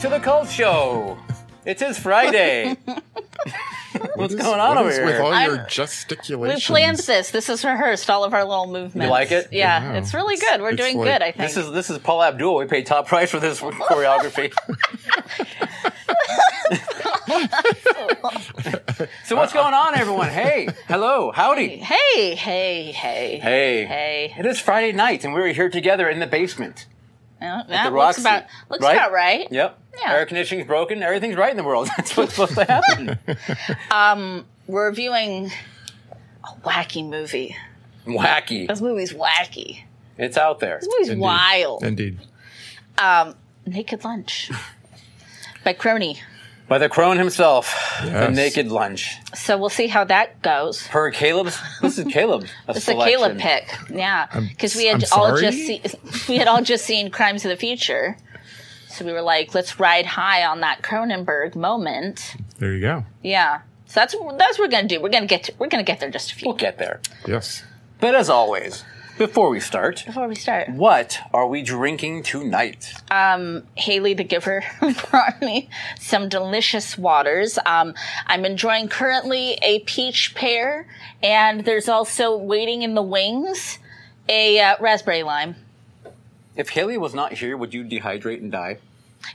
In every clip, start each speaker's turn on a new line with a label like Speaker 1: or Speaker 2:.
Speaker 1: to the Cult Show. It is Friday. What's
Speaker 2: What is-
Speaker 1: going on
Speaker 2: what
Speaker 1: over
Speaker 2: is
Speaker 1: here?
Speaker 2: With all
Speaker 3: I'm-
Speaker 2: your
Speaker 3: We
Speaker 2: gesticulations,
Speaker 3: planned this. This is rehearsed. All of our little movements.
Speaker 1: like it?
Speaker 3: Yeah,
Speaker 2: Wow.
Speaker 3: it's really good. We're
Speaker 2: It's
Speaker 3: doing
Speaker 2: like-
Speaker 3: good. I think.
Speaker 1: this is this is Paul Abdul. We paid top price for this choreography. so what's going on, everyone? Hey, hello, howdy.
Speaker 3: hey, hey, hey,
Speaker 1: Hey.
Speaker 3: hey.
Speaker 1: It is Friday night, and we're here together in the basement.
Speaker 3: Yeah, that
Speaker 1: the
Speaker 3: looks
Speaker 1: Roxy,
Speaker 3: about looks
Speaker 1: right?
Speaker 3: about right.
Speaker 1: Yep.
Speaker 3: Yeah.
Speaker 1: Air conditioning's broken. Everything's right in the world. That's what's supposed to happen.
Speaker 3: We're reviewing a wacky movie.
Speaker 1: Wacky.
Speaker 3: This movie's wacky.
Speaker 1: It's out there.
Speaker 3: This movie's
Speaker 2: Indeed.
Speaker 3: wild.
Speaker 2: Indeed.
Speaker 3: Naked Lunch by Crony.
Speaker 1: By the crone himself, the
Speaker 2: Yes.
Speaker 1: naked lunch.
Speaker 3: So we'll see how that goes.
Speaker 1: Per Caleb's, this is Caleb. A
Speaker 3: It's a
Speaker 1: selection.
Speaker 3: Caleb pick, yeah, because we had
Speaker 2: I'm
Speaker 3: all
Speaker 2: sorry?
Speaker 3: just see, we had all just seen Crimes of the Future, so we were like, let's ride high on that Cronenberg moment.
Speaker 2: There you go.
Speaker 3: Yeah. So that's that's what we're gonna do. We're gonna get to, we're gonna get there in just a few
Speaker 1: We'll get there.
Speaker 2: Yes.
Speaker 1: But as always, before we start,
Speaker 3: before we start.
Speaker 1: what are we drinking tonight?
Speaker 3: Haley the Giver brought me some delicious waters. Um, I'm enjoying currently a peach pear, and there's also waiting in the wings a uh, raspberry lime.
Speaker 1: If Haley was not here, would you dehydrate and die?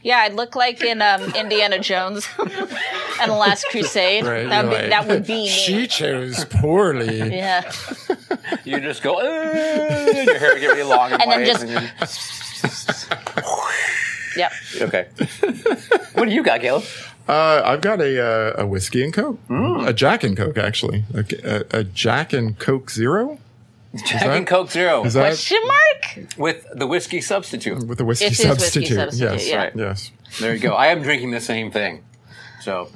Speaker 3: Yeah, I'd look like in um, Indiana Jones and the Last Crusade.
Speaker 2: Right,
Speaker 3: that, would be,
Speaker 2: you're like,
Speaker 3: that would be me.
Speaker 2: She chose poorly.
Speaker 3: yeah.
Speaker 1: You just go, "Uh," and your hair would get really long and,
Speaker 3: And then
Speaker 1: white.
Speaker 3: just-
Speaker 1: and
Speaker 3: Yep.
Speaker 1: then- okay. what do you got, Caleb?
Speaker 2: Uh, I've got a uh, a whiskey and coke,
Speaker 1: Mm.
Speaker 2: a Jack and Coke actually, a, a, a Jack and Coke Zero.
Speaker 1: Jack and Coke Zero
Speaker 2: Is that
Speaker 3: Question mark?
Speaker 1: with the whiskey substitute.
Speaker 2: with a whiskey
Speaker 3: It is whiskey
Speaker 2: substitute?
Speaker 3: substitute,
Speaker 2: Yes.
Speaker 3: yeah.
Speaker 1: Right.
Speaker 2: Yes.
Speaker 1: There you go. I am drinking the same thing. So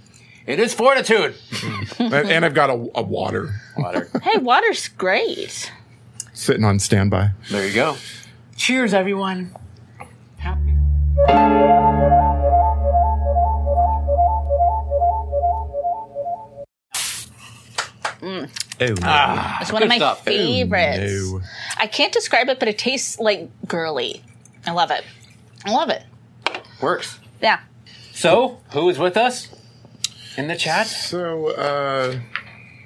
Speaker 1: it is fortitude.
Speaker 2: and,
Speaker 3: Mm-hmm.
Speaker 2: and I've got a, a water
Speaker 1: Water.
Speaker 3: Hey, water's great.
Speaker 2: sitting on standby.
Speaker 1: There you go. Cheers, everyone. Happy.
Speaker 2: Oh
Speaker 3: It's one
Speaker 1: Good
Speaker 3: of my
Speaker 1: stuff.
Speaker 3: favorites.
Speaker 2: no.
Speaker 3: I can't describe it, but it tastes like girly. I love it. I love it.
Speaker 1: Works.
Speaker 3: Yeah.
Speaker 1: So, who is with us in the chat?
Speaker 2: So uh,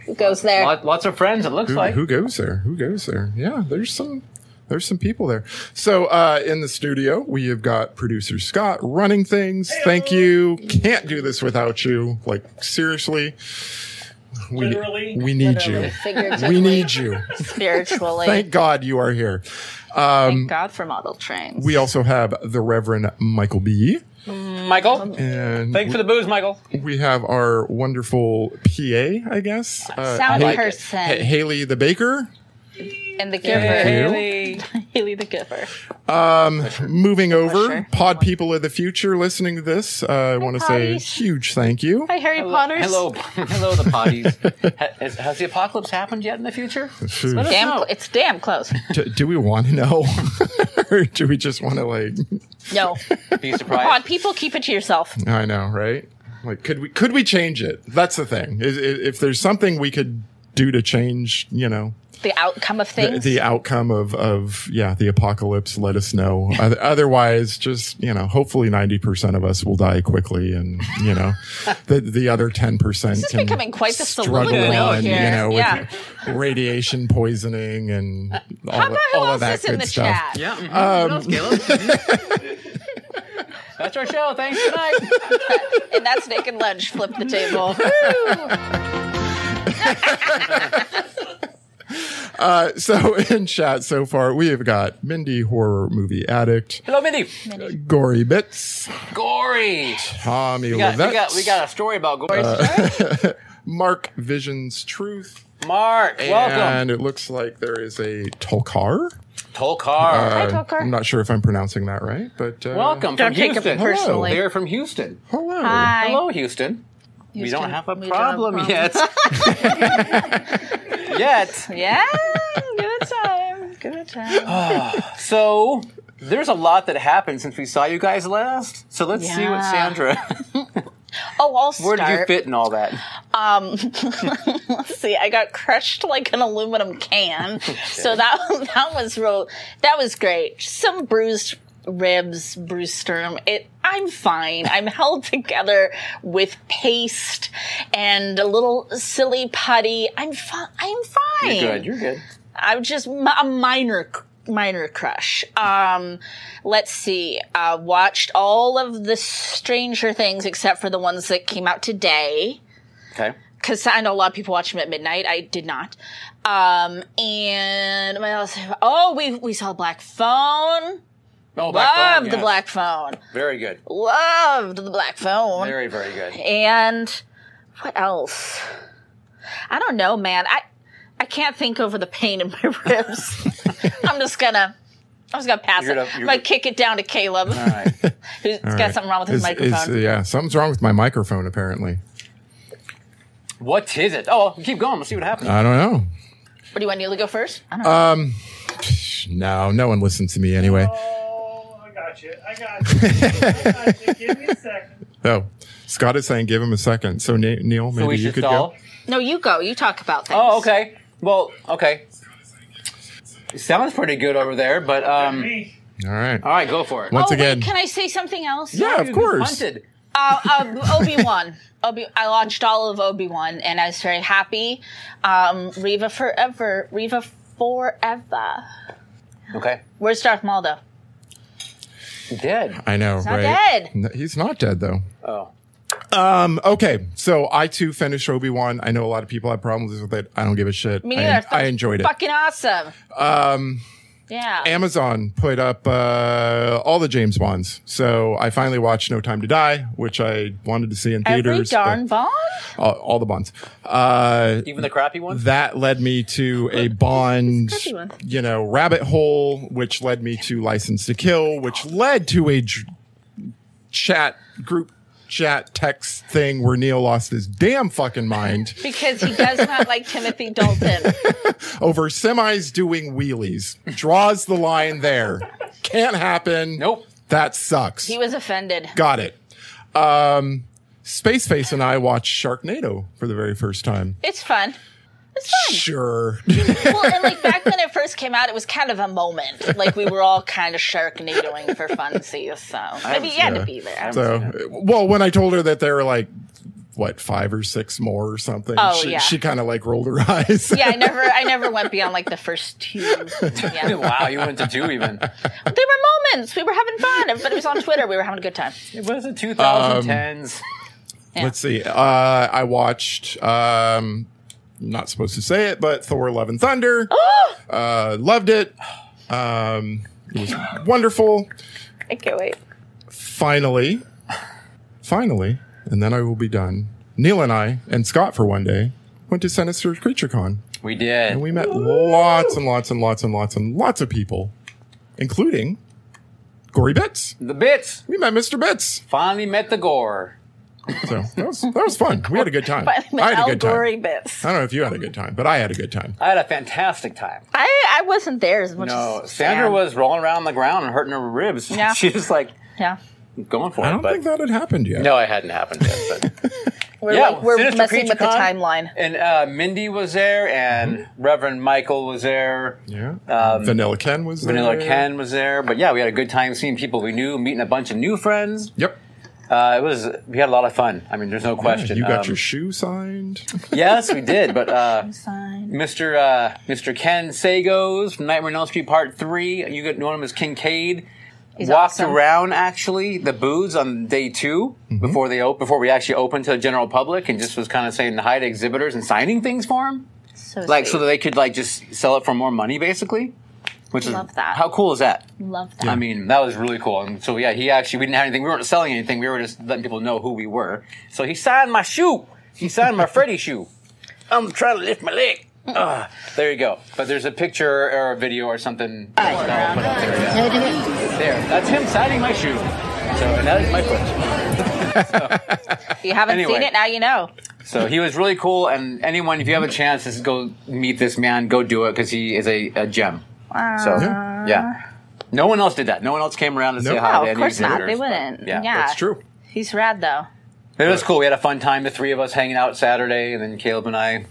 Speaker 3: Who goes there?
Speaker 1: Lot, lots of friends, it looks
Speaker 2: Who,
Speaker 1: like.
Speaker 2: who goes there? Who goes there? Yeah, there's some there's some people there. So uh, in the studio, we have got producer Scott running things. Thank you. Can't do this without you. Like seriously, we
Speaker 4: Literally.
Speaker 2: we need
Speaker 3: Literally,
Speaker 2: you.
Speaker 3: figuratively,
Speaker 2: We need you.
Speaker 3: spiritually.
Speaker 2: Thank God you are here.
Speaker 3: Thank God for model trains.
Speaker 2: We also have the Reverend Michael B.
Speaker 1: Michael?
Speaker 2: And
Speaker 1: Thanks for the booze, Michael.
Speaker 2: we have our wonderful PA, I guess. Uh,
Speaker 3: Sound
Speaker 2: Ha-
Speaker 3: person
Speaker 2: Ha- Haley the Baker.
Speaker 3: and the giver. Haley the giver.
Speaker 2: Moving over,
Speaker 3: sure.
Speaker 2: pod people of the future listening to this, uh, I want to say
Speaker 3: poddies.
Speaker 2: huge thank you.
Speaker 3: Hi, Harry Potter.
Speaker 1: Hello, hello, the potties. Ha- has, has the apocalypse happened yet in the future? Let us
Speaker 3: Damn,
Speaker 1: know.
Speaker 3: cl- it's damn close.
Speaker 2: Do, do we want to know, or do we just want to like?
Speaker 3: No.
Speaker 1: Be
Speaker 3: Pod
Speaker 1: surprised.
Speaker 3: people, keep it to yourself.
Speaker 2: I know, right? Like, could we could we change it? That's the thing. Is, i if there's something we could do to change, you know,
Speaker 3: The outcome of
Speaker 2: the,
Speaker 3: things.
Speaker 2: the outcome of of yeah, the apocalypse, let us know. Oth- Otherwise, just you know, hopefully ninety percent of us will die quickly, and you know, the the other ten percent.
Speaker 3: This is becoming quite the
Speaker 2: struggle
Speaker 3: soliloquy
Speaker 2: on,
Speaker 3: here.
Speaker 2: you know, with
Speaker 3: yeah.
Speaker 2: radiation poisoning and all,
Speaker 3: How
Speaker 2: of-
Speaker 3: about who
Speaker 2: all of
Speaker 3: else
Speaker 2: that
Speaker 3: is
Speaker 2: good
Speaker 3: in the
Speaker 2: stuff.
Speaker 3: chat?
Speaker 1: yeah. mhm. Who
Speaker 2: Um,
Speaker 1: knows, Caleb? That's our show. Thanks tonight.
Speaker 3: And that's naked lunch. Flip the table.
Speaker 2: So in chat so far, we have got Mindy, horror movie addict,
Speaker 1: Hello, Mindy.
Speaker 2: Gory Bits,
Speaker 1: Gory.
Speaker 2: Tommy
Speaker 1: We got, we
Speaker 2: Levette, uh,
Speaker 1: got, we got a story about Gory.
Speaker 2: Mark Vision's Truth.
Speaker 1: Mark, welcome.
Speaker 2: And it looks like there is a Tolkar. uh,
Speaker 1: Tolkar.
Speaker 3: Hi, Tolkar.
Speaker 2: I'm not sure if I'm pronouncing that right, but uh,
Speaker 1: welcome
Speaker 3: Don't
Speaker 1: from
Speaker 3: take it
Speaker 1: Houston.
Speaker 3: personally.
Speaker 1: They're from Houston.
Speaker 2: Hello.
Speaker 3: Hi.
Speaker 1: Hello, Houston. We
Speaker 3: Houston,
Speaker 1: don't have a
Speaker 3: we don't have a
Speaker 1: problem yet. yet.
Speaker 3: Yeah, give it time. Give it time.
Speaker 1: So there's a lot that happened since we saw you guys last. So let's see what
Speaker 3: Yeah.
Speaker 1: Sandra.
Speaker 3: Oh, I'll
Speaker 1: Where
Speaker 3: start.
Speaker 1: did you fit in all that?
Speaker 3: Let's see, I got crushed like an aluminum can. So that that was real. That was great. Some bruised ribs, bruised sternum. It. I'm fine. I'm held together with paste and a little silly putty. I'm fine. I'm fine.
Speaker 1: You're good. You're good.
Speaker 3: I was just m- a minor minor crush. Um, let's see. Uh, watched all of the Stranger Things except for the ones that came out today
Speaker 1: Okay.
Speaker 3: because I know a lot of people watch them at midnight. I did not. Um, and what else? Oh, we we saw Black Phone.
Speaker 1: Oh, black
Speaker 3: Loved
Speaker 1: phone,
Speaker 3: the
Speaker 1: yes.
Speaker 3: black phone.
Speaker 1: Very good.
Speaker 3: Loved the black phone.
Speaker 1: Very very good.
Speaker 3: And what else? I don't know, man. I I can't think over the pain in my ribs. I'm just gonna I'm just gonna pass
Speaker 1: You're
Speaker 3: it.
Speaker 1: gonna-
Speaker 3: I'm
Speaker 1: you're-
Speaker 3: gonna kick it down to Caleb,
Speaker 1: All right.
Speaker 3: who's got
Speaker 2: All right.
Speaker 3: something wrong with his
Speaker 2: Is- is-
Speaker 3: microphone.
Speaker 2: yeah, something's wrong with my microphone, apparently.
Speaker 1: What is it? Oh, keep going. Let's see what happens.
Speaker 2: I don't know.
Speaker 3: what do you want Neil to go first? I don't
Speaker 2: No, no one listens to me anyway.
Speaker 4: Oh, I got you. I got you. I got you. Give me a second.
Speaker 2: Oh, Scott is saying give him a second. So, Ne- Neil, maybe
Speaker 1: so we
Speaker 2: you
Speaker 1: should
Speaker 2: could
Speaker 1: stall.
Speaker 2: go.
Speaker 3: know. No, you go. You talk about things.
Speaker 1: Oh, okay. Well, okay. It sounds pretty good over there, but um.
Speaker 4: Me.
Speaker 2: All right.
Speaker 1: All right, go for it.
Speaker 2: Once
Speaker 3: oh,
Speaker 2: again.
Speaker 3: Wait, can I say something else?
Speaker 2: yeah, of
Speaker 1: You've been
Speaker 2: course.
Speaker 1: hunted.
Speaker 3: uh, um, Obi Wan. Obi, I launched all of Obi Wan, and I was very happy. Um, Reva forever. Reva forever.
Speaker 1: Okay.
Speaker 3: Where's Darth Maul though?
Speaker 1: Dead.
Speaker 2: I know,
Speaker 3: not
Speaker 2: right?
Speaker 3: dead.
Speaker 2: No, he's not dead though.
Speaker 1: Oh.
Speaker 2: Um, okay, so I too finished Obi Wan. I know a lot of people have problems with it. I don't give a shit.
Speaker 3: Me
Speaker 2: I,
Speaker 3: neither.
Speaker 2: I enjoyed it.
Speaker 3: Fucking awesome. Um. Yeah.
Speaker 2: Amazon put up uh, all the James Bonds, so I finally watched No Time to Die, which I wanted to see in
Speaker 3: Every
Speaker 2: theaters.
Speaker 3: darn
Speaker 2: but-
Speaker 3: Bond.
Speaker 2: all, all the Bonds. Uh,
Speaker 1: Even the crappy one?
Speaker 2: that led me to a bond
Speaker 3: Crappy one.
Speaker 2: you know rabbit hole which led me to license to kill which led to a dr- chat group chat text thing where neil lost his damn fucking mind
Speaker 3: Because he does not like Timothy Dalton.
Speaker 2: over semis doing wheelies draws the line there can't happen
Speaker 1: Nope.
Speaker 2: that sucks
Speaker 3: He was offended.
Speaker 2: got it um space face and i watched sharknado for the very first time
Speaker 3: It's fun.
Speaker 2: sure
Speaker 3: Well, and like back when it first came out, it was kind of a moment. Like we were all kind of sharknadoing for funsies. So maybe you had to be there.
Speaker 2: So, well, when I told her that there were like what five or six more or something,
Speaker 3: Oh,
Speaker 2: she,
Speaker 3: yeah.
Speaker 2: she kind of like rolled her eyes.
Speaker 3: yeah, I never, I never went beyond like the first two. Yeah. They were
Speaker 1: Wow, you went to two even.
Speaker 3: moments. We were having fun. Everybody was on Twitter. We were having a good time.
Speaker 1: It was the
Speaker 2: Um,
Speaker 1: 2010s.
Speaker 2: Let's see. Uh, I watched. Um, not supposed to say it, but Thor: Love and Thunder. uh, loved it. Um, it was wonderful.
Speaker 3: I can't wait.
Speaker 2: Finally, finally, and then I will be done. Neil and I and Scott for one day went to Sinister Creature Con.
Speaker 1: we did.
Speaker 2: And we met lots and lots and lots and lots and lots of people, including Gory Bits.
Speaker 1: the bits.
Speaker 2: We met Mr. Bits.
Speaker 1: Finally met the gore.
Speaker 2: So that was, that was fun. We had a good time. I
Speaker 3: But
Speaker 2: had a
Speaker 3: Al
Speaker 2: good time.
Speaker 3: Gory bits.
Speaker 2: I don't know if you had a good time, but I had a good time.
Speaker 1: I had a fantastic time.
Speaker 3: I, I wasn't there as much.
Speaker 1: No,
Speaker 3: as
Speaker 1: Sandra
Speaker 3: Sam.
Speaker 1: was rolling around on the ground and hurting her ribs.
Speaker 3: Yeah.
Speaker 1: She was like
Speaker 3: Yeah,
Speaker 1: going for
Speaker 2: I
Speaker 1: it.
Speaker 2: don't
Speaker 1: But
Speaker 2: think that had happened yet.
Speaker 1: no, it hadn't happened yet. But
Speaker 3: we're
Speaker 1: Yeah,
Speaker 3: like, we're
Speaker 1: Sinister
Speaker 3: messing
Speaker 1: Creature
Speaker 3: with the
Speaker 1: Con.
Speaker 3: timeline.
Speaker 1: and uh, Mindy was there, and Reverend Michael was there.
Speaker 2: Mm-hmm. Yeah. Vanilla Ken was
Speaker 1: Um, Vanilla
Speaker 2: there.
Speaker 1: Ken was there. But yeah, we had a good time seeing people we knew, meeting a bunch of new friends.
Speaker 2: Yep.
Speaker 1: Uh, it was we had a lot of fun. I mean, there's no
Speaker 2: Yeah,
Speaker 1: question.
Speaker 2: you got
Speaker 1: Um,
Speaker 2: your shoe signed.
Speaker 1: yes, we did. But uh,
Speaker 3: Sign.
Speaker 1: Mr. Uh, Mr. Ken Sagos from Nightmare on Elm Street Part Three. You got known him as Kincaid.
Speaker 3: He's
Speaker 1: Walked
Speaker 3: awesome.
Speaker 1: around actually the booths on day 2
Speaker 2: Mm-hmm.
Speaker 1: before they op- before we actually opened to the general public and just was kind of saying hi to exhibitors and signing things for them,
Speaker 3: So
Speaker 1: like
Speaker 3: sweet.
Speaker 1: so that they could like just sell it for more money basically. Which is
Speaker 3: Love that.
Speaker 1: how cool is that?
Speaker 3: love that.
Speaker 1: I mean, that was really cool. And so yeah, he actually we didn't have anything. We weren't selling anything. We were just letting people know who we were. So he signed my shoe. You signed my Freddy shoe. I'm trying to lift my leg. Ah, there you go. But there's a picture or a video or something. that I'll put up there, yeah. There, that's him signing my shoe. So, and that is my foot.
Speaker 3: If you haven't seen
Speaker 1: Anyway.
Speaker 3: it, now you know.
Speaker 1: So he was really cool. And anyone, if you have a chance, just go meet this man. Go do it because he is a, a gem. So
Speaker 2: Yeah.
Speaker 1: yeah, no one else did that. No one else came around and
Speaker 2: No.
Speaker 1: said hi.
Speaker 3: No,
Speaker 1: to
Speaker 3: Oh, of
Speaker 1: any
Speaker 3: course not. They
Speaker 1: visitors, but
Speaker 3: wouldn't.
Speaker 1: Yeah,
Speaker 3: Yeah.
Speaker 2: That's true.
Speaker 3: He's rad though.
Speaker 1: it was cool. We had a fun time. The three of us hanging out Saturday, and then Caleb and I.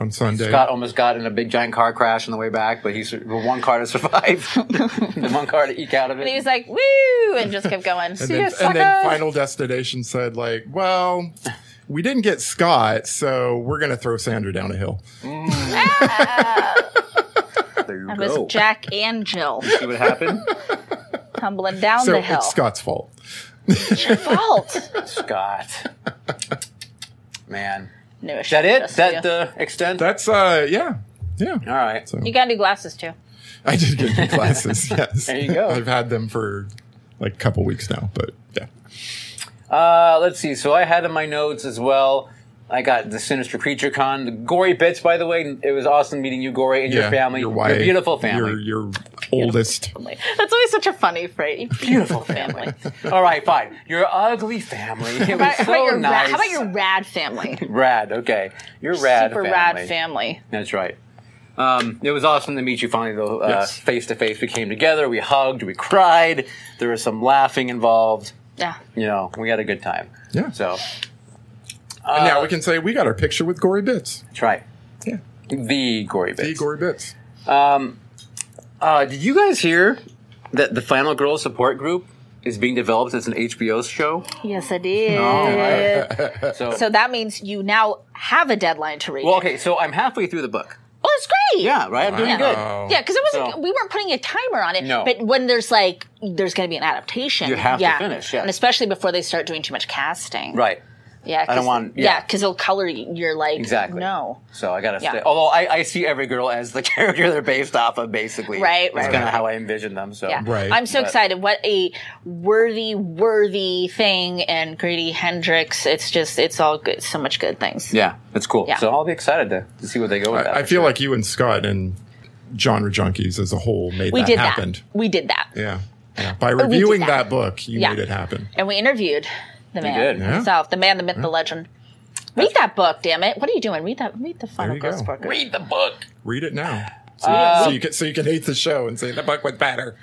Speaker 2: On Sunday.
Speaker 1: Scott almost got in a big giant car crash on the way back, but he's the one car to survive, the one car to eke out of it.
Speaker 3: And he was like, woo, and just kept going.
Speaker 2: and,
Speaker 3: See
Speaker 2: then,
Speaker 3: ya,
Speaker 2: and then
Speaker 3: suckers.
Speaker 2: Final Destination said, like, well, we didn't get Scott, so we're going to throw Sandra down a hill.
Speaker 1: there you
Speaker 3: It was
Speaker 1: go.
Speaker 3: Jack and Jill
Speaker 1: See what happened,
Speaker 3: tumbling down
Speaker 2: So
Speaker 3: the hill.
Speaker 2: it's Scott's fault.
Speaker 3: It's your fault.
Speaker 1: Scott? Man,
Speaker 3: Knew
Speaker 1: is
Speaker 3: I
Speaker 1: that
Speaker 3: should've
Speaker 1: it?
Speaker 3: just you.
Speaker 1: That the extent?
Speaker 2: That's, uh, yeah. Yeah.
Speaker 1: All right.
Speaker 2: So
Speaker 3: you got new glasses too.
Speaker 2: I did get new glasses. Yes.
Speaker 1: There you go.
Speaker 2: I've had them for like a couple weeks now, but yeah.
Speaker 1: Uh, let's see. So I had in my notes as well. I got the Sinister Creature Con. The gory bits, by the way. It was awesome meeting you, Gory, and
Speaker 2: Yeah,
Speaker 1: your family.
Speaker 2: Your wife.
Speaker 1: beautiful family.
Speaker 2: Your, your oldest.
Speaker 3: Like, That's always such a funny phrase. You Beautiful family.
Speaker 1: All right, fine. Your ugly family. It was
Speaker 3: How about-
Speaker 1: so
Speaker 3: how, about your ra-
Speaker 1: nice.
Speaker 3: how about your rad family?
Speaker 1: rad? Okay, your rad
Speaker 3: Super
Speaker 1: family.
Speaker 3: rad family.
Speaker 1: That's right. Um, it was awesome to meet you finally, though, uh,
Speaker 2: Yes.
Speaker 1: face to face. We came together, we hugged, we cried. There was some laughing involved.
Speaker 3: Yeah.
Speaker 1: You know, we had a good time.
Speaker 2: Yeah.
Speaker 1: So, uh,
Speaker 2: and now we can say we got our picture with Gory Bits.
Speaker 1: that's right.
Speaker 2: Yeah.
Speaker 1: The gory bits.
Speaker 2: The Gory Bits.
Speaker 1: Uh, did you guys hear that the Final Girl support group is being developed as an HBO show?
Speaker 3: Yes, I did.
Speaker 1: So,
Speaker 3: So that means you now have a deadline to read.
Speaker 1: well, okay, so I'm halfway through the book.
Speaker 3: Well, it's great.
Speaker 1: Yeah, right. I'm doing
Speaker 3: Yeah.
Speaker 1: good.
Speaker 2: Oh.
Speaker 3: Yeah, because it wasn't.
Speaker 1: So-
Speaker 3: we weren't putting a timer on it.
Speaker 1: No.
Speaker 3: But when there's like, there's going to be an adaptation.
Speaker 1: You have to
Speaker 3: yeah.
Speaker 1: finish, yeah.
Speaker 3: And especially before they start doing too much casting.
Speaker 1: Right.
Speaker 3: Yeah.
Speaker 1: don't
Speaker 3: 'cause-
Speaker 1: want-
Speaker 3: Yeah,
Speaker 1: yeah.
Speaker 3: because it'll color y- your like.
Speaker 1: Exactly.
Speaker 3: No.
Speaker 1: So I gotta
Speaker 3: Yeah.
Speaker 1: stay. Although I, I see every girl as the character they're based off of, basically.
Speaker 3: Right, right,
Speaker 1: That's kind
Speaker 3: right.
Speaker 1: of how I envision them. So
Speaker 3: Yeah.
Speaker 2: Right.
Speaker 3: I'm so
Speaker 1: But-
Speaker 3: excited. What a worthy, worthy thing. And Grady Hendrix. It's just, it's all good. So much good things.
Speaker 1: Yeah, that's cool.
Speaker 3: Yeah.
Speaker 1: So I'll be excited to, to see where they go with that.
Speaker 2: I, I feel like you and Scott and genre junkies as a whole made
Speaker 3: We
Speaker 2: that
Speaker 3: did
Speaker 2: happened.
Speaker 3: that. We did that.
Speaker 2: Yeah. yeah. By reviewing
Speaker 3: that.
Speaker 2: that. book, you
Speaker 3: Yeah.
Speaker 2: made it happen.
Speaker 3: And we interviewed the man
Speaker 1: did. Yeah.
Speaker 3: himself, the man, the myth, the legend. Read that book, damn it! What are you doing? Read that. Read the final
Speaker 2: you go.
Speaker 3: Ghost Book.
Speaker 1: Read the book.
Speaker 2: Read it now. So, so you can so you can hate the show and say the book was better.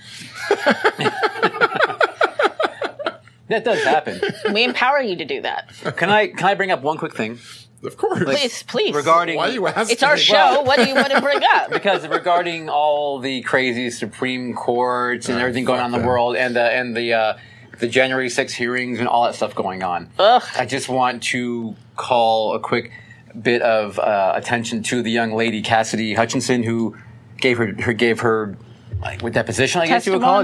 Speaker 1: That does happen.
Speaker 3: We empower you to do that.
Speaker 1: can I can I bring up one quick thing
Speaker 2: Of course.
Speaker 3: Please, please.
Speaker 1: regarding
Speaker 2: Why are you asking?
Speaker 3: it's our
Speaker 2: me?
Speaker 3: show. What do you want to bring up?
Speaker 1: because regarding all the crazy Supreme Courts and everything going on in the
Speaker 2: that.
Speaker 1: world and the and the uh, the January 6 hearings and all that stuff going on.
Speaker 3: Ugh.
Speaker 1: I just want to call a quick bit of uh, attention to the young lady Cassidy Hutchinson who gave her, her gave her like with deposition, I guess you would call it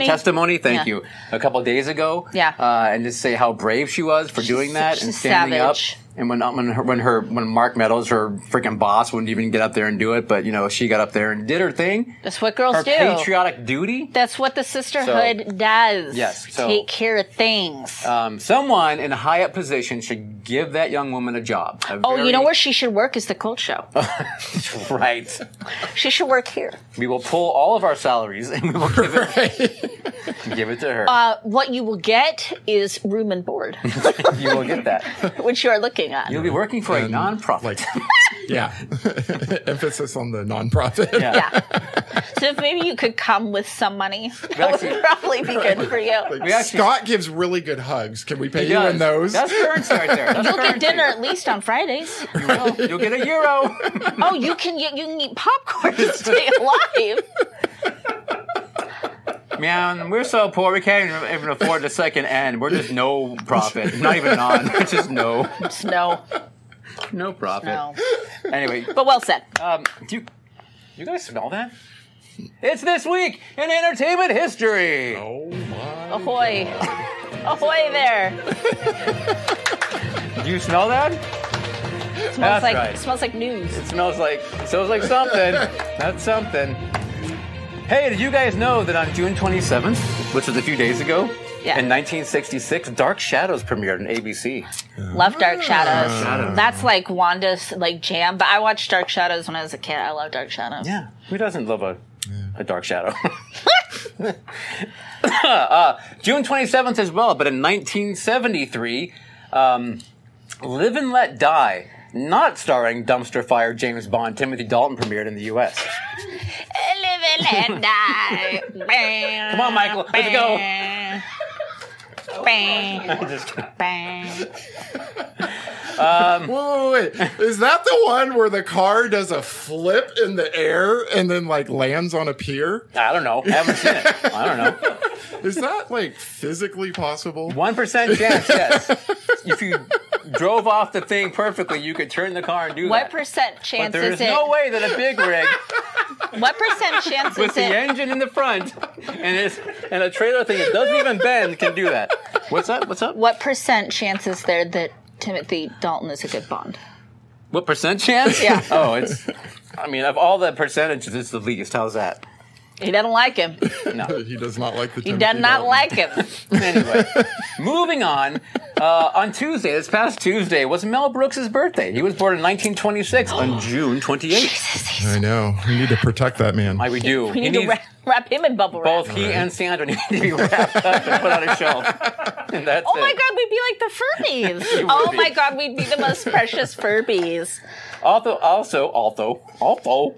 Speaker 1: testimony.
Speaker 3: Testimony?
Speaker 1: Thank
Speaker 3: Yeah.
Speaker 1: you. A couple of days ago,
Speaker 3: Yeah.
Speaker 1: uh, and just say how brave she was for doing that
Speaker 3: she's
Speaker 1: and
Speaker 3: a
Speaker 1: standing
Speaker 3: savage.
Speaker 1: up. And when uh, when her, when her when Mark Meadows, her freaking boss, wouldn't even get up there and do it, but you know she got up there and did her thing.
Speaker 3: That's what girls
Speaker 1: her
Speaker 3: do.
Speaker 1: patriotic duty.
Speaker 3: That's what the sisterhood does.
Speaker 1: Yes, so-
Speaker 3: Take care of things.
Speaker 1: Um, someone in a high up position should give that young woman a job. A
Speaker 3: oh, you
Speaker 1: very-
Speaker 3: know where she should work is the cult show.
Speaker 1: right.
Speaker 3: she should work here.
Speaker 1: We will pull all of our salaries and we will give it, give it to her.
Speaker 3: Uh, what you will get is room and board,
Speaker 1: you will get that.
Speaker 3: which you are looking at.
Speaker 1: You'll be working for a
Speaker 2: And,
Speaker 1: nonprofit.
Speaker 2: Like, yeah. Emphasis on the nonprofit.
Speaker 1: Yeah.
Speaker 3: Yeah. so if maybe you could come with some money, that
Speaker 1: actually-
Speaker 3: would probably be good for you.
Speaker 1: We actually-
Speaker 2: Scott gives really good hugs. Can we pay you
Speaker 1: Yes.
Speaker 2: in those?
Speaker 1: That's currency right there. That's
Speaker 3: You'll get
Speaker 1: currency.
Speaker 3: dinner at least on Fridays.
Speaker 1: You will. You'll get a euro.
Speaker 3: Oh, you can you, you can eat popcorn to stay alive.
Speaker 1: Man, we're so poor. We can't even afford the second end. We're just no profit. Not even on. We're just no.
Speaker 3: Just No,
Speaker 1: No profit.
Speaker 3: no.
Speaker 1: Anyway,
Speaker 3: But well said.
Speaker 1: um, do you, you guys smell that? It's this week in entertainment history.
Speaker 2: oh my.
Speaker 3: Ahoy, ahoy there.
Speaker 1: Do you smell that?
Speaker 3: Smells
Speaker 1: That's
Speaker 3: like
Speaker 1: right.
Speaker 3: smells like news.
Speaker 1: It smells like it smells like something. That's something. Hey, did you guys know that on June 27th, which was a few days ago,
Speaker 3: Yeah.
Speaker 1: In 1966, Dark Shadows premiered on ABC.
Speaker 3: Love Dark Mm. Shadows. That's like Wanda's like jam. But I watched Dark Shadows when I was a kid. I love Dark Shadows.
Speaker 1: Yeah, who doesn't love a a Dark Shadow? uh, June 27th as well, but in 1973, um, Live and Let Die, not starring dumpster fire James Bond Timothy Dalton, premiered in the U.S.
Speaker 3: Live and let die. Bang,
Speaker 1: Come on, Michael, let's go.
Speaker 3: bang, bang,
Speaker 1: Just kidding.
Speaker 3: bang.
Speaker 2: Whoa, wait, wait, is that the one where the car does a flip in the air and then like lands on a pier?
Speaker 1: I don't know. I haven't seen it. I don't know.
Speaker 2: Is that like physically possible?
Speaker 1: One percent chance. Yes. if you drove off the thing perfectly, you could turn the car and do
Speaker 3: What
Speaker 1: that.
Speaker 3: percent
Speaker 1: But
Speaker 3: chance
Speaker 1: there
Speaker 3: is
Speaker 1: is
Speaker 3: it?
Speaker 1: no way that a big rig
Speaker 3: What percent chance
Speaker 1: with
Speaker 3: is
Speaker 1: the
Speaker 3: it?
Speaker 1: engine in the front and it's, and a trailer thing that doesn't even bend can do that. What's that? What's up?
Speaker 3: What percent chance is there that Timothy Dalton is a good Bond?
Speaker 1: What percent chance?
Speaker 3: Yeah.
Speaker 1: Oh, it's. I mean, of all the percentages, it's the least. How's that?
Speaker 3: He doesn't like him.
Speaker 2: He does not like the.
Speaker 3: He does not like him.
Speaker 1: Anyway, moving on. Uh, on Tuesday, this past Tuesday, was Mel Brooks' birthday. He was born in 1926 on June 28th.
Speaker 2: I know. We need to protect that man.
Speaker 1: Why we do.
Speaker 3: We
Speaker 1: He
Speaker 3: need to
Speaker 1: needs-
Speaker 3: wrap, wrap him in bubble wrap.
Speaker 1: Both he and Sandra need to be wrapped up and put on a shelf. And that's
Speaker 3: Oh my
Speaker 1: it.
Speaker 3: god, we'd be like the Furbies. oh
Speaker 1: would be.
Speaker 3: my god, we'd be the most precious Furbies.
Speaker 1: Also, also, also, also,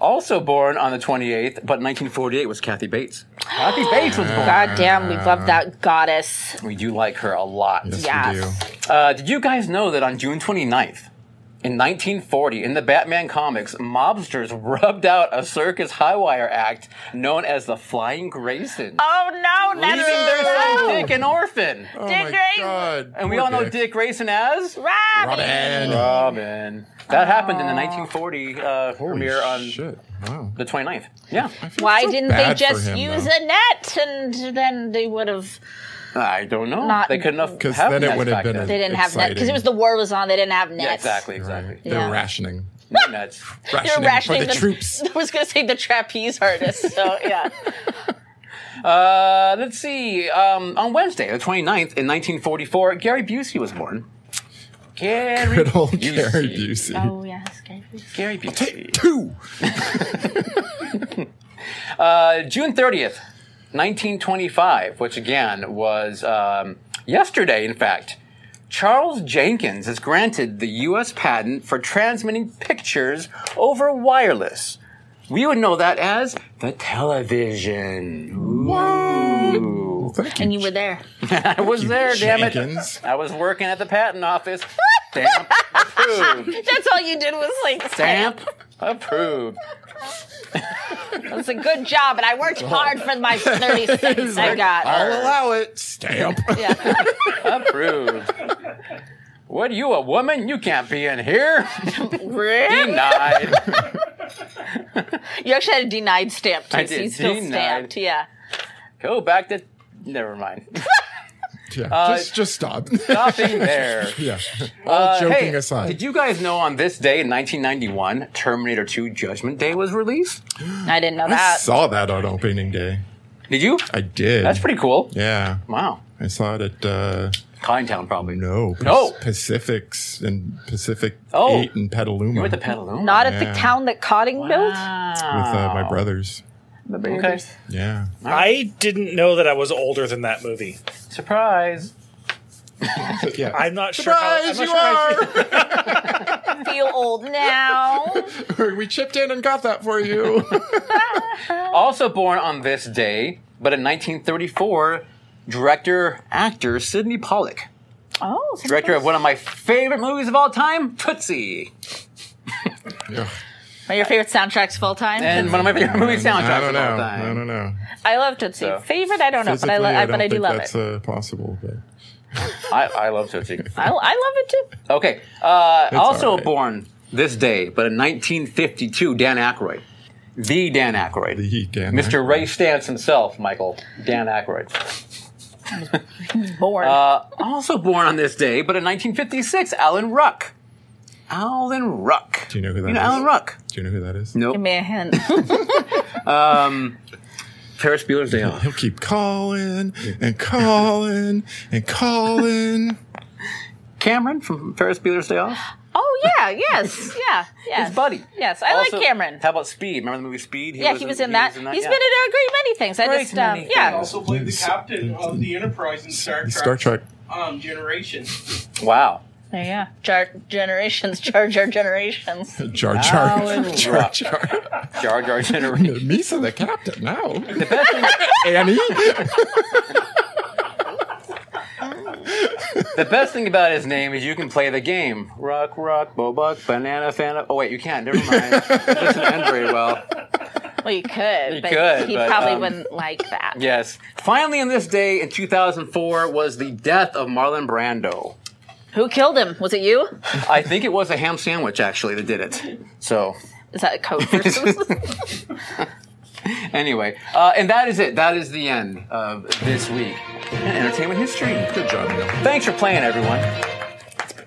Speaker 1: also born on the 28th, but 1948 was Kathy Bates. Kathy Bates was born.
Speaker 2: Ah.
Speaker 3: God damn, we love that goddess.
Speaker 1: We do like her a lot.
Speaker 2: Yes, we
Speaker 3: Yes.
Speaker 2: do.
Speaker 1: Uh, did you guys know that on June 29th, in 1940, in the Batman comics, mobsters rubbed out a circus high wire act known as the Flying Grayson,
Speaker 3: Oh no, that's
Speaker 1: leaving their son Dick an orphan.
Speaker 2: Oh
Speaker 3: Dick
Speaker 2: my
Speaker 3: Grayson.
Speaker 2: God.
Speaker 1: And we
Speaker 2: Poor
Speaker 1: all know Dick Grayson as
Speaker 3: Robin.
Speaker 2: Robin.
Speaker 1: Robin. That happened in the 1940 uh,
Speaker 2: Holy
Speaker 1: premiere on
Speaker 2: shit. Wow.
Speaker 1: the 29th. Yeah,
Speaker 2: I feel
Speaker 3: Why
Speaker 2: so
Speaker 3: didn't they
Speaker 2: bad for
Speaker 3: just
Speaker 2: him,
Speaker 3: use
Speaker 2: though.
Speaker 3: a net and then they would have
Speaker 1: I don't know.
Speaker 3: Not-
Speaker 1: they couldn't have
Speaker 2: 'Cause
Speaker 1: have
Speaker 2: then it
Speaker 1: nets
Speaker 2: would have
Speaker 1: back
Speaker 2: been
Speaker 1: then.
Speaker 3: they didn't have net because it was the war was on, they didn't have nets.
Speaker 1: yeah, exactly,
Speaker 2: Right.
Speaker 1: exactly.
Speaker 2: They're
Speaker 3: Yeah.
Speaker 2: rationing.
Speaker 1: No nets.
Speaker 3: They're
Speaker 2: Rationing,
Speaker 3: rationing
Speaker 2: for the, troops.
Speaker 3: I was gonna say the trapeze artist, so yeah.
Speaker 1: Uh, let's see. Um, on Wednesday, the 29th, in 1944, Gary Busey was born. Gary
Speaker 2: Good old
Speaker 1: Busey.
Speaker 2: Gary Busey.
Speaker 3: oh yeah, it's great.
Speaker 1: Gary Busey.
Speaker 2: Two.
Speaker 1: Uh, June 30th, 1925, which again was um, yesterday, in fact. Charles Jenkins is granted the U.S. patent for transmitting pictures over wireless. We would know that as the television. Whoa!
Speaker 2: Thank you.
Speaker 3: And you were there.
Speaker 1: I was there, damn it.
Speaker 2: Jenkins.
Speaker 1: I was working at the patent office. Stamp approved.
Speaker 3: That's all you did was like
Speaker 1: Stamp approved.
Speaker 3: It's a good job, and I worked hard for my 30 cents Oh. I got.
Speaker 2: I'll allow it. Stamp.
Speaker 3: Yeah.
Speaker 1: Approved. What, you a woman? You can't be in here.
Speaker 3: Really?
Speaker 1: Denied.
Speaker 3: You actually had a denied stamp, too.
Speaker 1: I
Speaker 3: so
Speaker 1: did.
Speaker 3: you still
Speaker 1: Denied.
Speaker 3: stamped, yeah.
Speaker 1: Go back to. Never mind.
Speaker 2: Yeah, just, just stop.
Speaker 1: Nothing there.
Speaker 2: yeah.
Speaker 1: Uh,
Speaker 2: joking
Speaker 1: hey,
Speaker 2: aside.
Speaker 1: Did you guys know on this day in 1991, Terminator 2 Judgment Day was released?
Speaker 3: I didn't know
Speaker 2: I
Speaker 3: that.
Speaker 2: saw that on opening day.
Speaker 1: Did you?
Speaker 2: I did.
Speaker 1: That's pretty cool.
Speaker 2: Yeah.
Speaker 1: Wow.
Speaker 2: I saw it at uh
Speaker 1: Cottontown, probably.
Speaker 2: no,
Speaker 1: No.
Speaker 2: Pacifics and Pacific
Speaker 1: Oh.
Speaker 2: Eight and Petaluma
Speaker 1: With the Petaluma.
Speaker 3: Not at
Speaker 2: Yeah.
Speaker 3: the town that Cotting built?
Speaker 2: with uh, my brothers.
Speaker 1: Okay.
Speaker 2: Yeah.
Speaker 4: I didn't know that I was older than that movie.
Speaker 1: Surprise.
Speaker 2: yeah.
Speaker 4: I'm not
Speaker 2: Surprise,
Speaker 4: sure. How, I'm not
Speaker 2: you
Speaker 3: Feel old now.
Speaker 2: are! we chipped in and got that for you.
Speaker 1: Also born on this day, but in 1934, director, actor Sidney Pollack,
Speaker 3: Oh, so
Speaker 1: director of one of my favorite movies of all time, Tootsie,
Speaker 2: Yeah.
Speaker 3: One of your favorite soundtracks full time?
Speaker 1: and one of my favorite movie
Speaker 2: I
Speaker 1: soundtracks
Speaker 2: don't
Speaker 1: of
Speaker 2: know.
Speaker 1: all
Speaker 2: I
Speaker 1: time.
Speaker 2: don't know.
Speaker 3: I love Tootsie.
Speaker 1: So-
Speaker 3: Favorite? I don't know, but I,
Speaker 2: Physically,
Speaker 3: lo- I,
Speaker 2: don't
Speaker 3: but I do
Speaker 2: think
Speaker 3: love
Speaker 2: that's
Speaker 3: it.
Speaker 2: Uh, possible, but
Speaker 1: I, I love Tootsie.
Speaker 3: I, I love it too.
Speaker 1: Okay, uh, also
Speaker 2: all right.
Speaker 1: born this day, but in 1952, Dan Aykroyd, the Dan Aykroyd,
Speaker 2: the Dan
Speaker 1: Mr.
Speaker 2: Aykroyd.
Speaker 1: Ray Stantz himself, Michael Dan Aykroyd.
Speaker 3: Born.
Speaker 1: Also born on this day, but in 1956, Alan Ruck. Alan Ruck.
Speaker 2: Do you know who that
Speaker 1: you know
Speaker 2: is?
Speaker 1: Alan Ruck.
Speaker 2: Do you know who that is?
Speaker 1: No.
Speaker 3: Give me a hint.
Speaker 1: Ferris Bueller's Day Off.
Speaker 2: He'll keep calling and calling and calling.
Speaker 1: Cameron from Ferris Bueller's Day Off.
Speaker 3: Oh yeah, yes, yeah, yes.
Speaker 1: His buddy.
Speaker 3: Yes, I
Speaker 1: Also,
Speaker 3: like Cameron.
Speaker 1: How about Speed? Remember the movie Speed?
Speaker 3: yeah, he was in that. He's
Speaker 1: yeah.
Speaker 3: been in a great many things. I
Speaker 1: Great
Speaker 3: just, um,
Speaker 1: many
Speaker 3: yeah.
Speaker 1: things.
Speaker 5: Also played the captain of the Enterprise in Star Trek.
Speaker 2: Star Trek.
Speaker 5: Um, Generation.
Speaker 1: Wow.
Speaker 3: Oh, yeah. Jar- generations, Jar Jar Generations.
Speaker 2: Jar Jar.
Speaker 1: Alan
Speaker 2: Jar
Speaker 1: Ruck.
Speaker 2: Jar.
Speaker 1: Jar Jar Generation.
Speaker 2: Misa the captain now.
Speaker 1: the best thing,
Speaker 2: Annie.
Speaker 1: the best thing about his name is you can play the game. Rock, rock, bobuck, banana, fana. Oh wait, you can't. Never mind. It doesn't end very well.
Speaker 3: Well, you could,
Speaker 1: You
Speaker 3: but
Speaker 1: could,
Speaker 3: he
Speaker 1: but,
Speaker 3: probably
Speaker 1: um,
Speaker 3: wouldn't like that.
Speaker 1: Yes. Finally, on this day in 2004 was the death of Marlon Brando.
Speaker 3: Who killed him? Was it you?
Speaker 1: I think it was a ham sandwich actually that did it. So
Speaker 3: Is that a code for
Speaker 1: anyway, uh, and that is it. That is the end of this week in entertainment history.
Speaker 2: Good job, Neil.
Speaker 1: Thanks for playing, everyone.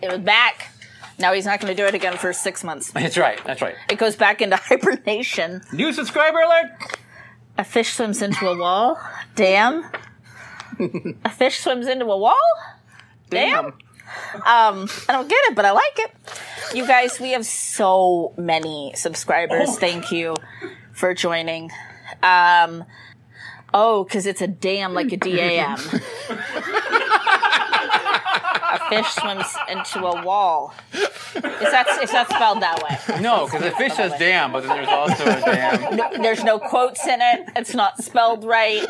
Speaker 3: It was back. Now he's not going to do it again for six months.
Speaker 1: That's right. That's right.
Speaker 3: It goes back into hibernation.
Speaker 1: New subscriber alert.
Speaker 3: A fish swims into a wall. Damn. a fish swims into a wall? Damn. Um, I don't get it, but I like it. You guys, we have so many subscribers. Thank you for joining. Um, oh, because it's a dam like a DAM. a fish swims into a wall. Is that, is that spelled that way?
Speaker 1: No, because the fish says damn, but then there's also a damn.
Speaker 3: There's no quotes in it. It's not spelled right.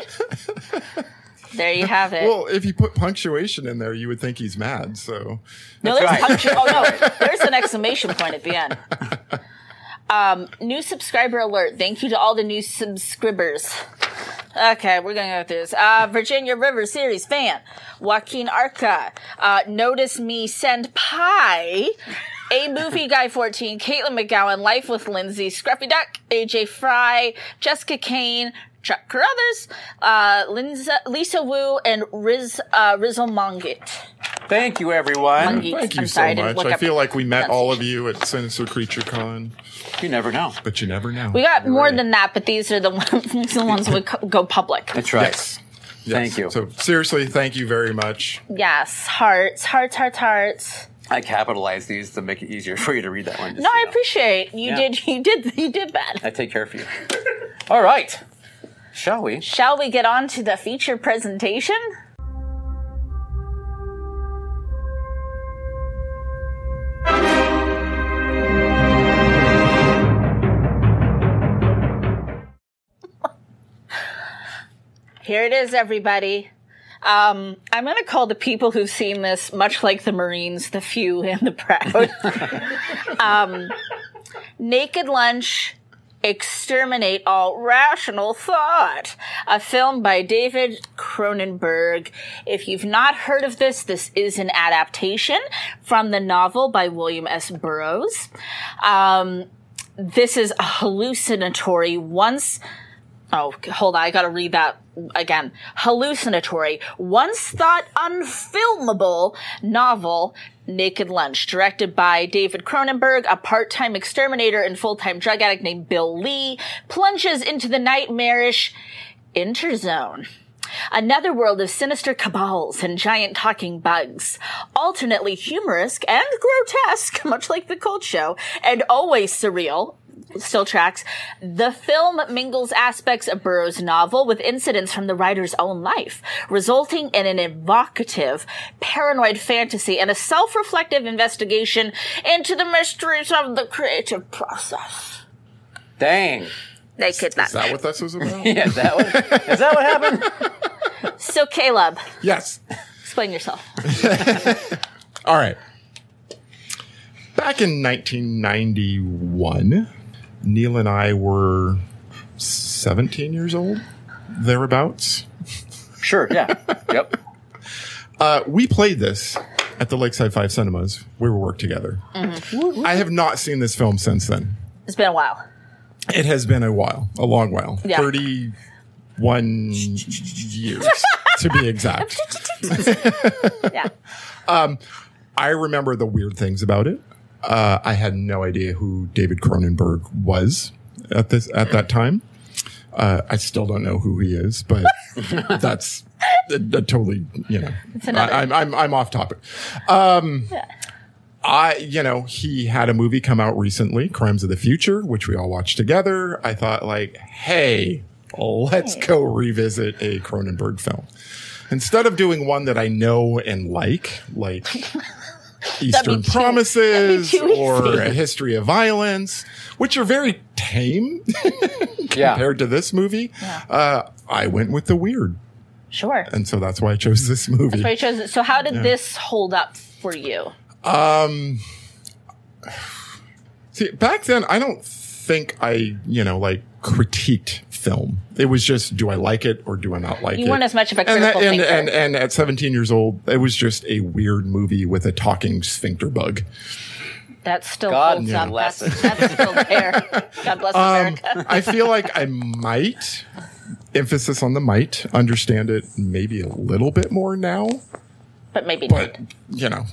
Speaker 3: There you have it.
Speaker 2: Well, if you put punctuation in there, you would think he's mad. So
Speaker 3: No, there's
Speaker 1: right.
Speaker 3: punctu- oh no, there's an exclamation point at the end. Um, new subscriber alert. Thank you to all the new subscribers. Okay, we're gonna go through this. Uh, Virginia River series fan, Joaquin Arca, uh, notice me send pie. A movie guy 14, Caitlin McGowan, Life with Lindsay, Scruffy Duck, AJ Fry, Jessica Kane, Chuck Carruthers, uh, Linza, Lisa Wu, and Riz, uh, Rizal Mongit.
Speaker 1: Thank you, everyone.
Speaker 3: Mongeeks.
Speaker 2: thank you
Speaker 3: I'm
Speaker 2: so
Speaker 3: sorry, I didn't
Speaker 2: much.
Speaker 3: look
Speaker 2: I
Speaker 3: up
Speaker 2: feel like we met all of
Speaker 3: pronunciation.
Speaker 2: you at Sinister Creature Con,
Speaker 1: You never know.
Speaker 2: but you never know.
Speaker 3: We got
Speaker 2: You're
Speaker 3: more
Speaker 2: right.
Speaker 3: than that, but these are the ones, these are the ones that would go public.
Speaker 1: That's right.
Speaker 2: Yes. Yes.
Speaker 1: Thank you.
Speaker 2: So seriously, thank you very much.
Speaker 3: Yes, hearts, hearts, hearts, hearts.
Speaker 1: I capitalized these to make it easier for you to read that one. just
Speaker 3: No,
Speaker 1: so you
Speaker 3: I
Speaker 1: know.
Speaker 3: appreciate you.
Speaker 1: Yeah.
Speaker 3: Did you did you did that?
Speaker 1: I take care of you. All right. Shall we?
Speaker 3: Shall we get on to the feature presentation? Here it is, everybody. Um, I'm going to call the people who've seen this, much like the Marines, the few and the proud. um, Naked Lunch, Exterminate All Rational Thought, a film by David Cronenberg. If you've not heard of this, this is an adaptation from the novel by William S. Burroughs. Um, this is a hallucinatory once Oh, hold on. I gotta read that again. Hallucinatory, once thought unfilmable novel, Naked Lunch, directed by David Cronenberg, a part-time exterminator and full-time drug addict named Bill Lee, plunges into the nightmarish interzone. Another world of sinister cabals and giant talking bugs, alternately humorous and grotesque, much like the cult show, and always surreal. Still tracks. The film mingles aspects of Burroughs' novel with incidents from the writer's own life, resulting in an evocative, paranoid fantasy and a self-reflective investigation into the mysteries of the creative process.
Speaker 1: Dang.
Speaker 3: They could
Speaker 2: Is that what this was about?
Speaker 1: Yeah, that one. Is that what happened?
Speaker 3: So, Caleb,
Speaker 2: yes.
Speaker 3: explain yourself.
Speaker 2: All right. Back in 1991, Neil and I were 17 years old, thereabouts.
Speaker 1: Sure. Yeah. Yep.
Speaker 2: Uh, we played this at the Lakeside Five Cinemas. We were worked together. I have not seen this film since then.
Speaker 3: It's been a while.
Speaker 2: It has been a while, a long while.
Speaker 3: Yeah.
Speaker 2: 31 years to be exact.
Speaker 3: Yeah.
Speaker 2: I remember the weird things about it. Uh, I had no idea who David Cronenberg was at this at that time. Uh, I still don't know who he is, but that's uh, totally, you know,
Speaker 3: another-
Speaker 2: I, I'm, I'm, I'm off topic. Um, I, you know, he had a movie come out recently, Crimes of the Future, which we all watched together. I thought, like, hey, let's go revisit a Cronenberg film. Instead of doing one that I know and like, like Eastern
Speaker 3: too-
Speaker 2: Promises
Speaker 3: that'd be too
Speaker 2: or
Speaker 3: easy.
Speaker 2: A History of Violence, which are very tame
Speaker 1: Yeah.
Speaker 2: compared to this movie, uh, I went with the weird.
Speaker 3: Sure.
Speaker 2: And so that's why I chose this movie.
Speaker 3: So, I chose it. so how did this hold up for you?
Speaker 2: See, back then, I don't think I, you know, like critiqued film. It was just, do I like it or do I not like
Speaker 3: You
Speaker 2: it?
Speaker 3: weren't as much of a
Speaker 2: and, that-
Speaker 3: critical
Speaker 2: and,
Speaker 3: thinker.
Speaker 2: and, and at 17 years old, it was just a weird movie with a talking sphincter bug.
Speaker 3: that still
Speaker 1: God
Speaker 3: holds up.
Speaker 1: bless
Speaker 3: That's, that's still there. God
Speaker 2: Um,
Speaker 3: bless America.
Speaker 2: I feel like I might, emphasis on the might, understand it maybe a little bit more now,
Speaker 3: But maybe
Speaker 2: but, you know,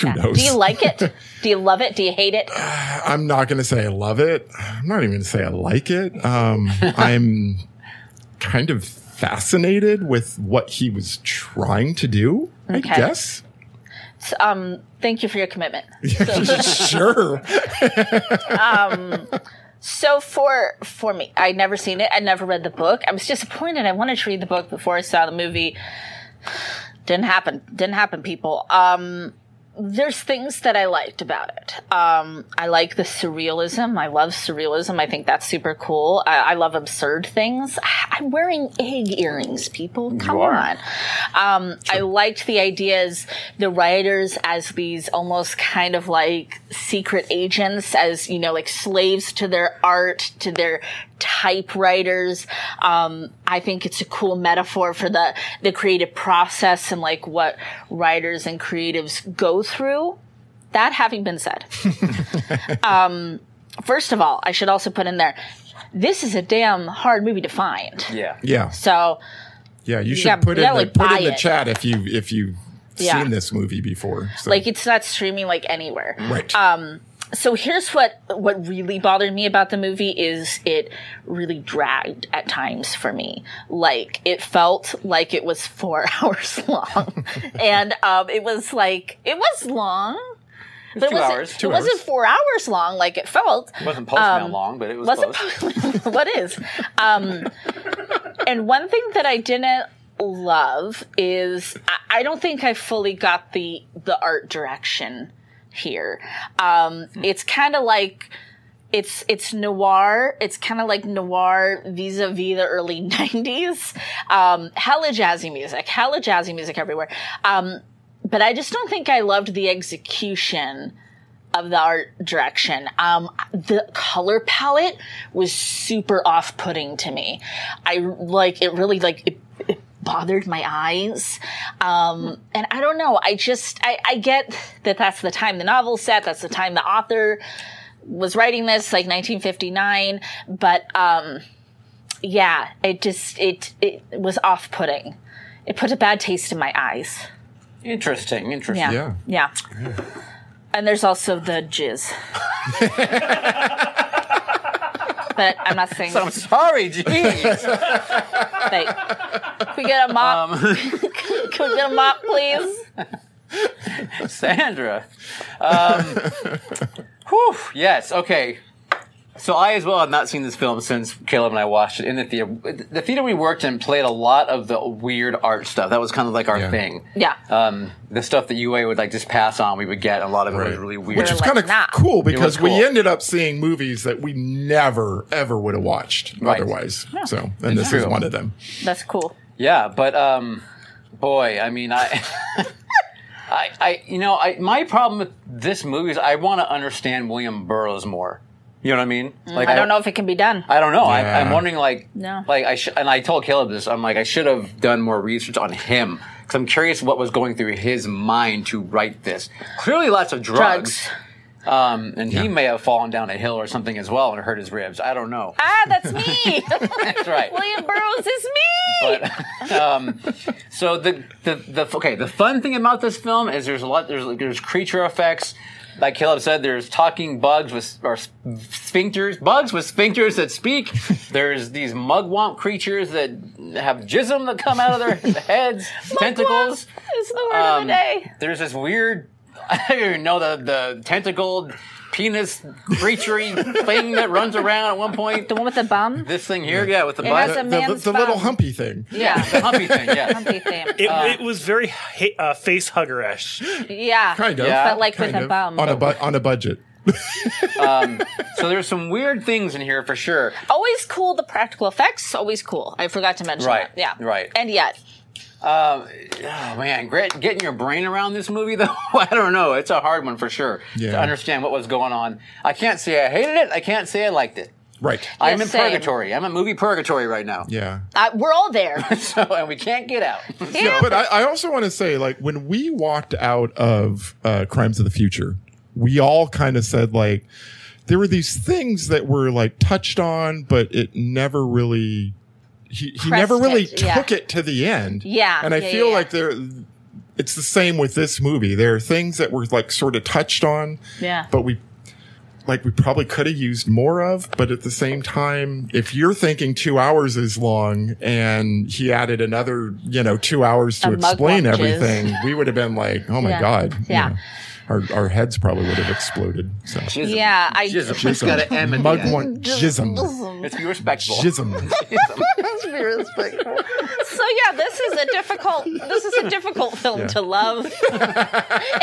Speaker 2: who
Speaker 3: not.
Speaker 2: knows?
Speaker 3: Do you like it? Do you love it? Do you hate it?
Speaker 2: I'm not going to say I love it. I'm not even going to say I like it. Um, I'm kind of fascinated with what he was trying to do, I
Speaker 3: Okay.
Speaker 2: guess.
Speaker 3: Um, thank you for your commitment.
Speaker 2: sure.
Speaker 3: So for for me, I'd never seen it. I'd never read the book. I was disappointed. I wanted to read the book before I saw the movie. Didn't happen. Didn't happen, people. Um there's things that I liked about it. Um, I like the surrealism. I love surrealism. I think that's super cool. I, I love absurd things. I'm wearing egg earrings, people. Come
Speaker 1: are.
Speaker 3: on. Um, I liked the ideas, the writers as these almost kind of like secret agents, as you know, like slaves to their art, to their typewriters. Um, I think it's a cool metaphor for the the creative process and like what writers and creatives go through. That having been said, um, first of all, I should also put in there. This is a damn hard movie to find.
Speaker 1: Yeah.
Speaker 2: Yeah.
Speaker 3: So
Speaker 2: Yeah. You should
Speaker 3: gotta-
Speaker 2: put
Speaker 3: you
Speaker 2: in,
Speaker 3: gotta,
Speaker 2: the,
Speaker 3: like,
Speaker 2: put
Speaker 3: buy
Speaker 2: in the
Speaker 3: it.
Speaker 2: chat if you, if you've
Speaker 3: Yeah.
Speaker 2: seen this movie before. So-
Speaker 3: like it's not streaming like anywhere.
Speaker 2: right.
Speaker 3: so here's what what really bothered me about the movie is it really dragged at times for me like it felt like it was four hours long and um, it was like it was long but it
Speaker 1: two
Speaker 3: wasn't,
Speaker 1: hours.
Speaker 3: it
Speaker 1: Two
Speaker 3: wasn't
Speaker 2: hours.
Speaker 3: four hours long like it felt
Speaker 1: It wasn't Postman
Speaker 3: Um,
Speaker 1: long, but it was
Speaker 3: wasn't
Speaker 1: close.
Speaker 3: what is um and one thing that i didn't love is I, I don't think i fully got the the art direction here um it's kind of like it's it's noir. It's kind of like noir vis-a-vis the early '90s. Um, hella jazzy music, hella jazzy music everywhere. Um, but I just don't think I loved the execution of the art direction. Um, the color palette was super off-putting to me. I like it. Really like it, it bothered my eyes. Um, and I don't know. I just I, I get that that's the time the novel set. That's the time the author was writing this like 1959 but um yeah it just it it was off-putting it put a bad taste in my eyes
Speaker 1: Interesting. Interesting.
Speaker 3: yeah
Speaker 2: Yeah.
Speaker 3: yeah, and there's also the jizz but i'm not saying
Speaker 1: I'm sorry, jeez.
Speaker 3: like, can we get a mop
Speaker 1: Um.
Speaker 3: can we get a mop please
Speaker 1: Sandra. Um, whew, yes. Okay. So I as well have not seen this film since Caleb and I watched it in the theater. The theater we worked in played a lot of the weird art stuff. That was kind of like our
Speaker 2: Yeah.
Speaker 1: thing.
Speaker 3: yeah
Speaker 1: Um, the stuff that UA would like just pass on, we would get. and A lot of it was
Speaker 2: Right.
Speaker 1: really weird.
Speaker 2: Which is
Speaker 3: like,
Speaker 2: kind of
Speaker 3: nah.
Speaker 2: cool because we
Speaker 1: cool.
Speaker 2: ended up seeing movies that we never, ever would have watched
Speaker 1: Right.
Speaker 2: otherwise. So, and this is
Speaker 1: true.
Speaker 2: one of them.
Speaker 3: that's cool
Speaker 1: Yeah, but um, boy, I mean, I, I, I, you know, I my problem with this movie is I want to understand William Burroughs more. You know what I mean? Like
Speaker 3: Mm, i don't know if it can be done
Speaker 1: I don't know.
Speaker 2: Yeah.
Speaker 1: I, I'm wondering, like,
Speaker 3: No.
Speaker 1: like I sh- and I told Caleb this. I'm like, I should have done more research on him because I'm curious what was going through his mind to write this. Clearly, lots of drugs,
Speaker 3: drugs
Speaker 1: Um, and he may have fallen down a hill or something as well and hurt his ribs. I don't know.
Speaker 3: ah that's me
Speaker 1: That's right.
Speaker 3: william burroughs is me
Speaker 1: But, um, so the, the the okay, the fun thing about this film is there's a lot there's there's creature effects, like Caleb said, there's talking bugs with or sphincters, bugs with sphincters that speak. there's these mugwump creatures that have jism that come out of their heads, tentacles.
Speaker 3: Is the word of
Speaker 1: Um,
Speaker 3: the day.
Speaker 1: There's this weird, I don't even know the the tentacled penis creaturey thing that runs around at one point.
Speaker 6: The one with the bum?
Speaker 1: This thing here, yeah, with the
Speaker 6: It has
Speaker 1: butt,
Speaker 6: a
Speaker 2: the,
Speaker 6: man's
Speaker 2: the little
Speaker 6: bum.
Speaker 2: humpy thing.
Speaker 1: yeah, the humpy thing, yeah.
Speaker 6: Humpy thing.
Speaker 4: It, it was very ha- uh, face hugger ish.
Speaker 6: Yeah.
Speaker 2: Kind of.
Speaker 1: Yeah.
Speaker 6: But like with
Speaker 2: kind
Speaker 6: a
Speaker 2: of.
Speaker 6: bum.
Speaker 2: On a, bu- on a budget.
Speaker 1: So there's some weird things in here for sure.
Speaker 3: Always cool. The practical effects always cool. I forgot to mention
Speaker 1: Right,
Speaker 3: that. Yeah.
Speaker 1: right.
Speaker 3: And yet,
Speaker 1: Oh man, great getting your brain around this movie though. I don't know. It's a hard one for sure
Speaker 2: Yeah.
Speaker 1: to understand what was going on. I can't say I hated it. I can't say I liked it.
Speaker 2: Right.
Speaker 1: I'm in
Speaker 3: same.
Speaker 1: purgatory. I'm in movie purgatory right now.
Speaker 2: Yeah.
Speaker 3: uh, we're all there.
Speaker 1: So and we can't get out.
Speaker 2: But I, I also want to say, like, when we walked out of uh, Crimes of the Future, we all kind of said, like, there were these things that were like touched on, but it never really. He, he never
Speaker 3: Pressed
Speaker 2: really
Speaker 3: it, yeah.
Speaker 2: took it to the end.
Speaker 3: Yeah,
Speaker 2: And I
Speaker 3: yeah,
Speaker 2: feel
Speaker 3: yeah,
Speaker 2: like there. It's the same with this movie. There are things that were like sort of touched on,
Speaker 3: Yeah.
Speaker 2: but we like we probably could have used more of, but at the same time, if you're thinking two hours is long and he added another, you know, two hours to
Speaker 3: A mug
Speaker 2: explain
Speaker 3: lunches.
Speaker 2: everything, we would have been like, oh my
Speaker 3: Yeah.
Speaker 2: God. you
Speaker 3: Yeah.
Speaker 2: know. our, our heads probably would have exploded. So.
Speaker 1: Jism.
Speaker 3: Yeah, I-
Speaker 1: Jism. It's got an M at the end.
Speaker 2: Mugwump jism.
Speaker 1: It's be respectful.
Speaker 2: Jism.
Speaker 1: Jism.
Speaker 3: so yeah, this is a difficult. This is a difficult film
Speaker 2: Yeah.
Speaker 3: to love,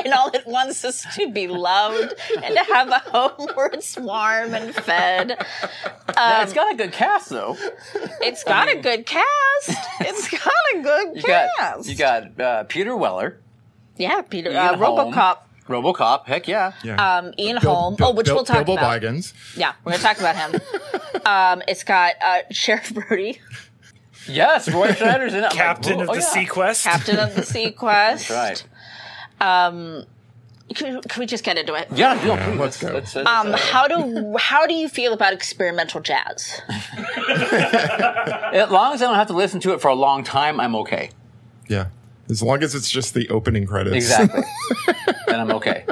Speaker 3: and all it wants is to be loved and to have a home where it's warm and fed.
Speaker 1: Now, Uh, it's got a good cast though.
Speaker 3: It's got a good cast. It's got a good
Speaker 1: You got
Speaker 3: cast.
Speaker 1: you got uh, Peter Weller,
Speaker 3: yeah, Peter uh,
Speaker 1: Ian Holm.
Speaker 3: RoboCop.
Speaker 1: RoboCop. Heck yeah.
Speaker 2: Yeah.
Speaker 3: Um, Ian
Speaker 2: Bil-
Speaker 3: Holm.
Speaker 2: Bil-
Speaker 3: oh, which
Speaker 2: Bil-
Speaker 3: we'll talk
Speaker 2: Bilbo
Speaker 3: about.
Speaker 2: Baggins.
Speaker 3: Yeah, we're gonna talk about him. um, it's got uh, Sheriff Brody,
Speaker 1: Yes, Roy Schneider's in it. I'm like,
Speaker 4: Captain
Speaker 1: whoa,
Speaker 4: of
Speaker 1: oh,
Speaker 4: the
Speaker 1: yeah.
Speaker 4: Sequest.
Speaker 3: Captain of the Sea Quest.
Speaker 1: Right.
Speaker 3: Can, can we just get into it?
Speaker 1: Yeah, no, please,
Speaker 2: let's go.
Speaker 1: Let's, let's,
Speaker 3: Um,
Speaker 1: uh,
Speaker 3: how do how do you feel about experimental jazz?
Speaker 1: as long as I don't have to listen to it for a long time, I'm okay.
Speaker 2: Yeah. As long as it's just the opening credits.
Speaker 1: Exactly. then I'm okay.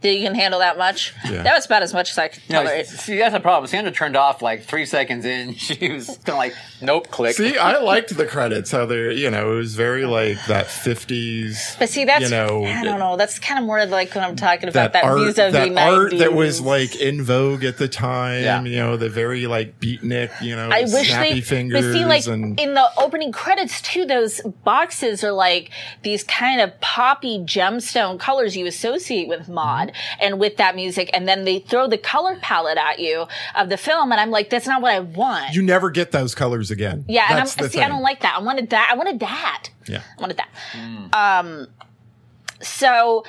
Speaker 3: That you can handle that much?
Speaker 2: Yeah.
Speaker 3: That was about as much as I could
Speaker 1: No,
Speaker 3: tolerate.
Speaker 1: see, that's a problem. Sandra turned off like three seconds in. She was kind of like, nope, click.
Speaker 2: See, I liked the credits. How they're, you know, it was very like that 50s.
Speaker 3: But see, that's
Speaker 2: you know,
Speaker 3: I don't know. That's kind of more like what I'm talking about.
Speaker 2: that,
Speaker 3: That,
Speaker 2: art,
Speaker 3: vis-a-vis
Speaker 2: that
Speaker 3: 90s.
Speaker 2: art that was like in vogue at the time.
Speaker 1: Yeah.
Speaker 2: You know, the very like beatnik. You know,
Speaker 3: I wish
Speaker 2: snappy
Speaker 3: they
Speaker 2: fingers
Speaker 3: but see, like
Speaker 2: and
Speaker 3: in the opening credits too. Those boxes are like these kind of poppy gemstone colors you associate with mod
Speaker 2: Mm-hmm.
Speaker 3: and with that music, and then they throw the color palette at you of the film, and I'm like, that's not what I want.
Speaker 2: you never get those colors again.
Speaker 3: Yeah, and I'm,
Speaker 2: That's
Speaker 3: see,
Speaker 2: the
Speaker 3: I
Speaker 2: thing.
Speaker 3: don't like that. I wanted that. I wanted that.
Speaker 2: Yeah.
Speaker 3: I wanted that. Um, so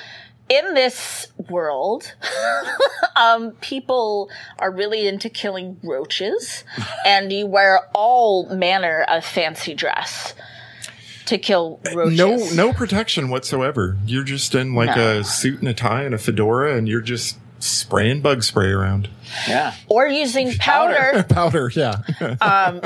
Speaker 3: in this world, um, people are really into killing roaches, and you wear all manner of fancy dress to kill roaches.
Speaker 2: No, no protection whatsoever. You're just in like a suit and a tie and a fedora, and you're just spraying bug spray around.
Speaker 1: Yeah.
Speaker 3: or using powder.
Speaker 2: Powder, yeah.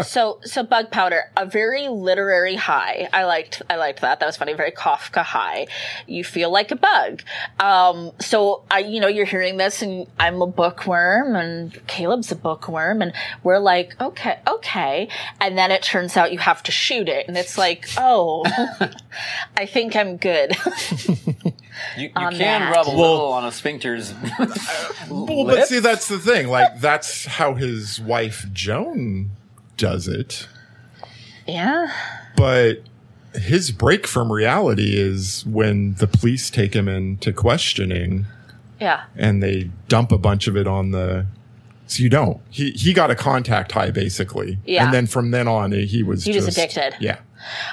Speaker 3: so so bug powder a very literary high i liked i liked that that was funny very kafka high you feel like a bug um so i you know you're hearing this and i'm a bookworm and caleb's a bookworm and we're like okay okay and then it turns out you have to shoot it and it's like oh i think i'm good
Speaker 1: You, you
Speaker 3: On
Speaker 1: can
Speaker 3: that.
Speaker 1: rub a
Speaker 2: Well-
Speaker 1: little on a sphincter's
Speaker 2: well, but see, that's the thing. Like, that's how his wife Joan does it.
Speaker 3: yeah
Speaker 2: but his break from reality is when the police take him into questioning
Speaker 3: yeah
Speaker 2: and they dump a bunch of it on the so you don't he he got a contact high basically
Speaker 3: Yeah.
Speaker 2: and then from then on he was
Speaker 3: He was
Speaker 2: just-
Speaker 3: addicted. Um,
Speaker 2: yeah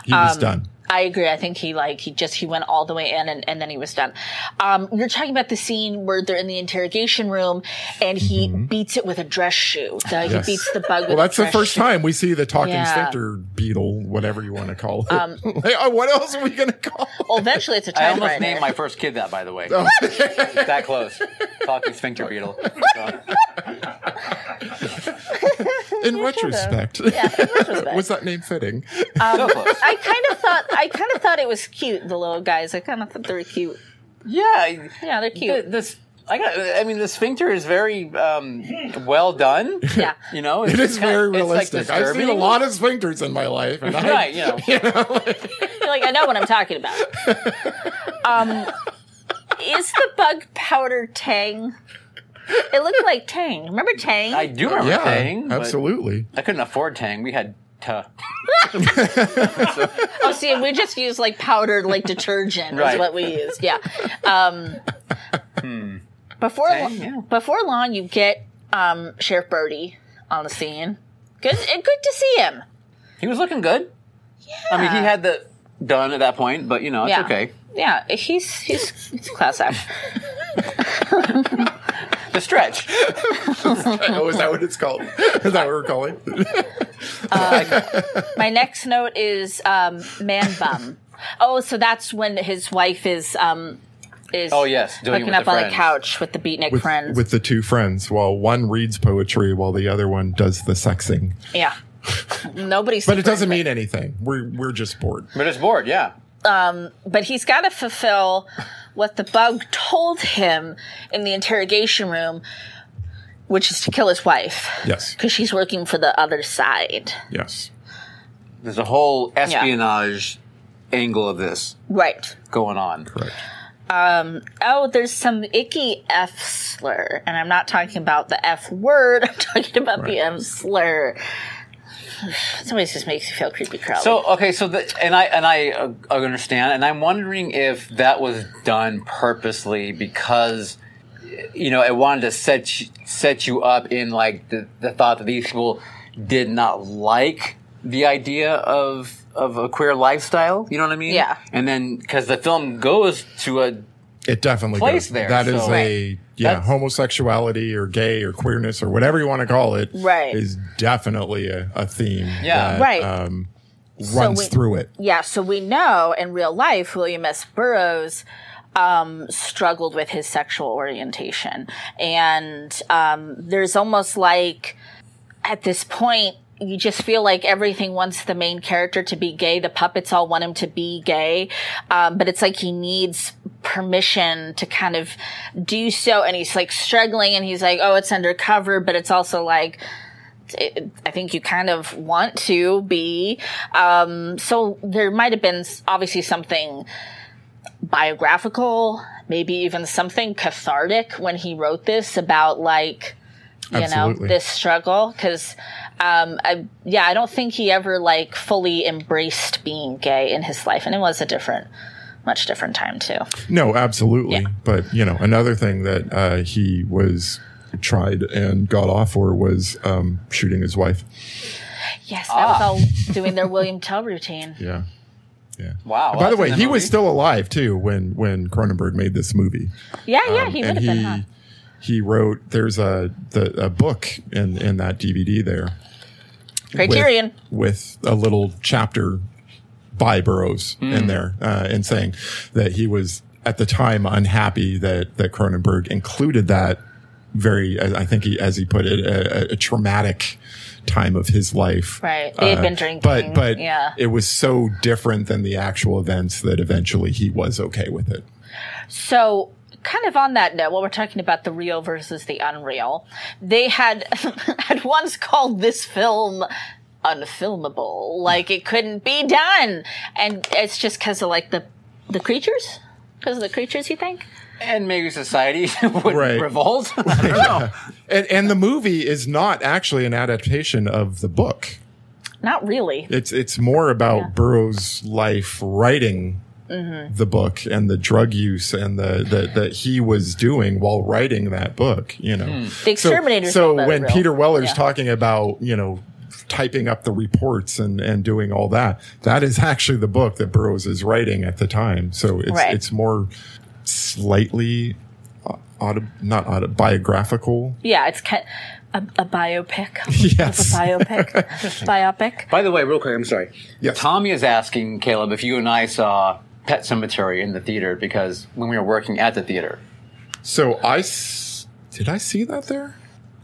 Speaker 2: he was done
Speaker 3: I agree. I think he like he just he went all the way in and, and then he was done. Um, you're talking about the scene where they're in the interrogation room and he beats it with a dress shoe. The-
Speaker 2: Mm-hmm. Yes.
Speaker 3: He beats the bug.
Speaker 2: well
Speaker 3: with a
Speaker 2: that's the
Speaker 3: dress
Speaker 2: first
Speaker 3: shoe.
Speaker 2: time we see the talking
Speaker 3: Yeah. Um,
Speaker 2: sphincter beetle whatever you want to call it Like, oh, what else are we gonna call it?
Speaker 3: Well, eventually it's a
Speaker 1: I
Speaker 3: typewriter.
Speaker 1: almost named my first kid that, by the way.
Speaker 2: Oh.
Speaker 1: that close. Talking sphincter beetle. So,
Speaker 2: in retrospect was that name fitting
Speaker 1: so close.
Speaker 3: I kind of thought I kind of thought it was cute. The little guys. I kind of thought they were cute.
Speaker 1: Yeah.
Speaker 3: Yeah, they're cute.
Speaker 1: Th- This I got. I mean, the sphincter is very um, well done.
Speaker 3: Yeah.
Speaker 1: You know,
Speaker 2: It is
Speaker 1: kinda-
Speaker 2: very
Speaker 1: it's, like,
Speaker 2: realistic. I've seen a
Speaker 1: disturbing.
Speaker 2: lot of sphincters in my life, and I,
Speaker 1: Right, you know.
Speaker 3: feel like I know what I'm talking about. Um, is the bug powder Tang? It looked like Tang. Remember Tang?
Speaker 1: I do remember
Speaker 2: yeah,
Speaker 1: Tang. but
Speaker 2: absolutely.
Speaker 1: I couldn't afford Tang. We had Tuh.
Speaker 3: oh, see, we just use like powdered like detergent
Speaker 1: Right.
Speaker 3: is what we used. Yeah. Um, Before
Speaker 1: Tang,
Speaker 3: lo-
Speaker 1: yeah.
Speaker 3: before long, you get um, Sheriff Birdie on the scene. Good, and good to see him.
Speaker 1: He was looking good. I mean, he had the done at that point, but you know, it's
Speaker 3: Yeah.
Speaker 1: okay.
Speaker 3: Yeah, he's he's he's a class act.
Speaker 1: The stretch.
Speaker 2: oh, is that what it's called? Is that what we're calling?
Speaker 3: My next note is um, man bum. Oh, so that's when his wife is um, is
Speaker 1: Oh, yes, doing it
Speaker 3: hooking
Speaker 1: with
Speaker 3: up
Speaker 1: the
Speaker 3: on
Speaker 1: friends.
Speaker 3: the couch with the beatnik
Speaker 2: With,
Speaker 3: friends.
Speaker 2: with the two friends, while one reads poetry, while the other one does the sexing.
Speaker 3: yeah, nobody's.
Speaker 2: But it doesn't mean anything. We're we're just bored.
Speaker 1: But it's bored, yeah.
Speaker 3: But he's got to fulfill what the bug told him in the interrogation room, which is to kill his wife
Speaker 2: Yes.
Speaker 3: because she's working for the other side.
Speaker 2: Yes.
Speaker 1: There's a whole espionage angle of this
Speaker 3: Right.
Speaker 1: going on.
Speaker 2: Correct.
Speaker 3: Oh, there's some icky F slur, and I'm not talking about the F word. I'm talking about the M slur. Somebody just makes you feel creepy, Crowley.
Speaker 1: So okay, so the, and I and I uh, I understand, and I'm wondering if that was done purposely because you know it wanted to set you, set you up in like the, the thought that these people did not like the idea of of a queer lifestyle. You know what I mean?
Speaker 3: Yeah.
Speaker 1: And then because the film goes to a
Speaker 2: It definitely
Speaker 1: Place
Speaker 2: goes.
Speaker 1: there,
Speaker 2: That is
Speaker 1: so-
Speaker 2: a yeah,
Speaker 1: That's-
Speaker 2: homosexuality or gay or queerness or whatever you want to call it.
Speaker 3: Right.
Speaker 2: Is definitely a, a theme.
Speaker 1: Yeah.
Speaker 2: that,
Speaker 3: Right.
Speaker 2: Um, runs
Speaker 3: we-
Speaker 2: through it.
Speaker 3: yeah, so we know in real life William S. Burroughs um, struggled with his sexual orientation, and um, there's almost like at this point you just feel like everything wants the main character to be gay. The puppets all want him to be gay, um, but it's like he needs permission to kind of do so, and he's like struggling, and he's like, "Oh, it's undercover," but it's also like it, I think you kind of want to be. Um, so there might have been s- obviously something biographical, maybe even something cathartic when he wrote this about like, you
Speaker 2: Absolutely.
Speaker 3: know, this struggle. Cause, um, I, yeah, I don't think he ever like fully embraced being gay in his life. And it was a different, much different time too.
Speaker 2: No, absolutely.
Speaker 3: Yeah.
Speaker 2: But you know, another thing that uh, he was tried and got off for was um, shooting his wife.
Speaker 3: Yes. That was all doing their William Tell routine.
Speaker 2: Yeah. Yeah.
Speaker 1: wow.
Speaker 2: By
Speaker 1: that's
Speaker 2: the
Speaker 1: in
Speaker 2: way, he was
Speaker 1: movie.
Speaker 2: still alive too when when Cronenberg made this movie.
Speaker 3: Yeah. Yeah. he would
Speaker 2: Um, and
Speaker 3: have
Speaker 2: he
Speaker 3: been, huh?
Speaker 2: he wrote there's a the, a book in in that DVD there with-
Speaker 3: Criterion.
Speaker 2: with, a little chapter by Burroughs
Speaker 3: Mm.
Speaker 2: in there uh, and saying that he was at the time unhappy that that Cronenberg included that very I I think he as he put it a, a- a traumatic time of his life
Speaker 3: Right. They had
Speaker 2: Uh,
Speaker 3: been drinking.
Speaker 2: but but
Speaker 3: yeah.
Speaker 2: it was so different than the actual events that eventually he was okay with it
Speaker 3: So, kind of on that note, while we're talking about the real versus the unreal, they had had once called this film unfilmable, like it couldn't be done, and it's just because of like the the creatures, because of the creatures. You think?
Speaker 1: and maybe society would
Speaker 2: Right.
Speaker 1: revolt. I don't know.
Speaker 2: and and the movie is not actually an adaptation of the book
Speaker 3: Not really.
Speaker 2: it's it's more about Burroughs' life writing
Speaker 3: Mm-hmm.
Speaker 2: the book and the drug use and the, the that he was doing while writing that book. You know,
Speaker 3: The
Speaker 2: So-
Speaker 3: exterminators.
Speaker 2: So,
Speaker 3: know that
Speaker 2: when
Speaker 3: real.
Speaker 2: Peter Weller's
Speaker 3: Yeah.
Speaker 2: talking about you know typing up the reports and and doing all that, that is actually the book that Burroughs is writing at the time. So it's
Speaker 3: Right.
Speaker 2: it's more slightly. uh, Auto, not auto, biographical.
Speaker 3: yeah, it's kind a, a biopic.
Speaker 2: Yes.
Speaker 3: a biopic. biopic.
Speaker 1: By the way, real quick, I'm sorry.
Speaker 2: Yes.
Speaker 1: Tommy is asking Caleb if you and I saw Pet Cemetery in the theater because when we were working at the theater,
Speaker 2: So I s- did I see that there?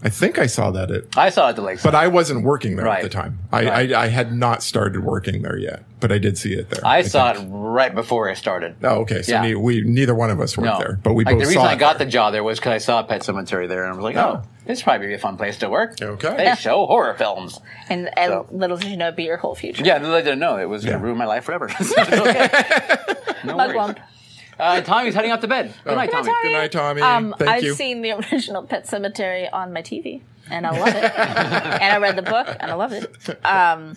Speaker 2: I think I saw that at,
Speaker 1: I saw it at the lakeside.
Speaker 2: but I wasn't working there
Speaker 1: Right.
Speaker 2: at the time. I,
Speaker 1: Right.
Speaker 2: I I had not started working there yet, but I did see it there.
Speaker 1: I, saw it right before I started.
Speaker 2: Oh, okay. So
Speaker 1: Yeah.
Speaker 2: ne- we neither one of us worked
Speaker 1: No,
Speaker 2: there, but we
Speaker 1: like,
Speaker 2: both
Speaker 1: the reason
Speaker 2: saw
Speaker 1: I
Speaker 2: it
Speaker 1: got
Speaker 2: there.
Speaker 1: the job there was because I saw Pet Cemetery there, and I was like, oh,
Speaker 2: Oh.
Speaker 1: this probably be a fun place to work.
Speaker 2: Okay.
Speaker 1: they show horror films.
Speaker 3: And, and
Speaker 1: So-
Speaker 3: little did you know, it'd be your whole future.
Speaker 1: Yeah, they didn't know it was going
Speaker 2: Yeah.
Speaker 1: to ruin my life forever. So it's okay. no worries.
Speaker 3: Mugwump.
Speaker 1: Uh, Tommy's heading out to bed.
Speaker 2: Oh.
Speaker 1: Good night, Tommy.
Speaker 2: Good night, Tommy.
Speaker 3: Um,
Speaker 2: Thank
Speaker 3: I've
Speaker 2: you.
Speaker 3: seen the original Pet Cemetery on my TV, and I love it. and I read the book, and I love it. Um,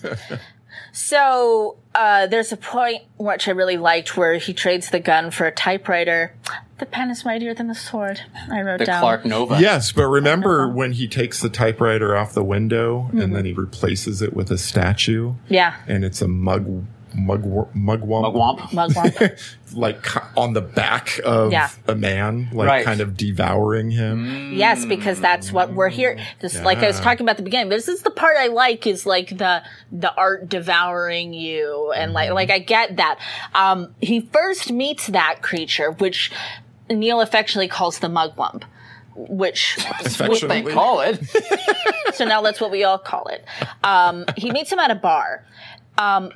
Speaker 3: so uh, there's a point which I really liked where he trades the gun for a typewriter. The pen is mightier than the sword. I wrote
Speaker 1: The
Speaker 3: down.
Speaker 1: Clark Nova.
Speaker 2: Yes, but remember when he takes the typewriter off the window and then he replaces it with a statue?
Speaker 3: Mm-hmm. Yeah.
Speaker 2: And it's a mug, mug, mugwump,
Speaker 1: Mugwump.
Speaker 3: Mugwump.
Speaker 2: like co- on the back of
Speaker 3: Yeah.
Speaker 2: a man, like
Speaker 1: Right. Mm-hmm.
Speaker 2: kind of devouring him.
Speaker 3: yes, because that's what we're here. This, like I was talking about at the beginning. This is the part I like is like the the art devouring you, and like like I get that. Um, he first meets that creature, which Neil affectionately calls the mugwump. Which
Speaker 2: Affectionately.
Speaker 1: They call it.
Speaker 3: so now that's what we all call it. Um, he meets him at a bar. Um,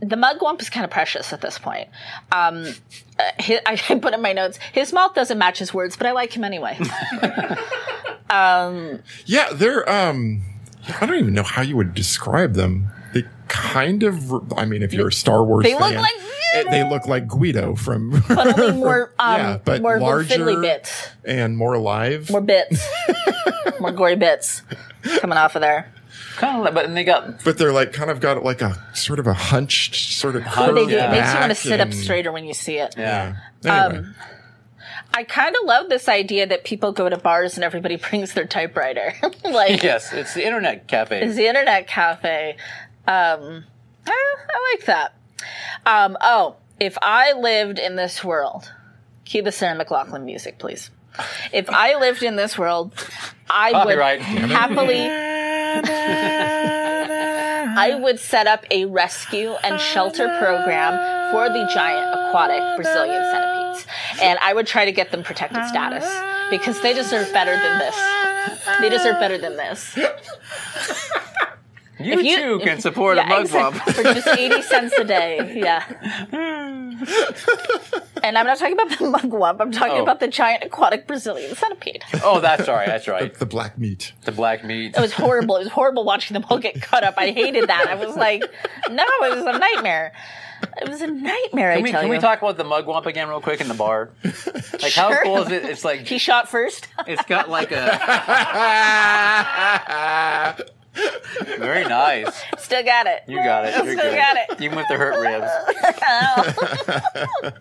Speaker 3: the mugwump is kind of precious at this point. Um, uh, hi- I put in my notes. His mouth doesn't match his words, but I like him anyway.
Speaker 2: Yeah, they're um I don't even know how you would describe them. They kind of I mean if you're a Star Wars
Speaker 3: They
Speaker 2: fan,
Speaker 3: look like-
Speaker 2: it- they look like Guido from
Speaker 3: but only more um
Speaker 2: Yeah, but
Speaker 3: more little
Speaker 2: larger-
Speaker 3: fiddly bits
Speaker 2: and more alive.
Speaker 3: more bits more gory bits coming off of there
Speaker 1: kind of, like, but and they got
Speaker 2: But they're like kind of got like a sort of a hunched sort of
Speaker 1: Hunch,
Speaker 2: curve
Speaker 3: they do
Speaker 1: Yeah.
Speaker 3: it makes you want
Speaker 2: back
Speaker 3: to sit up Um,
Speaker 2: and-
Speaker 3: straighter when you see it
Speaker 1: yeah.
Speaker 2: Anyway,
Speaker 3: i kind of love this idea that people go to bars and everybody brings their typewriter like
Speaker 1: Yes, it's the internet
Speaker 3: it's
Speaker 1: cafe.
Speaker 3: the internet cafe um eh, i like that um oh if i lived in this world cue the sarah mclaughlin music please if i lived in this world i
Speaker 1: Copyright.
Speaker 3: would happily I would set up a rescue and shelter program for the giant aquatic Brazilian centipedes. And I would try to get them protected status because they deserve better than this. They deserve better than this.
Speaker 1: You,
Speaker 3: you-
Speaker 1: too can support a
Speaker 3: Yeah,
Speaker 1: mugwump.
Speaker 3: exactly. For just 80 cents a day. Yeah. And I'm not talking about the mugwump. I'm talking
Speaker 1: Oh.
Speaker 3: about the giant aquatic Brazilian centipede.
Speaker 1: Oh, that's all right. That's right.
Speaker 2: the black meat.
Speaker 1: The black meat.
Speaker 3: It was horrible. It was horrible watching them all get cut up. I hated that. I was like, no, it was a nightmare. It was a nightmare. I
Speaker 1: Can, we,
Speaker 3: tell
Speaker 1: can
Speaker 3: you.
Speaker 1: we talk about the mugwump again, real quick, in the bar? Like, how
Speaker 3: Sure.
Speaker 1: cool is it? It's like
Speaker 3: He shot first.
Speaker 1: It's got like a very nice.
Speaker 3: Still got it.
Speaker 1: You got it. You're
Speaker 3: Still
Speaker 1: good.
Speaker 3: got it.
Speaker 1: Even with the hurt ribs.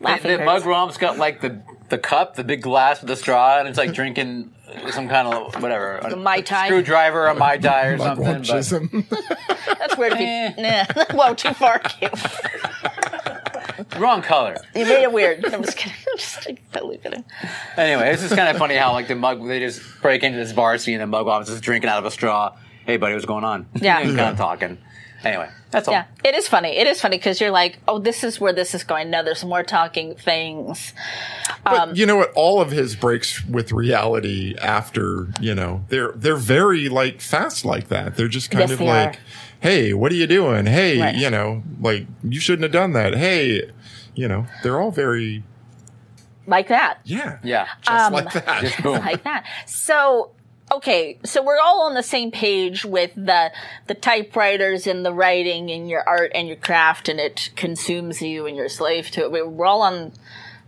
Speaker 3: Laughing
Speaker 1: The
Speaker 3: hurts.
Speaker 1: mugromp's got like the the cup, the big glass with the straw, and it's like drinking some kind of whatever. A
Speaker 3: Mai Tai.
Speaker 1: Screwdriver, a Mai Tai or something. But
Speaker 2: Mugwanchism.
Speaker 3: That's weird. If
Speaker 1: Eh.
Speaker 3: you, nah. Whoa, too far. Kim.
Speaker 1: wrong color.
Speaker 3: You made it weird. I'm just kidding. I'm just like, totally kidding.
Speaker 1: Anyway, it's just kind of funny how like the mug they just break into this bar scene and the mugwomp is just drinking out of a straw. Hey buddy, what's going on?
Speaker 3: Yeah.
Speaker 1: and kind of talking. Anyway, that's all.
Speaker 3: Yeah, it is funny. It is funny because you're like, oh, this is where this is going. No, there's more talking things.
Speaker 2: But you know what? All of his breaks with reality after, you know, they're they're very like fast like that. They're just kind
Speaker 3: Yes,
Speaker 2: of
Speaker 3: they
Speaker 2: like,
Speaker 3: are.
Speaker 2: hey, what are you doing? Hey,
Speaker 3: Right.
Speaker 2: you know, like you shouldn't have done that. Hey, you know, they're all very
Speaker 3: Like that.
Speaker 2: yeah,
Speaker 1: Yeah.
Speaker 2: just
Speaker 3: Um,
Speaker 2: like that.
Speaker 1: Just boom.
Speaker 3: like that. So okay, so we're all on the same page with the the typewriters and the writing and your art and your craft and it consumes you and you're a slave to it. We- We're all on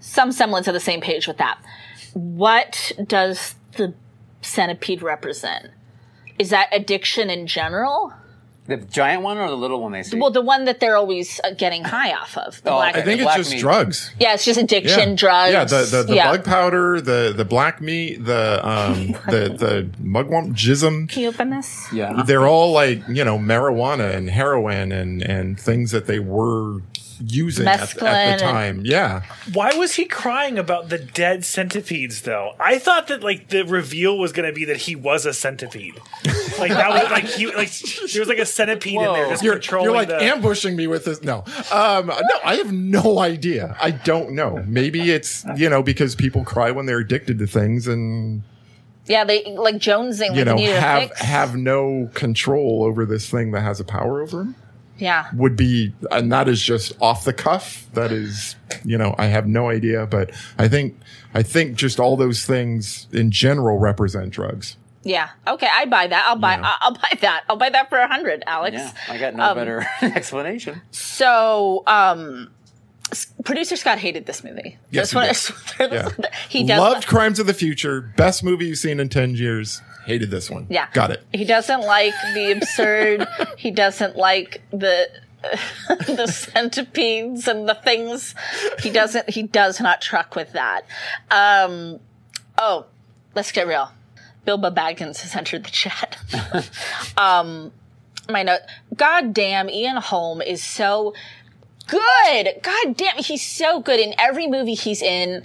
Speaker 3: some semblance of the same page with that. What does the centipede represent? Is that addiction in general?
Speaker 1: The giant one or the little one they see?
Speaker 3: Well, the one that they're always uh, getting high off of. The
Speaker 1: Oh,
Speaker 3: black-
Speaker 2: I think it's
Speaker 1: Black
Speaker 2: just
Speaker 1: meat.
Speaker 2: drugs.
Speaker 3: yeah, it's just addiction,
Speaker 2: yeah.
Speaker 3: drugs.
Speaker 2: Yeah, the the, the
Speaker 3: yeah.
Speaker 2: bug powder, the the black meat, the um the the mugwump jism.
Speaker 3: Can you open this?
Speaker 1: yeah.
Speaker 2: they're all like you know marijuana and heroin and and things that they were using at, the- at
Speaker 3: Mescaline and-
Speaker 2: the time yeah
Speaker 4: Why was he crying about the dead centipedes, though? I thought that like the reveal was going to be that he was a centipede. Like that was like he like there was like a centipede in there
Speaker 1: Whoa.
Speaker 4: just
Speaker 2: you're,
Speaker 4: controlling
Speaker 2: you're like
Speaker 4: the.
Speaker 2: ambushing me with this no um no i have no idea i don't know maybe it's you know because people cry when they're addicted to things and
Speaker 3: Yeah, they like jonesing.
Speaker 2: you
Speaker 3: like,
Speaker 2: know,
Speaker 3: they needed a
Speaker 2: have
Speaker 3: fix.
Speaker 2: have no control over this thing that has a power over him
Speaker 3: yeah.
Speaker 2: would be, and that is just off the cuff. That is, you know, I have no idea, but I think I think just all those things in general represent drugs.
Speaker 3: Yeah. Okay, I buy that. I'll buy. I- I'll buy that. I'll buy that for a hundred, Alex.
Speaker 1: Yeah, I got no better explanation.
Speaker 3: So, um, s- producer Scott hated this movie.
Speaker 2: Yes,
Speaker 3: That's what I-
Speaker 2: Yeah.
Speaker 3: he does.
Speaker 2: Loved Crimes of the Future, best movie you've seen in ten years. Hated this one.
Speaker 3: Yeah.
Speaker 2: got it.
Speaker 3: He doesn't like the absurd. he doesn't like the the centipedes and the things. He doesn't. He does not truck with that. Um, oh, let's get real. Bilbo Baggins has entered the chat. um, my note. God damn, Ian Holm is so good. God damn, he's so good in every movie he's in.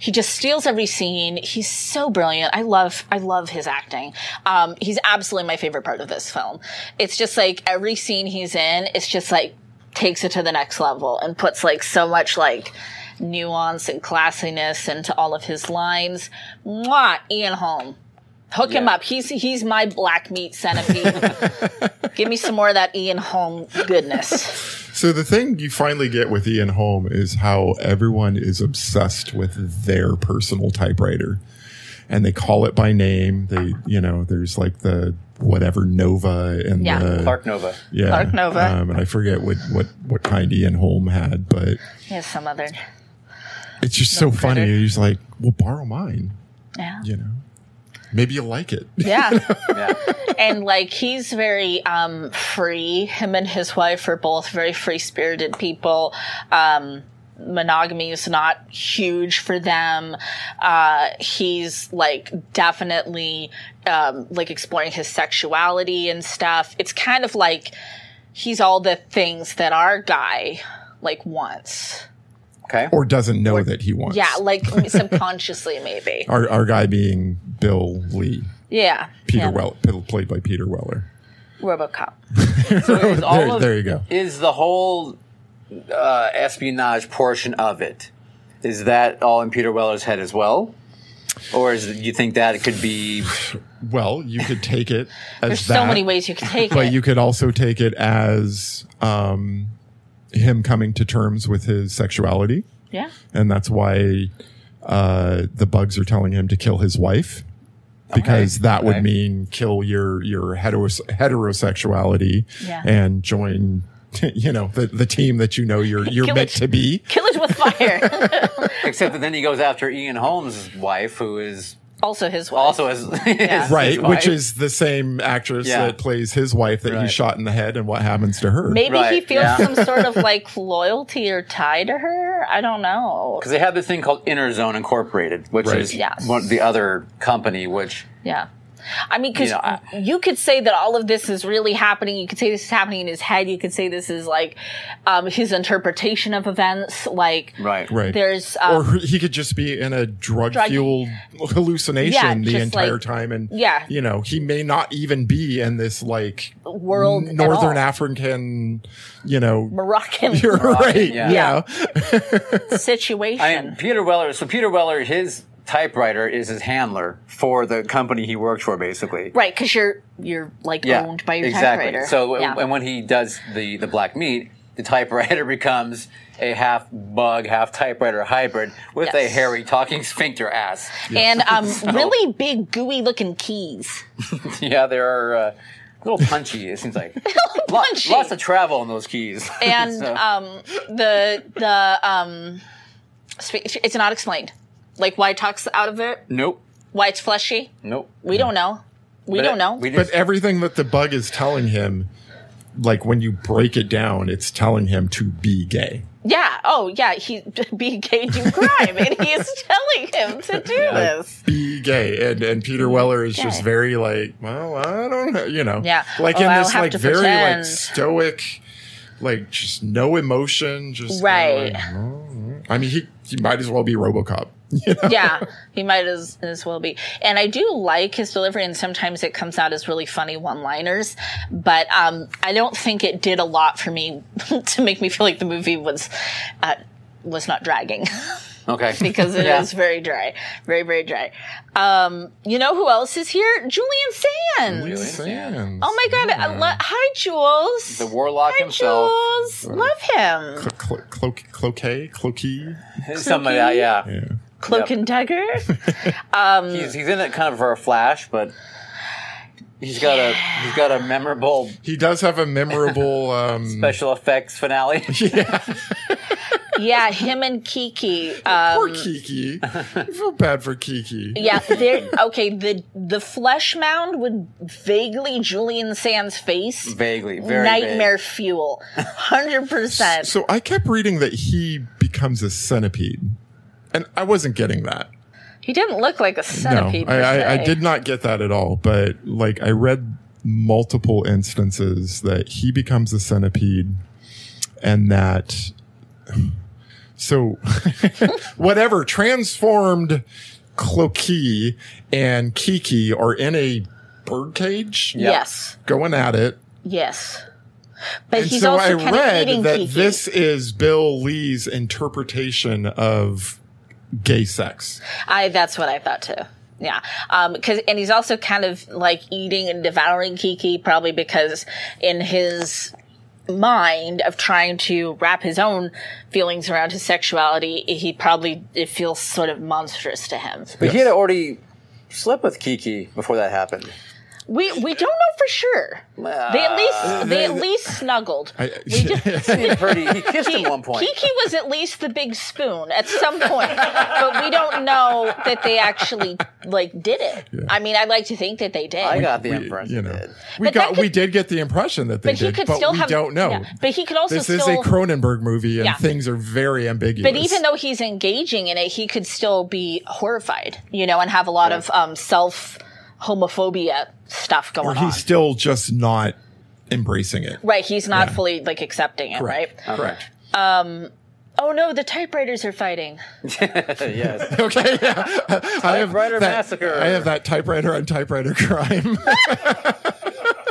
Speaker 3: He just steals every scene. He's so brilliant. I love, I love his acting. Um, he's absolutely my favorite part of this film. It's just like every scene he's in, it's just like takes it to the next level and puts like so much like nuance and classiness into all of his lines. Mwah, Ian Holm. Hook him
Speaker 1: Yeah.
Speaker 3: up. He's he's my black meat centipede. Give me some more of that Ian Holm goodness.
Speaker 2: So the thing you finally get with Ian Holm is how everyone is obsessed with their personal typewriter. And they call it by name. They, you know, there's like the whatever Nova and
Speaker 3: Yeah.
Speaker 2: the
Speaker 1: Clark Nova.
Speaker 2: yeah,
Speaker 3: Clark Nova.
Speaker 2: Um, and I forget what what what kind Ian Holm had, but
Speaker 3: Here's some other.
Speaker 2: it's just so funny.
Speaker 3: credit.
Speaker 2: You're just like, well, borrow mine.
Speaker 3: Yeah.
Speaker 2: You know, maybe you like it.
Speaker 3: Yeah.
Speaker 1: Yeah.
Speaker 3: and like he's very um free. Him and his wife are both very free spirited people. Um monogamy is not huge for them. Uh he's like definitely um like exploring his sexuality and stuff. It's kind of like he's all the things that our guy like wants.
Speaker 1: Okay.
Speaker 2: or doesn't know that he wants.
Speaker 3: Yeah, like subconsciously maybe.
Speaker 2: our our guy being Bill Lee,
Speaker 3: Yeah.
Speaker 2: Peter
Speaker 3: yeah.
Speaker 2: Weller, played by Peter Weller.
Speaker 3: RoboCop.
Speaker 1: So is all
Speaker 2: There-
Speaker 1: of-
Speaker 2: there you go.
Speaker 1: Is the whole uh, espionage portion of it is that all in Peter Weller's head as well, or is you think that it could be?
Speaker 2: Well, you could take it as
Speaker 3: There's
Speaker 2: that,
Speaker 3: so many ways you can take
Speaker 2: but
Speaker 3: it.
Speaker 2: you could also take it as um, him coming to terms with his sexuality,
Speaker 3: yeah.
Speaker 2: and that's why uh, the bugs are telling him to kill his wife because
Speaker 1: Okay.
Speaker 2: that
Speaker 1: Okay.
Speaker 2: would mean kill your your heteros- heterosexuality
Speaker 3: Yeah.
Speaker 2: and join. You know the the team that you know you're you're
Speaker 3: Kill
Speaker 2: meant
Speaker 3: it.
Speaker 2: to be.
Speaker 3: Kill it with fire.
Speaker 1: Except that then he goes after Ian Holmes' wife, who is
Speaker 3: also his wife.
Speaker 1: also his, his
Speaker 2: right
Speaker 1: wife.
Speaker 2: which is the same actress
Speaker 1: Yeah.
Speaker 2: that plays his wife that he
Speaker 1: Right.
Speaker 2: shot in the head and what happens to her
Speaker 3: Maybe he
Speaker 1: Right,
Speaker 3: feels
Speaker 1: yeah.
Speaker 3: some sort of like loyalty or tie to her. I don't know.
Speaker 1: because they have this thing called Inner Zone Incorporated, which
Speaker 2: Right.
Speaker 1: is
Speaker 3: Yes.
Speaker 1: one, the other company, which
Speaker 3: Yeah. I mean, because
Speaker 1: You know, I-
Speaker 3: you could say that all of this is really happening. You could say this is happening in his head. You could say this is like um, his interpretation of events. Like,
Speaker 1: right,
Speaker 2: right
Speaker 3: there's. Um,
Speaker 2: or he could just be in a drug
Speaker 3: Drug-
Speaker 2: fueled hallucination
Speaker 3: Yeah,
Speaker 2: the
Speaker 3: just
Speaker 2: entire
Speaker 3: like-
Speaker 2: time and
Speaker 3: Yeah.
Speaker 2: you know he may not even be in this like
Speaker 3: world at
Speaker 2: northern
Speaker 3: all.
Speaker 2: african you know
Speaker 3: Moroccan
Speaker 2: you're right
Speaker 1: yeah.
Speaker 2: yeah,
Speaker 3: situation.
Speaker 1: I mean, Peter Weller. So Peter Weller, his typewriter is his handler for the company he worked for, basically.
Speaker 3: right, because you're you're like owned by your
Speaker 1: exactly.
Speaker 3: typewriter.
Speaker 1: So, w-
Speaker 3: yeah.
Speaker 1: and when he does the the black meat, the typewriter becomes a half bug, half typewriter hybrid with a
Speaker 3: Yes.
Speaker 1: hairy talking sphincter ass.
Speaker 3: and um, really big gooey looking keys.
Speaker 1: yeah, they are uh, a little punchy. It seems like Lo-
Speaker 3: punchy.
Speaker 1: lots of travel on those keys.
Speaker 3: and
Speaker 1: So-
Speaker 3: um, the the um, spe- it's not explained, like why it talks out of it,
Speaker 1: nope,
Speaker 3: why it's fleshy.
Speaker 1: nope.
Speaker 3: We don't know. We
Speaker 1: But
Speaker 3: don't
Speaker 1: it-
Speaker 3: know.
Speaker 1: We
Speaker 2: but
Speaker 1: just,
Speaker 2: everything that the bug is telling him like when you break it down it's telling him to be gay
Speaker 3: yeah. Oh, yeah. He be gay do crime, and he is telling him to do this.
Speaker 2: be gay and and peter weller is
Speaker 3: Mm, Gay.
Speaker 2: just very like well i don't know you know
Speaker 3: Yeah.
Speaker 2: like
Speaker 3: Oh,
Speaker 2: in
Speaker 3: I'll
Speaker 2: this
Speaker 3: have
Speaker 2: like
Speaker 3: to
Speaker 2: very
Speaker 3: pretend.
Speaker 2: like stoic like just no emotion just kinda
Speaker 3: Right.
Speaker 2: like, "Mm-mm." i mean he, he might as well be robocop you know?
Speaker 3: yeah, he might as, as well be. And I do like his delivery, and sometimes it comes out as really funny one liners, but um, I don't think it did a lot for me to make me feel like the movie was uh, was not dragging.
Speaker 1: Okay.
Speaker 3: because it is
Speaker 1: Yeah.
Speaker 3: very dry, very very dry. Um, you know who else is here? Julian Sands.
Speaker 2: Julian Sands.
Speaker 3: Oh my god! I lo- hi, Jules.
Speaker 1: The warlock
Speaker 3: hi,
Speaker 1: himself.
Speaker 3: Jules. Love him.
Speaker 2: Clo- clo- cloquet, cloquet.
Speaker 1: Something like that, yeah.
Speaker 2: Yeah.
Speaker 3: Cloak
Speaker 1: Yep.
Speaker 3: and Dagger.
Speaker 1: He's, he's in it kind of for a flash, but he's got a he's got a memorable
Speaker 2: He does have a memorable. Um,
Speaker 1: special effects finale.
Speaker 3: yeah, him and Kiki.
Speaker 2: poor
Speaker 3: Um,
Speaker 2: Kiki. I feel bad for Kiki.
Speaker 3: yeah, they're okay. The the flesh mound would vaguely Julian Sands' face.
Speaker 1: Vaguely, very
Speaker 3: Nightmare
Speaker 1: Vague.
Speaker 3: fuel, hundred percent.
Speaker 2: So I kept reading that he becomes a centipede, and I wasn't getting that.
Speaker 3: He didn't look like a centipede.
Speaker 2: no,
Speaker 3: per
Speaker 2: I, I, I
Speaker 3: se.
Speaker 2: did not get that at all. But like, I read multiple instances that he becomes a centipede, and that so whatever transformed Cloquet and Kiki are in a birdcage
Speaker 3: Yes.
Speaker 2: going at it.
Speaker 3: Yes. But
Speaker 2: and
Speaker 3: he's
Speaker 2: so I
Speaker 3: also kind of eating
Speaker 2: read that
Speaker 3: Kiki.
Speaker 2: this is Bill Lee's interpretation of gay sex.
Speaker 3: I that's what I thought too. Yeah. Um 'cause cuz and he's also kind of like eating and devouring Kiki probably because in his mind of trying to wrap his own feelings around his sexuality, he probably it feels sort of monstrous to him.
Speaker 1: But he had already slept with Kiki before that happened.
Speaker 3: We we don't know for sure. They at least they at least snuggled.
Speaker 2: I,
Speaker 3: We just
Speaker 1: He pretty he kissed him at one point.
Speaker 3: Kiki was at least the big spoon at some point, but we don't know that they actually like did it. I mean, I like to think that they did.
Speaker 1: I got the
Speaker 2: we-
Speaker 1: impression.
Speaker 2: you
Speaker 1: You
Speaker 2: know,
Speaker 1: did.
Speaker 2: we
Speaker 3: But that
Speaker 2: got
Speaker 3: could-
Speaker 2: we did get the impression that they
Speaker 3: but he
Speaker 2: did,
Speaker 3: could
Speaker 2: but
Speaker 3: still
Speaker 2: we
Speaker 3: have.
Speaker 2: don't know.
Speaker 3: yeah, but he could also
Speaker 2: this
Speaker 3: still.
Speaker 2: is a Cronenberg movie, and
Speaker 3: Yeah.
Speaker 2: things are very ambiguous.
Speaker 3: but even though he's engaging in it, he could still be horrified, you know, and have a lot of um, self homophobia stuff
Speaker 2: or
Speaker 3: going on.
Speaker 2: he's still just not embracing it.
Speaker 3: right, he's not fully like accepting it.
Speaker 2: Correct.
Speaker 3: Right.
Speaker 2: Correct.
Speaker 3: Oh no, the typewriters are fighting.
Speaker 1: yes.
Speaker 2: Okay. Yeah. I have
Speaker 1: Typewriter
Speaker 2: that,
Speaker 1: massacre.
Speaker 2: I have that typewriter on typewriter crime.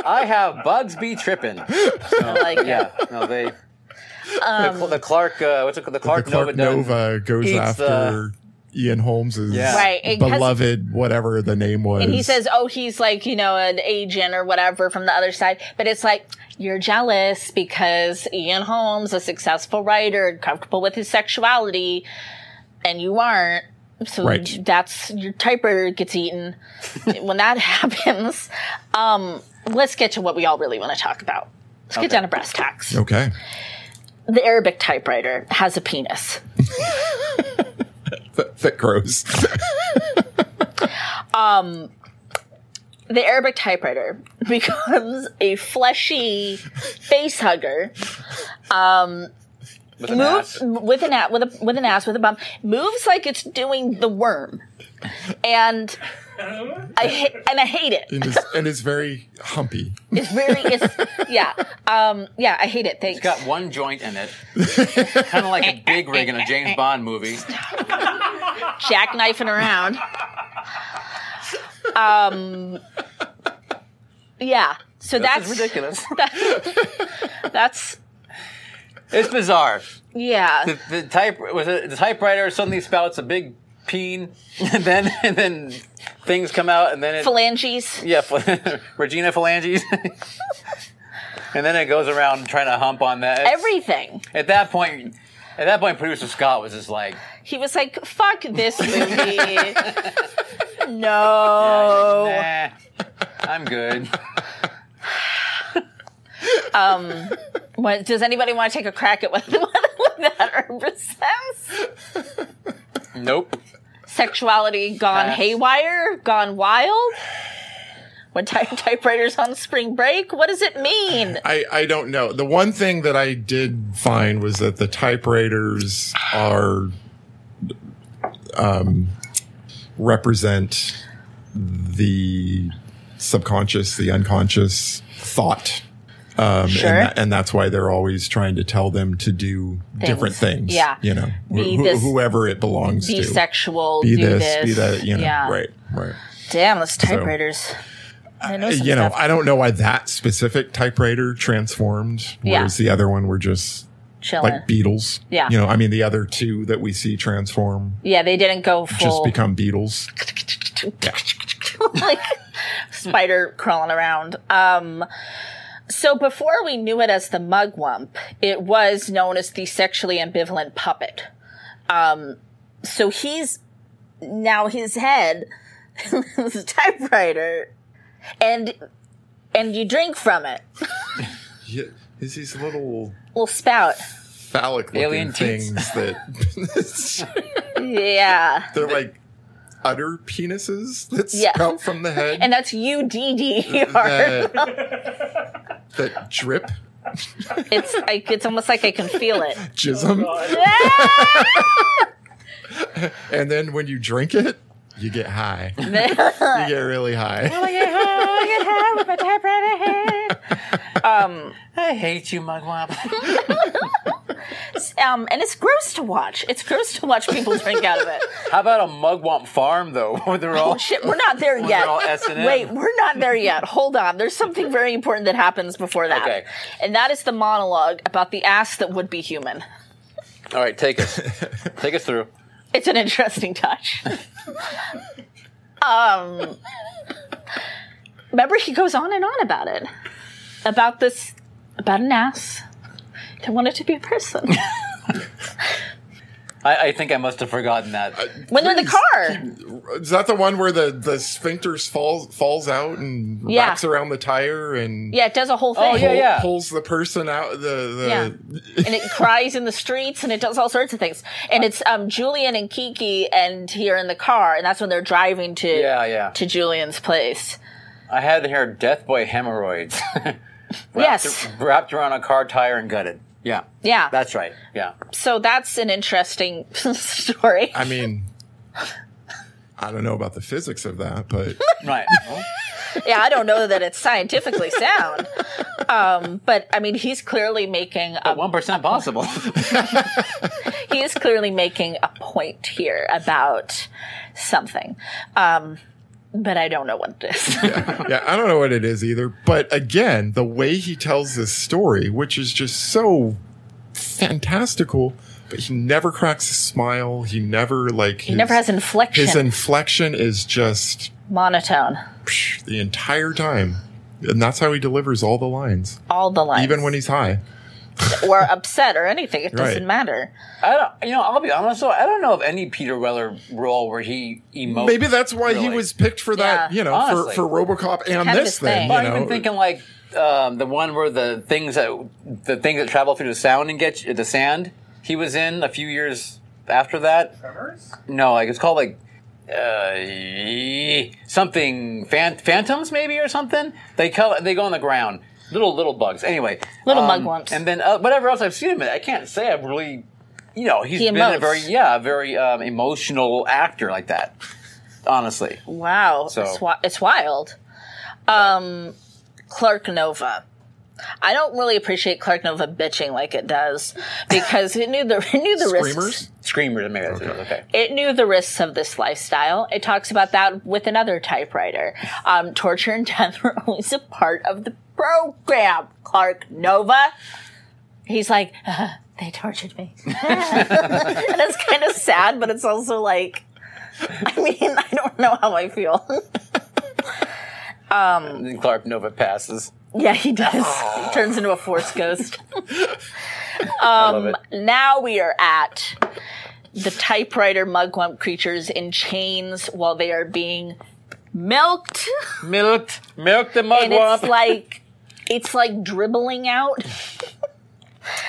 Speaker 1: I have Bugs be tripping.
Speaker 2: Oh,
Speaker 3: I like it.
Speaker 1: Yeah, no, they.
Speaker 3: Um,
Speaker 1: the, the Clark, uh, what's it called? The
Speaker 2: the
Speaker 1: Clark,
Speaker 2: Clark
Speaker 1: Nova,
Speaker 2: Nova, goes
Speaker 1: eats
Speaker 2: after Ian Holmes's
Speaker 1: Yeah.
Speaker 3: Right, it has-
Speaker 2: beloved, whatever the name was.
Speaker 3: And he says, "Oh, he's like you know an agent or whatever from the other side." But it's like you're jealous because Ian Holmes, a successful writer, and comfortable with his sexuality, and you aren't. So
Speaker 2: Right.
Speaker 3: that's your typewriter gets eaten when that happens. Um, let's get to what we all really want to talk about. Let's get down to brass tacks.
Speaker 2: "Okay,
Speaker 3: The Arabic typewriter has a penis.
Speaker 2: that, that grows."
Speaker 3: the Arabic typewriter becomes a fleshy face hugger um,
Speaker 1: with an
Speaker 3: moves
Speaker 1: ass.
Speaker 3: with an ass with a with an ass with a bump moves like it's doing the worm and I ha- and I hate it.
Speaker 2: and, is, and is very humpy.
Speaker 3: It's very it's yeah um yeah I hate it. Thanks.
Speaker 1: It's got one joint in it, kind of like a big rig in a James Bond movie.
Speaker 3: jackknifing around. Um, yeah. So
Speaker 1: That's
Speaker 3: that's
Speaker 1: ridiculous.
Speaker 3: that's
Speaker 1: It's bizarre.
Speaker 3: yeah.
Speaker 1: The, the type was it, the typewriter suddenly spouts a big peen, and then and then things come out, and then it
Speaker 3: Phalanges.
Speaker 1: yeah, Regina Phalanges, and then it goes around trying to hump on that. It's-
Speaker 3: Everything.
Speaker 1: at that point, at that point, producer Scott was just like,
Speaker 3: He was like, "Fuck this movie." no.
Speaker 1: nah, I'm good.
Speaker 3: What, does anybody want to take a crack at what, what that represents?
Speaker 1: Nope.
Speaker 3: Sexuality gone
Speaker 1: Pass.
Speaker 3: haywire, gone wild. When ty- typewriters on spring break, what does it mean?
Speaker 2: I, I don't know. The one thing that I did find was that the typewriters are um, represent the subconscious, the unconscious thought. Um,
Speaker 3: Sure.
Speaker 2: and, tha- and that's why they're always trying to tell them to do different things.
Speaker 3: Yeah.
Speaker 2: You know, wh-
Speaker 3: Be
Speaker 2: who-
Speaker 3: this-
Speaker 2: whover it belongs
Speaker 3: Be
Speaker 2: to.
Speaker 3: sexual,
Speaker 2: be
Speaker 3: do
Speaker 2: this,
Speaker 3: this,
Speaker 2: be that, you know,
Speaker 3: yeah.
Speaker 2: right, right.
Speaker 3: Damn, those typewriters. I know some
Speaker 2: uh, you know,
Speaker 3: stuff.
Speaker 2: I don't know why that specific typewriter transformed,
Speaker 3: Yeah.
Speaker 2: whereas the other one were just
Speaker 3: chilling.
Speaker 2: like beetles.
Speaker 3: Yeah.
Speaker 2: You know, I mean, the other two that we see transform
Speaker 3: yeah, they didn't go
Speaker 2: just
Speaker 3: full
Speaker 2: become beetles.
Speaker 3: like spider crawling around. Um, so before we knew it as the mugwump, it was known as the sexually ambivalent puppet. Um, so he's now his head is a typewriter, and and you drink from it.
Speaker 2: Yeah. Is these little
Speaker 3: Well, spout.
Speaker 2: phallic
Speaker 1: Alien
Speaker 2: looking
Speaker 1: teats.
Speaker 2: things that
Speaker 3: Yeah.
Speaker 2: they're like utter penises that
Speaker 3: Yeah.
Speaker 2: sprout from the head
Speaker 3: And that's U D D E R.
Speaker 2: that, that drip
Speaker 3: It's like it's almost like I can feel it.
Speaker 2: jism.
Speaker 4: God.
Speaker 2: and then when you drink it, you get high. you get really high.
Speaker 1: I hate you, Mugwump.
Speaker 3: um, and it's gross to watch. It's gross to watch people drink out of it. Oh,
Speaker 1: How about a Mugwump farm though, where they're all
Speaker 3: Shit, we're not there
Speaker 1: Well,
Speaker 3: yet.
Speaker 1: they're all S&M.
Speaker 3: Wait, we're not there yet. Hold on. There's something very important that happens before that.
Speaker 1: Okay.
Speaker 3: And that is the monologue about the ass that would be human.
Speaker 1: All right, take us, take us through.
Speaker 3: It's an interesting touch. um, remember, he goes on and on about it. About this, about an ass. I want it to be a person.
Speaker 1: I, I think I must have forgotten that.
Speaker 3: when they're in the
Speaker 2: Please
Speaker 3: car.
Speaker 2: Is that the one where the the sphincter falls falls out and
Speaker 3: Yeah.
Speaker 2: wraps around the tire and
Speaker 3: Yeah, it does a whole thing.
Speaker 1: Oh, yeah, yeah.
Speaker 2: pulls the person out? The the
Speaker 3: and it cries in the streets and it does all sorts of things. And it's um, Julian and Kiki and here in the car, and that's when they're driving to
Speaker 1: Yeah, yeah.
Speaker 3: to Julian's place.
Speaker 1: I had to hear Death Boy hemorrhoids wrapped,
Speaker 3: yes,
Speaker 1: wrapped around a car tire and gutted. Yeah,
Speaker 3: yeah.
Speaker 1: that's right. Yeah,
Speaker 3: so that's an interesting story.
Speaker 2: I mean, I don't know about the physics of that, but
Speaker 1: right.
Speaker 3: yeah, I don't know that it's scientifically sound, um, but I mean, he's clearly making a,
Speaker 1: One percent possible.
Speaker 3: he is clearly making a point here about something. Um, but I don't know what it is.
Speaker 2: yeah, I don't know what it is either. But again, the way he tells this story, which is just so fantastical, but he never cracks a smile. He never like
Speaker 3: he never has inflection.
Speaker 2: his inflection is just
Speaker 3: monotone.
Speaker 2: psh, the entire time, and that's how he delivers all the lines,
Speaker 3: All the lines.
Speaker 2: even when he's high.
Speaker 3: or upset or anything. It doesn't
Speaker 2: Right.
Speaker 3: matter.
Speaker 1: I don't. You know, I'll be honest though. I don't know of any Peter Weller role where he emotes.
Speaker 2: Maybe that's why he
Speaker 1: really.
Speaker 2: was picked for that,
Speaker 3: Yeah.
Speaker 2: you know,
Speaker 1: Honestly.
Speaker 2: for, for RoboCop and
Speaker 3: Kind of
Speaker 2: this
Speaker 3: his thing.
Speaker 2: thing.
Speaker 1: Well,
Speaker 2: you know,
Speaker 1: I'm even thinking like um, the one where the things that the things that travel through the sound and get you, the sand. He was in a few years after that.
Speaker 5: Tremors?
Speaker 1: No, like it's called like uh, something phan- phantoms maybe or something. They call they go on the ground. Little little bugs. Anyway,
Speaker 3: Little mugwumps.
Speaker 1: And then uh, whatever else I've seen him in, I can't say I've really. You know, he's
Speaker 3: He
Speaker 1: been a
Speaker 3: emotes.
Speaker 1: very yeah, a very um, emotional actor like that. Honestly,
Speaker 3: Wow,
Speaker 1: So-
Speaker 3: it's, wi- it's wild. Um, Clark Nova. I don't really appreciate Clark Nova bitching like it does because it knew the it knew the risks.
Speaker 2: uh, screamers.
Speaker 1: screamers maybe that's okay. okay.
Speaker 3: It knew the risks of this lifestyle. It talks about that with another typewriter. Um, torture and death were always a part of the program. Clark Nova. He's like, "Uh, they tortured me, and it's kind of sad, but it's also like, I mean, I don't know how I feel.
Speaker 1: And then Clark Nova passes.
Speaker 3: yeah, he does. He turns into a force ghost.
Speaker 1: I love it.
Speaker 3: Um, now we are at the typewriter mugwump creatures in chains while they are being milked.
Speaker 1: Milked, milked the
Speaker 3: and it's
Speaker 1: mugwump. It's like,
Speaker 3: like it's like dribbling out.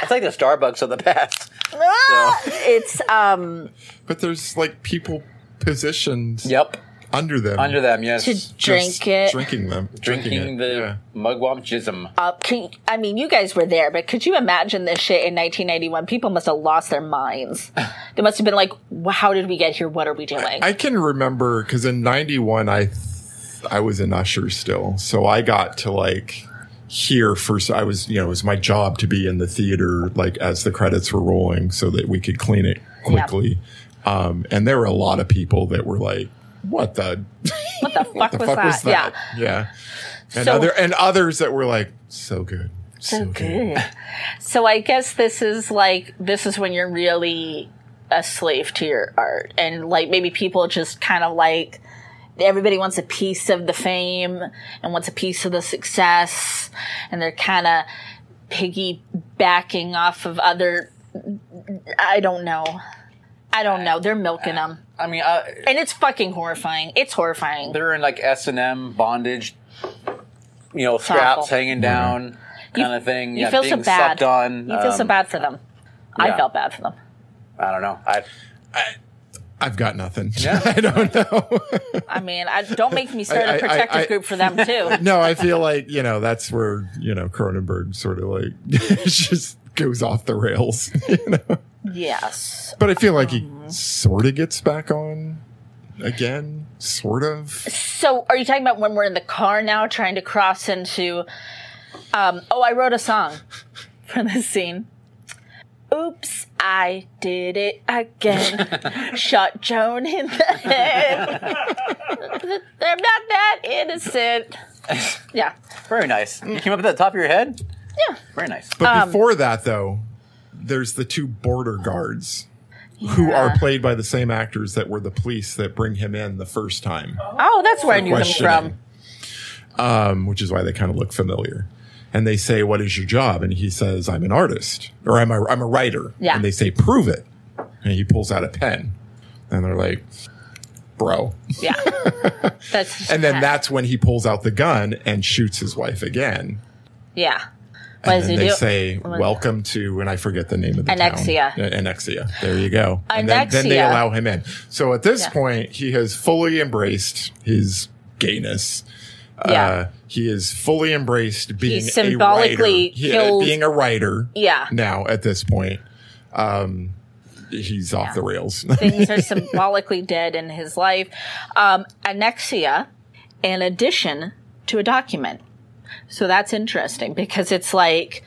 Speaker 1: the Starbucks of the past.
Speaker 3: Ah! it's um
Speaker 2: But there's like people positioned
Speaker 1: Yep,
Speaker 2: under them.
Speaker 1: under them. Yes,
Speaker 3: to drink it
Speaker 2: Drinking them. Drinking,
Speaker 1: drinking
Speaker 2: it.
Speaker 1: the
Speaker 2: yeah.
Speaker 1: mugwump jism.
Speaker 3: up. Can, I mean, you guys were there, but could you imagine this shit in 1991? People must have lost their minds. They must have been like, "Wh- "How did we get here? What are we doing?"
Speaker 2: I can remember because in '91 I th- I was an usher still, so I got to like hear first. I was you know it was my job to be in the theater like as the credits were rolling so that we could clean it quickly. Um, and there were a lot of people that were like, "What the,
Speaker 3: what the fuck, was, that? Yeah.
Speaker 2: Yeah, yeah. And
Speaker 3: So-
Speaker 2: other and others that were like, "So good."
Speaker 3: so good. so I guess this is like this is when you're really a slave to your art, and like maybe people just kind of like everybody wants a piece of the fame and wants a piece of the success, and they're kind of piggybacking off of other. I don't know. I don't know. They're milking them,
Speaker 1: I mean, I,
Speaker 3: and it's fucking horrifying. It's horrifying.
Speaker 1: they're in like S and M bondage, you know, straps
Speaker 3: awful.
Speaker 1: hanging down,
Speaker 2: Mm-hmm.
Speaker 1: kind of thing.
Speaker 3: You
Speaker 1: yeah,
Speaker 3: feel so
Speaker 1: being
Speaker 3: bad.
Speaker 1: Sucked on.
Speaker 3: you feel so
Speaker 1: um,
Speaker 3: bad for them. I
Speaker 1: yeah.
Speaker 3: felt bad for them.
Speaker 1: I don't know. I
Speaker 2: I've got nothing.
Speaker 1: Yeah.
Speaker 2: I don't know.
Speaker 3: I mean, I, don't make me start
Speaker 2: I-
Speaker 3: a
Speaker 2: I-
Speaker 3: protective
Speaker 2: I-
Speaker 3: group for them too.
Speaker 2: no, I feel like, you know, that's where, you know, Cronenberg sort of like just goes off the rails. You know?
Speaker 3: yes.
Speaker 2: But I feel like he sort of gets back on again, sort of.
Speaker 3: So, are you talking about when we're in the car now, trying to cross into? Um, oh, I wrote a song for this scene. Oops, I did it again. Shot Joan in the head. They're not that innocent. Yeah.
Speaker 1: very nice. You came up at the top of your head.
Speaker 3: Mm. Yeah.
Speaker 1: Very nice.
Speaker 2: But before that, though, there's the two border guards who are played by the same actors that were the police that bring him in the first time,
Speaker 3: Oh, that's where I knew them
Speaker 2: questioning.
Speaker 3: from.
Speaker 2: um, which is why they kind of look familiar. And they say, "What is your job?" And he says, "I'm an artist, or I'm a I'm a writer."
Speaker 3: Yeah.
Speaker 2: And they say, "Prove it." And he pulls out a pen, and they're like, "Bro."
Speaker 3: Yeah. That's
Speaker 2: And then that's when he pulls out the gun and shoots his wife again.
Speaker 3: yeah. What
Speaker 2: And
Speaker 3: does
Speaker 2: then
Speaker 3: he
Speaker 2: they
Speaker 3: do? Oh
Speaker 2: say,
Speaker 3: What-
Speaker 2: "Welcome to," and I forget the name of the
Speaker 3: Annexia.
Speaker 2: town. Uh, Annexia. There you go. And then, then they
Speaker 3: Annexia.
Speaker 2: allow him in. So at this
Speaker 3: Yeah.
Speaker 2: point, he has fully embraced his gayness.
Speaker 3: Yeah.
Speaker 2: Uh, he is fully embraced being
Speaker 3: symbolically
Speaker 2: a writer. He- uh,
Speaker 3: killed-
Speaker 2: being a writer.
Speaker 3: Yeah.
Speaker 2: Now at this point, um, he's off the rails.
Speaker 3: things are symbolically dead in his life. Um, annexia, an addition to a document. So that's interesting because it's like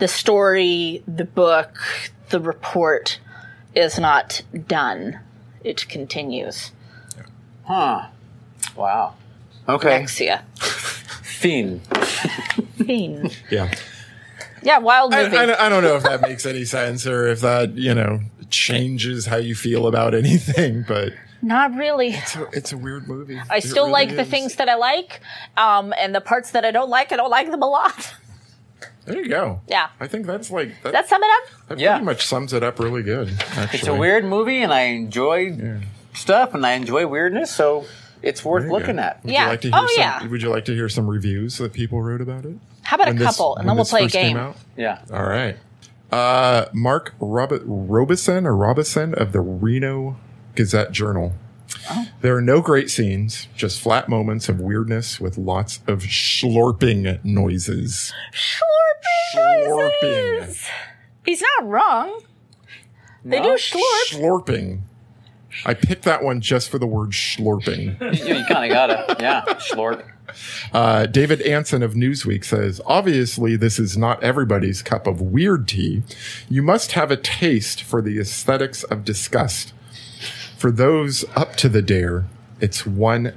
Speaker 3: the story, the book, the report is not done. It continues.
Speaker 1: Huh. Wow. Okay.
Speaker 3: Annexia.
Speaker 1: Fiend.
Speaker 3: Fiend.
Speaker 2: yeah.
Speaker 3: Yeah, wild
Speaker 2: I,
Speaker 3: movie.
Speaker 2: I don't- I don't know if that makes any sense or if that you know changes how you feel about anything, but.
Speaker 3: not really.
Speaker 2: It's a, it's a weird movie.
Speaker 3: I still like the things that I like, um, and the parts that I don't like, I don't like them a lot.
Speaker 2: There you go.
Speaker 3: Yeah.
Speaker 2: I think that's like that,
Speaker 3: That sum it up?
Speaker 2: that
Speaker 1: Yeah.
Speaker 2: pretty much sums it up really good. Actually.
Speaker 1: It's a weird movie, and I enjoy stuff, and I enjoy weirdness, so it's worth looking at.
Speaker 2: Would
Speaker 3: Yeah.
Speaker 2: You like to hear
Speaker 3: Oh,
Speaker 2: some,
Speaker 3: yeah.
Speaker 2: Would you like to hear some reviews that people wrote about it?
Speaker 3: How about
Speaker 2: When
Speaker 3: a
Speaker 2: this-
Speaker 3: couple,
Speaker 2: when
Speaker 3: and then we'll
Speaker 2: this
Speaker 3: play a
Speaker 2: first came
Speaker 3: game.
Speaker 2: out?
Speaker 1: Yeah.
Speaker 2: All right. Uh, Mark Rob- Robeson or Robison of the Reno Gazette Journal.
Speaker 3: Oh.
Speaker 2: There are no great scenes, just flat moments of weirdness with lots of slurping noises.
Speaker 3: Schlorping
Speaker 2: Schlorping.
Speaker 3: noises. He's not wrong. They do schlorp.
Speaker 2: Slurping. I picked that one just for the word slurping.
Speaker 1: You, kind of gotta. Yeah. Schlorp.
Speaker 2: Uh, David Anson of Newsweek says, obviously, this is not everybody's cup of weird tea. You must have a taste for the aesthetics of disgust. For those up to the dare, it's one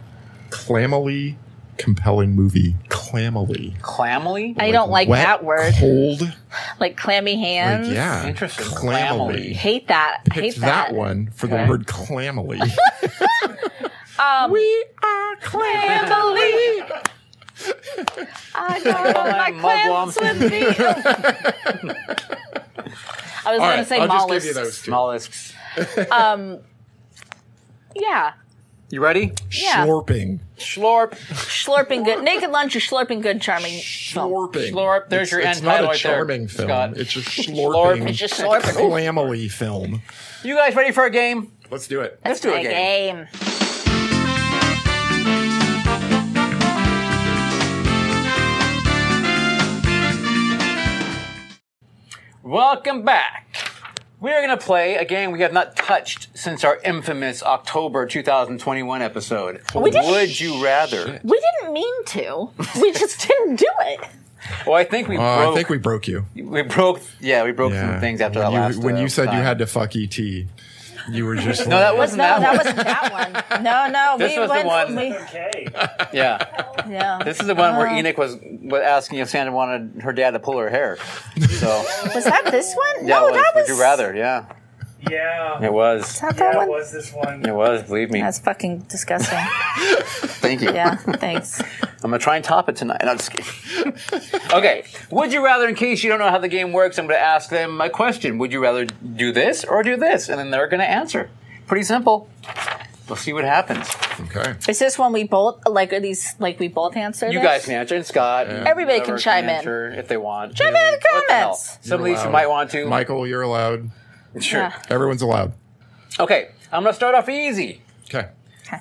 Speaker 2: clammily compelling movie. Clammily.
Speaker 1: Clamily?
Speaker 3: I don't like
Speaker 2: Wet,
Speaker 3: that word.
Speaker 2: Cold.
Speaker 3: Like clammy hands.
Speaker 2: Like, yeah.
Speaker 1: Interesting.
Speaker 2: Clammily.
Speaker 1: Clammily.
Speaker 3: Hate that. I
Speaker 2: Picked
Speaker 3: hate
Speaker 2: that.
Speaker 3: that.
Speaker 2: one for
Speaker 1: Okay.
Speaker 2: the word clammily.
Speaker 3: Um,
Speaker 2: we are clammily.
Speaker 3: Emily. I got all my
Speaker 1: Mugwumps.
Speaker 3: clams with me. I
Speaker 2: All
Speaker 3: was going to
Speaker 2: right,
Speaker 3: say
Speaker 2: I'll just give you
Speaker 3: mollusks.
Speaker 2: those two.
Speaker 1: Mollusks.
Speaker 3: Yeah.
Speaker 1: You ready?
Speaker 3: Yeah.
Speaker 2: Slurping.
Speaker 1: Schlorp.
Speaker 3: Slurping good. Naked lunch is slurping good, charming. film.
Speaker 2: Slurping.
Speaker 1: Slurp. There's
Speaker 2: it's,
Speaker 1: your
Speaker 2: it's
Speaker 1: end
Speaker 2: not
Speaker 1: title
Speaker 2: a
Speaker 1: right there,
Speaker 2: charming film.
Speaker 1: Scott.
Speaker 2: It's just
Speaker 1: Slurp.
Speaker 2: slurping.
Speaker 3: It's just slurping.
Speaker 2: Clamily film.
Speaker 1: You guys ready for a game?
Speaker 2: Let's do it.
Speaker 1: Let's do a
Speaker 3: Play
Speaker 1: game.
Speaker 3: game.
Speaker 1: Welcome back. We're going to play a game we have not touched since our infamous October 2021 episode.
Speaker 3: we did-
Speaker 1: Would you rather?
Speaker 3: We didn't mean to. We just didn't do it.
Speaker 1: Well, I think we
Speaker 2: Uh,
Speaker 1: broke.
Speaker 2: I think we broke you.
Speaker 1: we broke. Yeah, we broke some things after
Speaker 2: when
Speaker 1: that
Speaker 2: you,
Speaker 1: last.
Speaker 2: When
Speaker 1: uh,
Speaker 2: you said you
Speaker 1: time.
Speaker 2: had to fuck ET, E You were just
Speaker 1: No, that wasn't
Speaker 3: No,
Speaker 1: that.
Speaker 3: that
Speaker 1: one.
Speaker 3: wasn't that one. No, no.
Speaker 1: This
Speaker 3: we
Speaker 1: was the
Speaker 3: went,
Speaker 1: one-
Speaker 3: We,
Speaker 4: Okay.
Speaker 1: Yeah.
Speaker 3: yeah.
Speaker 1: This is the one where
Speaker 3: Uh-huh.
Speaker 1: Enoch was was asking if Santa wanted her dad to pull her hair. So
Speaker 3: was that this one?
Speaker 1: yeah,
Speaker 3: no,
Speaker 1: it was,
Speaker 3: that was.
Speaker 1: Would you rather? Yeah,
Speaker 4: Yeah.
Speaker 1: it was.
Speaker 3: Not that
Speaker 4: Yeah, it
Speaker 3: one.
Speaker 4: was this one.
Speaker 1: It was. Believe me.
Speaker 3: That's fucking disgusting.
Speaker 1: Thank you.
Speaker 3: Yeah. Thanks.
Speaker 1: I'm gonna try and top it tonight. No, I'm just kidding. okay. Would you rather? In case you don't know how the game works, I'm gonna ask them a question. Would you rather do this or do this? And then they're gonna answer. Pretty simple. We'll see what happens.
Speaker 2: okay.
Speaker 3: Is this one we both like? Are these like we both answer?
Speaker 1: You
Speaker 3: this?
Speaker 1: guys can answer, and Scott. and
Speaker 3: Everybody can
Speaker 1: whoever
Speaker 3: chime in.
Speaker 1: answer if they want.
Speaker 3: Chime in in the
Speaker 1: What the hell?
Speaker 3: comments.
Speaker 1: Some of
Speaker 2: You're
Speaker 1: these you
Speaker 2: allowed.
Speaker 1: might want to.
Speaker 2: Michael, you're allowed.
Speaker 1: Sure.
Speaker 3: Yeah.
Speaker 2: Everyone's allowed.
Speaker 1: Okay, I'm gonna start off easy.
Speaker 2: Okay.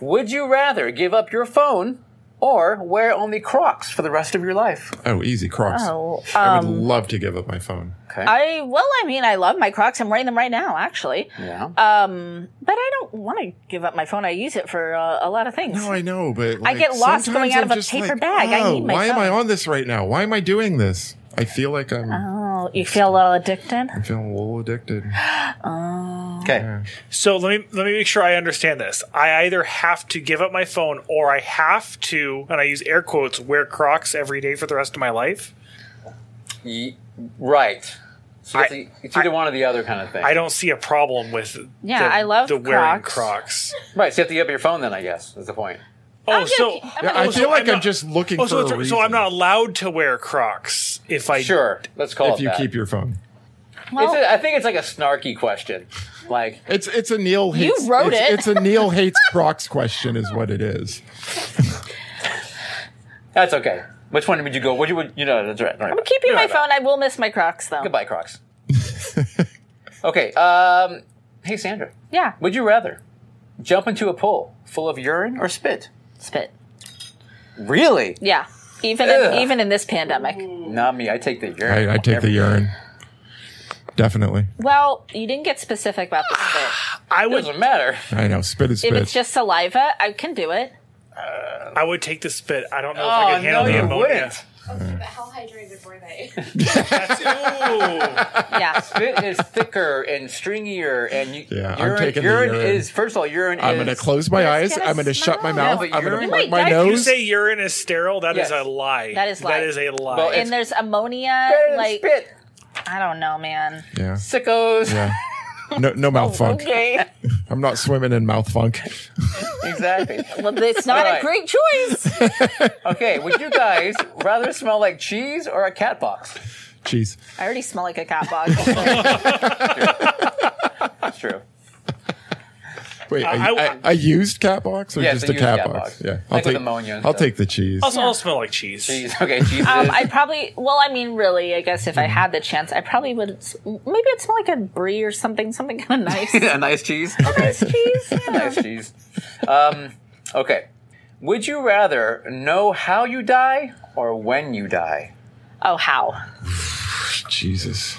Speaker 1: Would you rather give up your phone or wear only Crocs for the rest of your life?
Speaker 2: Oh, easy cross.
Speaker 3: Oh,
Speaker 2: I would
Speaker 3: um,
Speaker 2: love to give up my phone.
Speaker 1: Okay.
Speaker 3: I well, I mean, I love my Crocs. I'm wearing them right now, actually.
Speaker 1: yeah.
Speaker 3: Um, but I don't want to give up my phone. I use it for uh, a lot of things.
Speaker 2: No, Oh, I know, but
Speaker 3: I get
Speaker 2: like,
Speaker 3: lost
Speaker 2: sometimes
Speaker 3: going
Speaker 2: I'm
Speaker 3: out of a
Speaker 2: just
Speaker 3: paper
Speaker 2: like,
Speaker 3: bag. I
Speaker 2: oh,
Speaker 3: need my
Speaker 2: Why am I
Speaker 3: phone.
Speaker 2: on this right now? Why am I doing this? I feel like I'm
Speaker 3: oh, you feel a little addicted.
Speaker 2: I'm feeling a little addicted.
Speaker 1: okay.
Speaker 4: So let me let me make sure I understand this. I either have to give up my phone or I have to, and I use air quotes, wear Crocs every day for the rest of my life.
Speaker 1: Ye- right. So it's,
Speaker 4: I-
Speaker 1: e- it's either one or the other kind of thing.
Speaker 4: I don't see a problem with
Speaker 3: Yeah, I love
Speaker 4: the wearing
Speaker 3: Crocs.
Speaker 4: Crocs.
Speaker 1: right. So you have to give up your phone then. I guess is the point.
Speaker 4: Oh, so
Speaker 3: I'm
Speaker 2: Yeah, I
Speaker 4: Oh, so
Speaker 2: feel like I'm,
Speaker 4: not-
Speaker 2: just looking
Speaker 4: oh,
Speaker 2: for
Speaker 4: so,
Speaker 2: a
Speaker 4: it's-
Speaker 2: reason.
Speaker 4: so I'm not allowed to wear Crocs if I
Speaker 1: Sure. Let's call
Speaker 2: if
Speaker 1: it
Speaker 2: you
Speaker 1: that.
Speaker 2: keep your phone.
Speaker 1: It's a, I think it's like a snarky question. Like
Speaker 2: It's it's a Neil hates
Speaker 3: wrote
Speaker 2: it's,
Speaker 3: it.
Speaker 2: it's a Neil hates Crocs question is what it is.
Speaker 1: that's okay. Which one would you go? Would you? Would, you know. That's right. I'm
Speaker 3: keeping my phone. I will miss my Crocs though.
Speaker 1: Goodbye, Crocs. okay. Um, hey, Sandra.
Speaker 3: Yeah,
Speaker 1: Would you rather jump into a pool full of urine or spit?
Speaker 3: spit.
Speaker 1: Really?
Speaker 3: Yeah, even
Speaker 1: Ugh.
Speaker 3: in, even in this pandemic.
Speaker 4: Mm.
Speaker 1: Not me. I take the urine.
Speaker 2: I, I take the
Speaker 1: Every-
Speaker 2: urine. Definitely.
Speaker 3: Well, you didn't get specific about the spit.
Speaker 4: I would
Speaker 1: Doesn't matter.
Speaker 2: I know. Spit is
Speaker 3: If
Speaker 2: spit.
Speaker 3: it's just saliva, I can do it.
Speaker 4: I would take the spit. I don't know if
Speaker 3: Oh,
Speaker 1: Oh,
Speaker 4: I could handle the ammonia.
Speaker 7: Okay, but how hydrated were they?
Speaker 3: Yeah,
Speaker 1: Spit is thicker and stringier, and you,
Speaker 2: Yeah, I'm
Speaker 1: urine,
Speaker 2: taking the
Speaker 1: urine
Speaker 2: urine.
Speaker 1: is first of all urine
Speaker 2: I'm
Speaker 1: is.
Speaker 2: gonna close my eyes.
Speaker 3: gonna
Speaker 2: I'm gonna shut my
Speaker 3: smell.
Speaker 2: mouth.
Speaker 3: Yeah,
Speaker 1: but
Speaker 2: I'm gonna
Speaker 1: urine- You
Speaker 2: plug
Speaker 3: might
Speaker 2: my
Speaker 3: die if you
Speaker 4: You
Speaker 2: nose.
Speaker 4: say urine is sterile? That is
Speaker 1: Yes.
Speaker 4: a lie.
Speaker 3: That is lie.
Speaker 4: That is a lie.
Speaker 1: Well,
Speaker 3: and there's ammonia.
Speaker 1: Urine is
Speaker 3: Like
Speaker 1: spit,
Speaker 3: I don't know, man.
Speaker 2: yeah.
Speaker 1: sickos.
Speaker 2: Yeah. No, no mouth funk.
Speaker 3: Oh, Okay,
Speaker 2: I'm not swimming in mouth funk.
Speaker 1: Exactly.
Speaker 3: well, it's not
Speaker 1: Alright.
Speaker 3: a great choice.
Speaker 1: Okay, would you guys rather smell like cheese or a cat box?
Speaker 2: Jeez.
Speaker 3: I already smell like a cat box.
Speaker 1: That's true.
Speaker 2: Wait,
Speaker 4: I-
Speaker 2: a,
Speaker 4: I-
Speaker 2: a- a used cat box or
Speaker 1: Yeah,
Speaker 2: just
Speaker 1: it's
Speaker 2: a,
Speaker 1: a used
Speaker 2: cat,
Speaker 1: cat
Speaker 2: box?
Speaker 1: box.
Speaker 2: Yeah,
Speaker 1: Like
Speaker 2: I'll
Speaker 1: with
Speaker 2: take
Speaker 1: ammonia and
Speaker 2: I'll
Speaker 1: stuff. Oh.
Speaker 2: take the cheese.
Speaker 4: also, I'll smell like cheese.
Speaker 1: Cheese. Okay, cheese.
Speaker 3: um,
Speaker 1: is- Mm-hmm.
Speaker 3: I probably. Well, I mean, really, I guess if I had the chance, I probably would. s- Maybe it'd smell like a brie or something, something kind of nice.
Speaker 1: a nice cheese.
Speaker 3: nice cheese. Yeah.
Speaker 1: nice cheese. Um, okay. Would you rather know how you die or when you die?
Speaker 3: Oh, how?
Speaker 2: Jesus,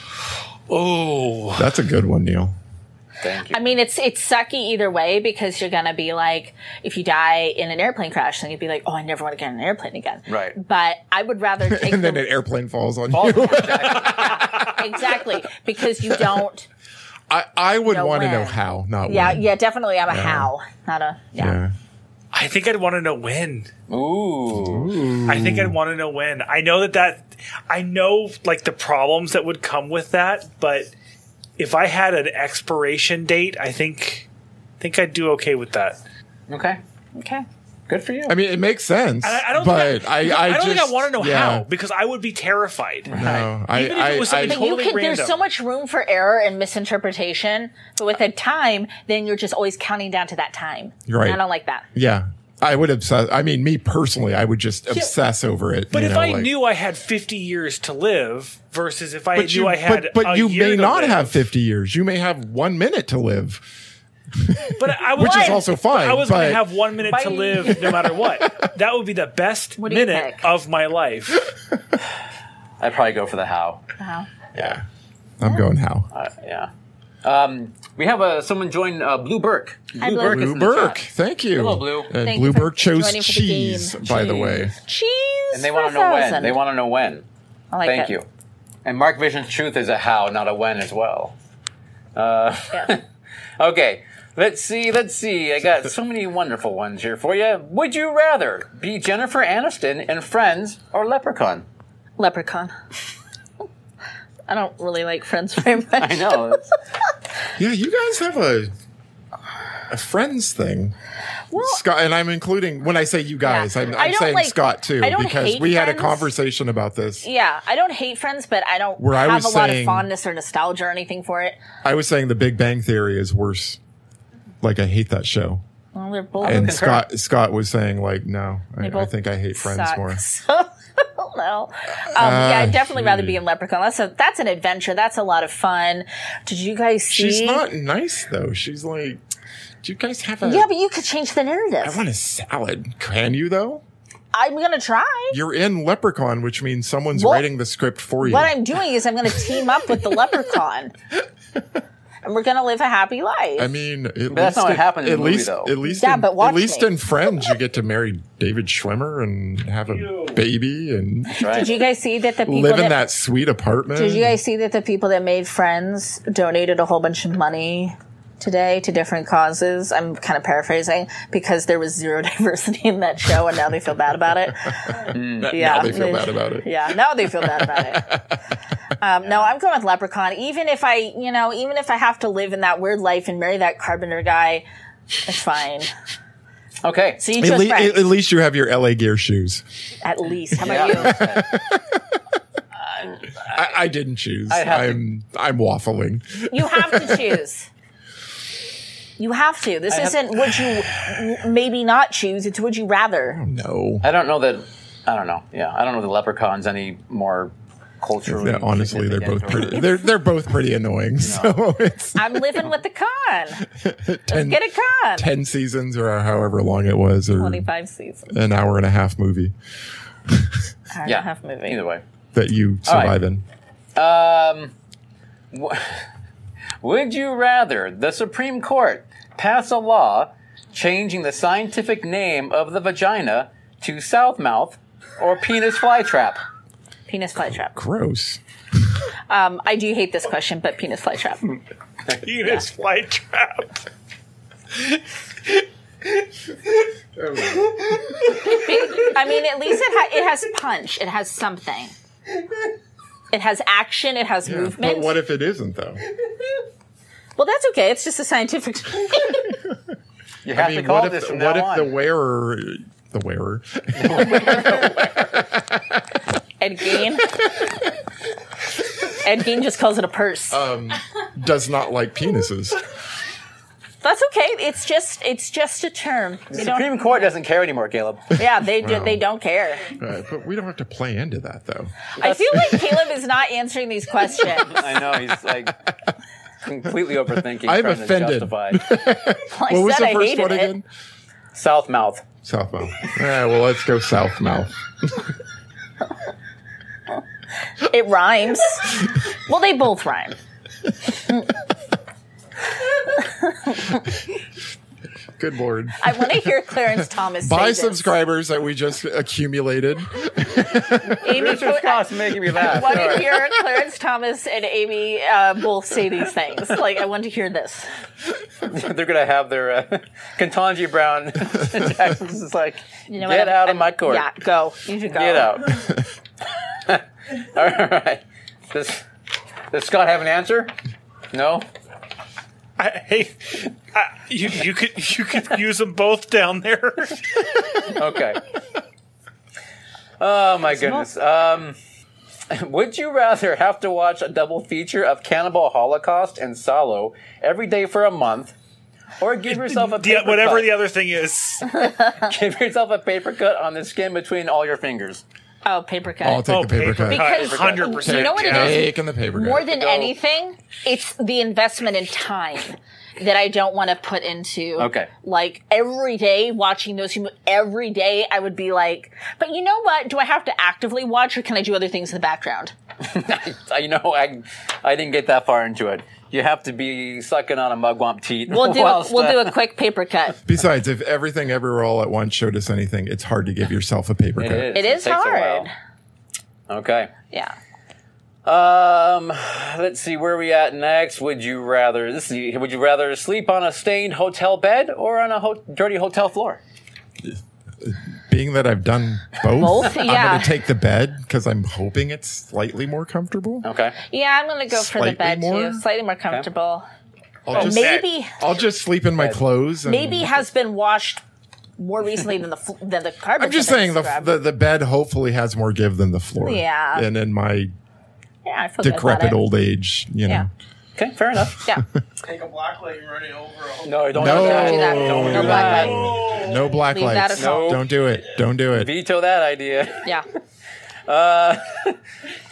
Speaker 4: Oh,
Speaker 2: that's a good one, Neil.
Speaker 1: Thank you.
Speaker 3: I mean, it's it's sucky either way because you're gonna be like, if you die in an airplane crash, then you'd be like, oh, I never want to get in an airplane again.
Speaker 1: Right.
Speaker 3: But I would rather take
Speaker 2: And then
Speaker 3: the-
Speaker 2: an airplane falls on
Speaker 1: All-
Speaker 2: you.
Speaker 3: exactly because you don't.
Speaker 2: I, I would
Speaker 3: No
Speaker 2: want to know
Speaker 3: when.
Speaker 2: how, not
Speaker 3: Yeah,
Speaker 2: when.
Speaker 3: yeah, definitely. I'm a how, not a yeah.
Speaker 2: Yeah.
Speaker 4: I think I'd want to know when.
Speaker 1: Ooh.
Speaker 4: I think
Speaker 2: Mm.
Speaker 4: I'd want to know when. I know that that I know like the problems that would come with that, but if I had an expiration date, I think I think I'd do okay with that.
Speaker 1: Okay.
Speaker 3: Okay.
Speaker 1: Good for you.
Speaker 2: I mean, it makes sense.
Speaker 4: I, I don't
Speaker 2: but
Speaker 4: think
Speaker 2: I, I,
Speaker 4: don't
Speaker 2: just,
Speaker 4: think I want to know
Speaker 2: yeah,
Speaker 4: how because I would be terrified.
Speaker 2: No, I,
Speaker 4: Even if it was
Speaker 2: I, I,
Speaker 4: something-
Speaker 3: But you
Speaker 4: Totally
Speaker 3: can. There's
Speaker 4: random.
Speaker 3: so much room for error and misinterpretation. But with a time, then you're just always counting down to that time.
Speaker 2: You're right.
Speaker 3: And I don't like that.
Speaker 2: yeah, I would obsess. I mean, me personally, I would just obsess over it.
Speaker 4: But
Speaker 2: you
Speaker 4: if
Speaker 2: know,
Speaker 4: I
Speaker 2: like-
Speaker 4: knew I had 50 years to live versus if I
Speaker 2: but
Speaker 4: knew
Speaker 2: you,
Speaker 4: I had
Speaker 2: but, but
Speaker 4: a
Speaker 2: you
Speaker 4: year
Speaker 2: may
Speaker 4: to
Speaker 2: not
Speaker 4: live.
Speaker 2: have 50 years. You may have one minute to live,
Speaker 4: but I was,
Speaker 2: which is also fine.
Speaker 4: I was
Speaker 2: but
Speaker 4: going to have one minute to
Speaker 3: Bye.
Speaker 4: live no matter what. That would be the best
Speaker 3: do you
Speaker 4: minute
Speaker 3: pick?
Speaker 4: of my life.
Speaker 1: I'd probably go for the how.
Speaker 3: Wow.
Speaker 1: Yeah.
Speaker 2: I'm going how.
Speaker 1: Uh, yeah. Um, we have uh, someone join uh, Blue Burke. Blue
Speaker 3: Blue.
Speaker 1: is
Speaker 2: Blue
Speaker 1: in the
Speaker 2: Burke,
Speaker 1: chat.
Speaker 2: thank you.
Speaker 1: Hello, Blue.
Speaker 2: And
Speaker 3: Thank
Speaker 2: Blue
Speaker 3: you for
Speaker 2: Burke chose
Speaker 3: joining for the
Speaker 2: cheese,
Speaker 3: game.
Speaker 2: by the
Speaker 1: Cheese.
Speaker 2: way.
Speaker 3: Cheese.
Speaker 1: And they
Speaker 3: want
Speaker 1: want to know when. They want to know when.
Speaker 3: I like
Speaker 1: Thank
Speaker 3: it.
Speaker 1: you. And Mark Vision's truth is a how, not a when, as well. Uh,
Speaker 3: Yeah.
Speaker 1: Okay, let's see, let's see. I got so many wonderful ones here for you. Would you rather be Jennifer Aniston in Friends or Leprechaun?
Speaker 3: Leprechaun. I don't really like Friends very much.
Speaker 1: I know.
Speaker 2: Yeah, you guys have a a friends thing. Scott and I'm including when I say you guys,
Speaker 3: Yeah.
Speaker 2: I'm,
Speaker 3: I
Speaker 2: I'm
Speaker 3: don't
Speaker 2: saying
Speaker 3: like-
Speaker 2: Scott too
Speaker 3: I don't
Speaker 2: because
Speaker 3: hate
Speaker 2: we had a
Speaker 3: Friends.
Speaker 2: conversation about this.
Speaker 3: Yeah, I don't hate Friends, but I don't
Speaker 2: Where I
Speaker 3: have
Speaker 2: was
Speaker 3: a lot
Speaker 2: saying-
Speaker 3: of fondness or nostalgia or anything for it.
Speaker 2: I was saying the Big Bang Theory is worse. Like I hate that show.
Speaker 3: Well, they're both
Speaker 2: And
Speaker 1: concur.
Speaker 2: Scott Scott was saying like no, I, I
Speaker 3: Oh, both
Speaker 2: think I hate Friends
Speaker 3: suck.
Speaker 2: more.
Speaker 3: So, I don't know. Um, yeah, I'd
Speaker 2: Ah,
Speaker 3: definitely rather be
Speaker 2: gee.
Speaker 3: in Leprechaun. That's a, that's an adventure. That's a lot of fun. Did you guys see?
Speaker 2: She's not nice though. She's like, do you guys have a?
Speaker 3: Yeah, but you could change the
Speaker 2: I
Speaker 3: narrative.
Speaker 2: want a salad. Can you though?
Speaker 3: I'm gonna try.
Speaker 2: You're in Leprechaun, which means someone's
Speaker 3: What?
Speaker 2: writing the script for you.
Speaker 3: What I'm doing is I'm going to team up with the leprechaun, and we're going to live a happy life.
Speaker 2: I mean, at least
Speaker 1: that's not what
Speaker 2: it-
Speaker 1: happened in
Speaker 2: at
Speaker 1: the movie,
Speaker 2: least,
Speaker 1: though.
Speaker 2: At least,
Speaker 3: Yeah,
Speaker 2: in,
Speaker 3: but watch
Speaker 2: at least
Speaker 3: me.
Speaker 2: in Friends, you get to marry David Schwimmer and have a baby and
Speaker 1: Right.
Speaker 3: did you guys see that the people
Speaker 2: live in
Speaker 3: that,
Speaker 2: that sweet apartment.
Speaker 3: Did you guys see that the people that made Friends donated a whole bunch of money today to different causes? I'm kind of paraphrasing because there was zero diversity in that show, and now they feel bad about it. yeah,
Speaker 2: they feel bad about it.
Speaker 3: Yeah, now they feel bad about it. Um, No, I'm going with Leprechaun. Even if I, you know, even if I have to live in that weird life and marry that carpenter guy, it's fine.
Speaker 1: Okay.
Speaker 3: So you
Speaker 2: At,
Speaker 3: chose
Speaker 2: le-
Speaker 3: Friends.
Speaker 2: at at least you have your LA Gear shoes.
Speaker 3: At least. How about you?
Speaker 1: Yeah.
Speaker 2: I, I didn't choose.
Speaker 1: I have to-
Speaker 2: I'm I'm waffling.
Speaker 3: You have to choose. You have to. This
Speaker 1: have-
Speaker 3: isn't would you m- maybe not choose. It's would you rather.
Speaker 2: No,
Speaker 1: I don't know that. I don't know. Yeah, I don't know the leprechauns any more culturally.
Speaker 2: Yeah, honestly, they're both
Speaker 1: significant or-
Speaker 2: pretty. They're they're both pretty annoying. So it's
Speaker 3: I'm living with the con.
Speaker 2: ten,
Speaker 3: Get a con.
Speaker 2: ten seasons or however long it was, or
Speaker 3: 25 seasons.
Speaker 2: an hour and a half movie
Speaker 3: Hour and
Speaker 1: Yeah,
Speaker 3: a half movie.
Speaker 1: Either way.
Speaker 2: that you
Speaker 1: right.
Speaker 2: survive in.
Speaker 1: Um, w- would you rather the Supreme Court pass a law changing the scientific name of the vagina to south mouth or penis flytrap?
Speaker 3: Penis flytrap.
Speaker 2: Gross.
Speaker 3: Um, I do hate this question, but penis flytrap.
Speaker 4: Penis fly trap.
Speaker 3: I mean, at least it, ha- it has punch. It has something. It has action. It has movement.
Speaker 2: But what if it isn't though?
Speaker 3: well, that's okay. It's just a scientific.
Speaker 1: You have
Speaker 2: I mean,
Speaker 1: to call
Speaker 2: what
Speaker 1: this
Speaker 2: if
Speaker 1: from
Speaker 2: what
Speaker 1: now on.
Speaker 2: if the wearer the wearer
Speaker 3: Ed Gein. Ed Gein just calls it a
Speaker 1: Oh,
Speaker 3: purse.
Speaker 2: does not like penises?
Speaker 3: That's okay. It's just it's just a term. They don't,
Speaker 1: Supreme Court doesn't care anymore, Caleb.
Speaker 3: yeah, they do,
Speaker 2: Wow.
Speaker 3: they don't care.
Speaker 2: Uh, but we don't have to play into that though.
Speaker 3: I feel like Caleb is not answering these questions.
Speaker 1: I know he's like completely overthinking.
Speaker 2: I'm
Speaker 1: trying to
Speaker 2: offended.
Speaker 1: justify
Speaker 3: I
Speaker 2: What was
Speaker 3: said
Speaker 2: the
Speaker 3: I
Speaker 2: first
Speaker 3: hated
Speaker 2: one
Speaker 3: it.
Speaker 2: again?
Speaker 1: South mouth.
Speaker 2: Southmouth. yeah, well, let's go Southmouth.
Speaker 3: It rhymes. well, they both rhyme.
Speaker 2: Good lord.
Speaker 3: I want to hear Clarence Thomas. say
Speaker 2: Buy
Speaker 3: this.
Speaker 2: subscribers that we just accumulated.
Speaker 3: Amy,
Speaker 1: Richard Scott's making me
Speaker 3: I
Speaker 1: laugh.
Speaker 3: want to
Speaker 1: Sorry.
Speaker 3: hear Clarence Thomas and Amy uh, both say these things. Like I want to hear this.
Speaker 1: They're gonna have their uh, Kentanji Brown. Jackson's is like,
Speaker 3: You know
Speaker 1: get
Speaker 3: what?
Speaker 1: out
Speaker 3: I'm-
Speaker 1: of my court.
Speaker 3: Yeah, go. You should go.
Speaker 1: Get out. All right. Does, does Scott have an answer? No.
Speaker 4: I, hey, I, you, you could you could use them both down there.
Speaker 1: Okay. Oh my goodness. Um, would you rather have to watch a double feature of Cannibal Holocaust and Solo every day for a month, or give yourself a
Speaker 4: The-
Speaker 1: paper
Speaker 4: whatever
Speaker 1: cut,
Speaker 4: the other thing is.
Speaker 1: give yourself a paper cut on the skin between all your fingers?
Speaker 3: Oh, paper cut.
Speaker 2: I'll take
Speaker 4: Oh,
Speaker 2: the paper,
Speaker 4: paper
Speaker 2: cut.
Speaker 3: cut. Because-
Speaker 4: Hundred percent.
Speaker 3: You know what it is?
Speaker 2: Taking the paper
Speaker 3: More
Speaker 2: cut.
Speaker 3: than
Speaker 1: go.
Speaker 3: anything, it's the investment in time that I don't want to put into.
Speaker 1: Okay.
Speaker 3: Like every day watching those hum- every day, I would be like, but you know what? Do I have to actively watch or can I do other things in the background?
Speaker 1: I know I, I didn't get that far into it. You have to be sucking on a mugwump teat.
Speaker 3: We'll do a,
Speaker 1: whilst,
Speaker 3: we'll
Speaker 1: uh,
Speaker 3: do a quick paper cut.
Speaker 2: Besides, if everything everywhere all at once showed us anything, it's hard to give yourself a paper cut.
Speaker 3: It is
Speaker 1: takes a
Speaker 3: hard.
Speaker 1: while. Okay.
Speaker 3: Yeah.
Speaker 1: Um, let's see where are we at next. Would you rather this? Is, would you rather sleep on a stained hotel bed or on a ho- dirty hotel floor?
Speaker 2: Being that I've done both,
Speaker 3: Both?
Speaker 2: I'm
Speaker 3: Yeah.
Speaker 2: going to take the bed because I'm hoping it's slightly more comfortable.
Speaker 1: Okay.
Speaker 3: Yeah, I'm gonna go for
Speaker 2: Slightly
Speaker 3: the bed
Speaker 2: more?
Speaker 3: too. Slightly more comfortable. Oh,
Speaker 2: I'll just
Speaker 3: Maybe
Speaker 2: I'll just sleep in my clothes. And
Speaker 3: maybe has been washed more recently than the fl- than the carpet.
Speaker 2: I'm just
Speaker 3: that I
Speaker 2: saying the,
Speaker 3: scrubbed.
Speaker 2: the the bed hopefully has more give than the floor.
Speaker 3: Yeah.
Speaker 2: and in my
Speaker 3: yeah, I feel good about
Speaker 2: decrepit
Speaker 3: it.
Speaker 2: old age, you know.
Speaker 3: Yeah.
Speaker 1: Okay. Fair enough.
Speaker 3: Yeah.
Speaker 5: Take a black light and run it over. a-
Speaker 1: No, don't
Speaker 2: No.
Speaker 1: do
Speaker 3: Don't do that.
Speaker 1: Don't do
Speaker 3: no black light.
Speaker 5: Oh,
Speaker 2: No black
Speaker 3: Leave that
Speaker 2: lights.
Speaker 3: at home.
Speaker 1: No.
Speaker 2: Don't do it. Don't do it.
Speaker 1: Veto that idea.
Speaker 3: Yeah.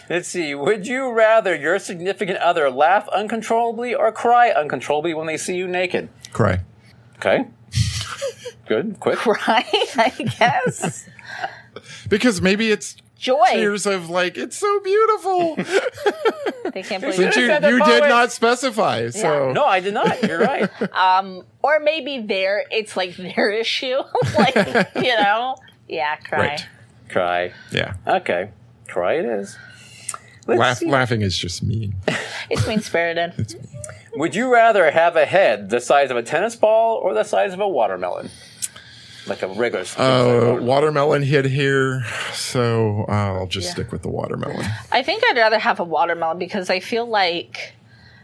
Speaker 1: Let's see. Would you rather your significant other laugh uncontrollably or cry uncontrollably when they see you naked?
Speaker 2: Cry.
Speaker 1: Okay. Good. Quick.
Speaker 3: Right? I guess.
Speaker 2: Because maybe it's
Speaker 3: Joy.
Speaker 2: tears of like it's so beautiful.
Speaker 3: They can't believe
Speaker 2: Since
Speaker 3: it.
Speaker 2: you
Speaker 1: said the
Speaker 2: you
Speaker 1: poet.
Speaker 2: did not specify, so
Speaker 1: No, I did not. You're right.
Speaker 3: Or maybe there it's like their issue. like, you know? Yeah, cry.
Speaker 2: right.
Speaker 1: Cry.
Speaker 2: Yeah,
Speaker 1: Okay. Cry it is. Let's
Speaker 2: Laugh,
Speaker 1: see.
Speaker 2: laughing is just mean.
Speaker 3: It's mean spirited.
Speaker 1: Would you rather have a head the size of a tennis ball or the size of a watermelon? Like a regular.
Speaker 2: Uh, watermelon hit here, so uh, I'll just stick with the watermelon.
Speaker 3: I think I'd rather have a watermelon because I feel like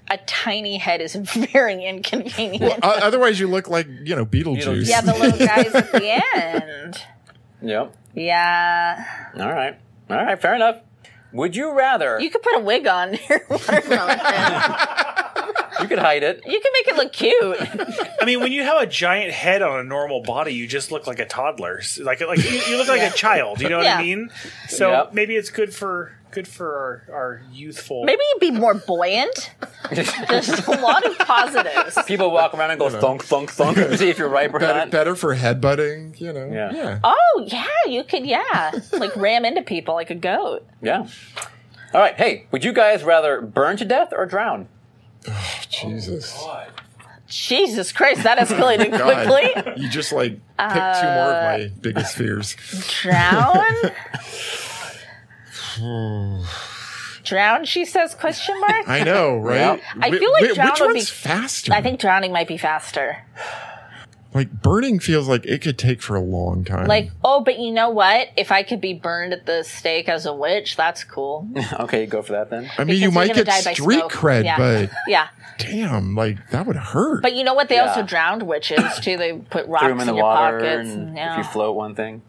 Speaker 3: a tiny head is very inconvenient.
Speaker 2: O- Uh, otherwise, you look like you know Beetlejuice.
Speaker 1: Beetlejuice.
Speaker 3: yeah, the little guys at the end.
Speaker 1: Yep.
Speaker 3: Yeah.
Speaker 1: All right. All right. Fair enough. Would you rather?
Speaker 3: You could put a wig on your watermelon head.
Speaker 1: you could hide it.
Speaker 3: You can make it look cute.
Speaker 4: I mean, when you have a giant head on a normal body, you just look like a toddler. S- Like like you, you look like a child. You know what
Speaker 3: Yeah.
Speaker 4: I mean? So
Speaker 1: Yep.
Speaker 4: maybe it's good for good for our, our youthful.
Speaker 3: Maybe you'd be more buoyant. There's a lot of positives.
Speaker 1: People walk around and go thunk, thunk, thunk, and see if you're ripe or
Speaker 2: better,
Speaker 1: not.
Speaker 2: better for headbutting, you know.
Speaker 1: Yeah.
Speaker 3: Oh yeah, you could yeah, like ram into people like a goat.
Speaker 1: Yeah. All right. Hey, would you guys rather burn to death or drown?
Speaker 2: Jesus.
Speaker 3: Jesus Christ, that
Speaker 2: Oh
Speaker 3: escalated quickly.
Speaker 2: you just like picked two
Speaker 3: Uh,
Speaker 2: more of my biggest fears.
Speaker 3: Drown. Drown, she says question mark.
Speaker 2: I know, right?
Speaker 3: I
Speaker 2: Wh-
Speaker 3: feel like
Speaker 2: wh-
Speaker 3: drown
Speaker 2: which
Speaker 3: would
Speaker 2: one's
Speaker 3: be-
Speaker 2: faster?
Speaker 3: I think drowning might be faster.
Speaker 2: like burning feels like it could take for a long time.
Speaker 3: Like, oh, but you know what? If I could be burned at the stake as a witch, that's cool.
Speaker 1: Okay, go for that then.
Speaker 2: I mean,
Speaker 3: Because
Speaker 2: you
Speaker 3: you're
Speaker 2: might
Speaker 3: gonna
Speaker 2: get
Speaker 3: die by
Speaker 2: street
Speaker 3: smoke.
Speaker 2: cred,
Speaker 3: Yeah.
Speaker 2: but
Speaker 3: Yeah.
Speaker 2: damn, like that would hurt.
Speaker 3: But you know what? They also
Speaker 1: Yeah.
Speaker 3: drowned witches too. They put rocks
Speaker 1: Throw
Speaker 3: in,
Speaker 1: them in the
Speaker 3: your
Speaker 1: water,
Speaker 3: pockets.
Speaker 1: and
Speaker 3: yeah.
Speaker 1: if you float one thing,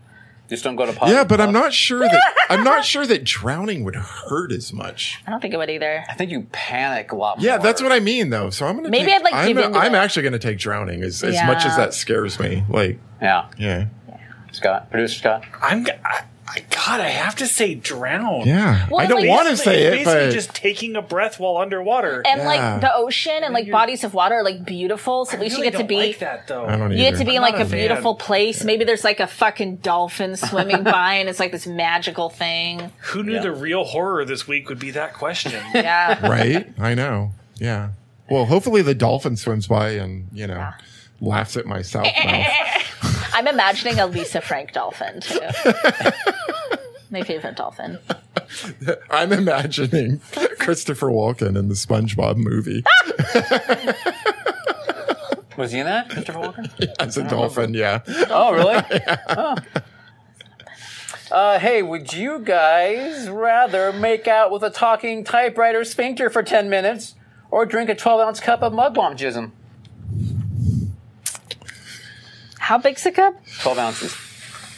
Speaker 1: just don't go to pot.
Speaker 2: yeah, but I'm not sure that I'm not sure that drowning would hurt as much.
Speaker 3: I don't think it would either.
Speaker 1: I think you panic a lot.
Speaker 2: Yeah,
Speaker 1: more.
Speaker 2: that's what I mean, though. So I'm gonna
Speaker 3: Maybe
Speaker 2: take-
Speaker 3: I'd, like,
Speaker 2: I'm,
Speaker 3: give in to
Speaker 2: I'm
Speaker 3: it.
Speaker 2: actually gonna take drowning as, as much as
Speaker 3: Yeah.
Speaker 2: that scares me. Like,
Speaker 1: Yeah,
Speaker 2: yeah,
Speaker 1: Scott, producer Scott.
Speaker 4: I'm. g- I, I- God, I have to say drown.
Speaker 2: yeah.
Speaker 3: Well,
Speaker 2: I don't
Speaker 3: like-
Speaker 2: want to
Speaker 4: It's
Speaker 2: say it,
Speaker 4: basically
Speaker 2: but
Speaker 4: just taking a breath while underwater.
Speaker 3: And
Speaker 2: Yeah.
Speaker 3: like the ocean and like bodies of water are like beautiful, so at least you get to be
Speaker 4: that though.
Speaker 2: I don't
Speaker 3: you get
Speaker 2: either.
Speaker 3: to be in like
Speaker 4: not
Speaker 3: a
Speaker 4: a fan.
Speaker 3: beautiful place. Maybe there's like a fucking dolphin swimming by and it's like this magical thing.
Speaker 4: Who knew the real horror this week would be that question?
Speaker 3: Yeah.
Speaker 2: right? I know. Yeah. Well, hopefully the dolphin swims by and you know laughs at my south mouth.
Speaker 3: I'm imagining a Lisa Frank dolphin too. My favorite dolphin.
Speaker 2: I'm imagining Christopher Walken in the SpongeBob movie
Speaker 1: Was he in that, Christopher Walken?
Speaker 2: as a dolphin. Yeah.
Speaker 1: oh, really? Oh. Uh, hey, would you guys rather make out with a talking typewriter sphincter for 10 minutes or drink a 12 ounce cup of mud bomb jism?
Speaker 3: How big's the cup?
Speaker 1: 12 ounces.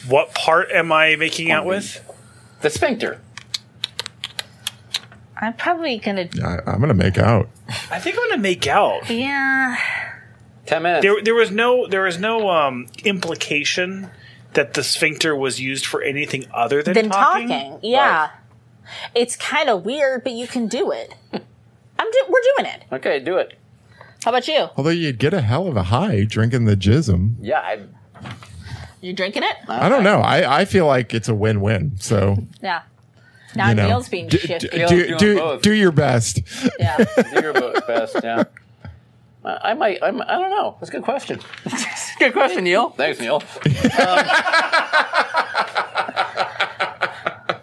Speaker 4: what part am I making out with?
Speaker 1: The sphincter.
Speaker 3: I'm probably gonna
Speaker 2: I, I'm gonna make out.
Speaker 4: I think I'm gonna make out.
Speaker 3: Yeah.
Speaker 1: 10 minutes.
Speaker 4: There, there was no, there was no um, implication that the sphincter was used for anything other than,
Speaker 3: Than
Speaker 4: talking.
Speaker 3: talking. Yeah. It's kinda weird, but you can do it. I'm do- we're doing it.
Speaker 1: okay, do it.
Speaker 3: How about you?
Speaker 2: Although you'd get a hell of a high drinking the jism.
Speaker 1: Yeah, I,
Speaker 3: You drinking it?
Speaker 2: I don't know. I, I feel like it's a win-win. So
Speaker 3: Yeah. Now
Speaker 2: you know,
Speaker 3: Neil's being
Speaker 2: d- d-
Speaker 3: shifty.
Speaker 2: do,
Speaker 1: doing
Speaker 2: do,
Speaker 1: both.
Speaker 2: do your best.
Speaker 3: yeah.
Speaker 1: do your book best, yeah. I I might. I'm, I don't know. That's a good question. good question, Neil. Thanks, Neil. Um,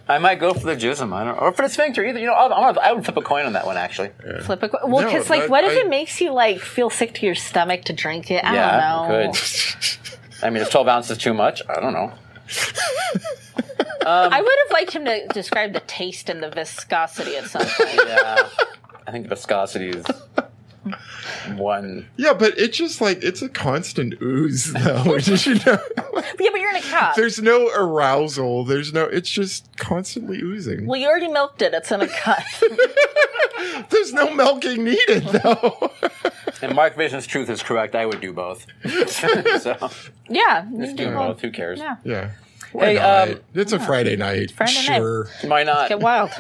Speaker 1: I might go for the jism. I don't, or for the sphincter either. You know, I'll, I'll, I would flip a coin on that one actually.
Speaker 3: Flip a qu- well,
Speaker 2: No,
Speaker 3: because like,
Speaker 2: that-
Speaker 3: what if
Speaker 2: I-
Speaker 3: it makes you like feel sick to your stomach to drink it? I
Speaker 1: yeah,
Speaker 3: don't know.
Speaker 1: good. I mean, if twelve ounces is too much, I don't know.
Speaker 3: I would have liked him to describe the taste and the viscosity at some point.
Speaker 1: Yeah, I think viscosity is one.
Speaker 2: Yeah, but it's just like it's a constant ooze, though. Did you know?
Speaker 3: yeah, but you're in a cup.
Speaker 2: There's no arousal. There's no. It's just constantly oozing.
Speaker 3: well, you already milked it. It's in a cup.
Speaker 2: There's no milking needed, though.
Speaker 1: And Mark Vision's truth is correct. I would do both. so
Speaker 3: yeah. you
Speaker 1: just do
Speaker 3: do
Speaker 1: both. Who cares?
Speaker 3: Yeah.
Speaker 2: yeah.
Speaker 1: Hey,
Speaker 2: Not.
Speaker 1: um,
Speaker 2: it's a Friday night.
Speaker 3: Friday night.
Speaker 2: sure.
Speaker 1: why not?
Speaker 3: Get wild.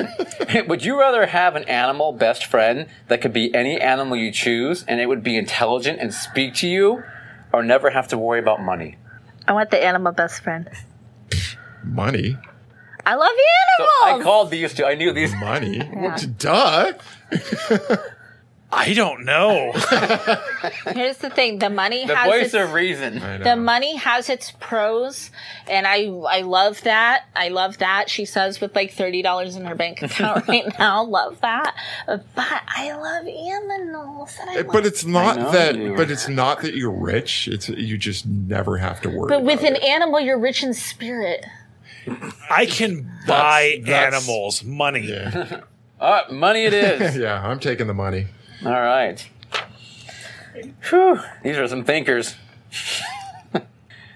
Speaker 1: Would you rather have an animal best friend that could be any animal you choose and it would be intelligent and speak to you, or never have to worry about money?
Speaker 3: I want the animal best friend.
Speaker 2: Money.
Speaker 3: I love
Speaker 1: So I
Speaker 3: animals.
Speaker 1: called these two. I knew these.
Speaker 2: Money. What- Duh.
Speaker 4: I don't know.
Speaker 3: Here's the thing: the money
Speaker 1: The
Speaker 3: has
Speaker 1: voice
Speaker 3: its,
Speaker 1: of reason.
Speaker 2: I
Speaker 3: the
Speaker 2: know.
Speaker 3: money has its pros, and I I love that. I love that she says with like thirty dollars in her bank account right now. Love that, but I love animals. And I love-
Speaker 2: But it's not
Speaker 1: know
Speaker 2: that.
Speaker 1: you.
Speaker 2: But it's not that you're rich. It's you just never have to worry.
Speaker 3: but with
Speaker 2: about
Speaker 3: an
Speaker 2: it.
Speaker 3: animal, you're rich in spirit.
Speaker 4: I can buy
Speaker 2: that's-
Speaker 4: animals money.
Speaker 1: All right, Uh, money it is.
Speaker 2: Yeah, I'm taking the money.
Speaker 1: All right. Whew, these are some thinkers.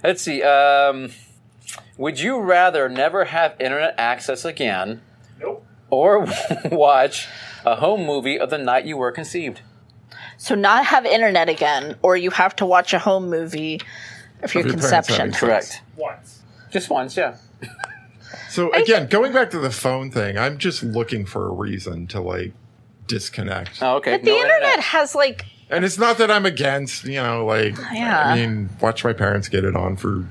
Speaker 1: Let's see. Um, would you rather never have internet access again,
Speaker 4: Nope.
Speaker 1: or watch a home movie of the night you were conceived?
Speaker 3: So not have internet again, or you have to watch a home movie of your
Speaker 2: your parents have
Speaker 3: conception.
Speaker 2: internet.
Speaker 1: Correct.
Speaker 4: Once.
Speaker 1: Just once, yeah.
Speaker 2: So again, going back to the phone thing, I'm just looking for a reason to like disconnect.
Speaker 1: Oh, okay.
Speaker 3: But the
Speaker 1: no
Speaker 3: internet, has like
Speaker 2: And it's not that I'm against, you know, like
Speaker 3: Yeah.
Speaker 2: I mean, watch my parents get it on for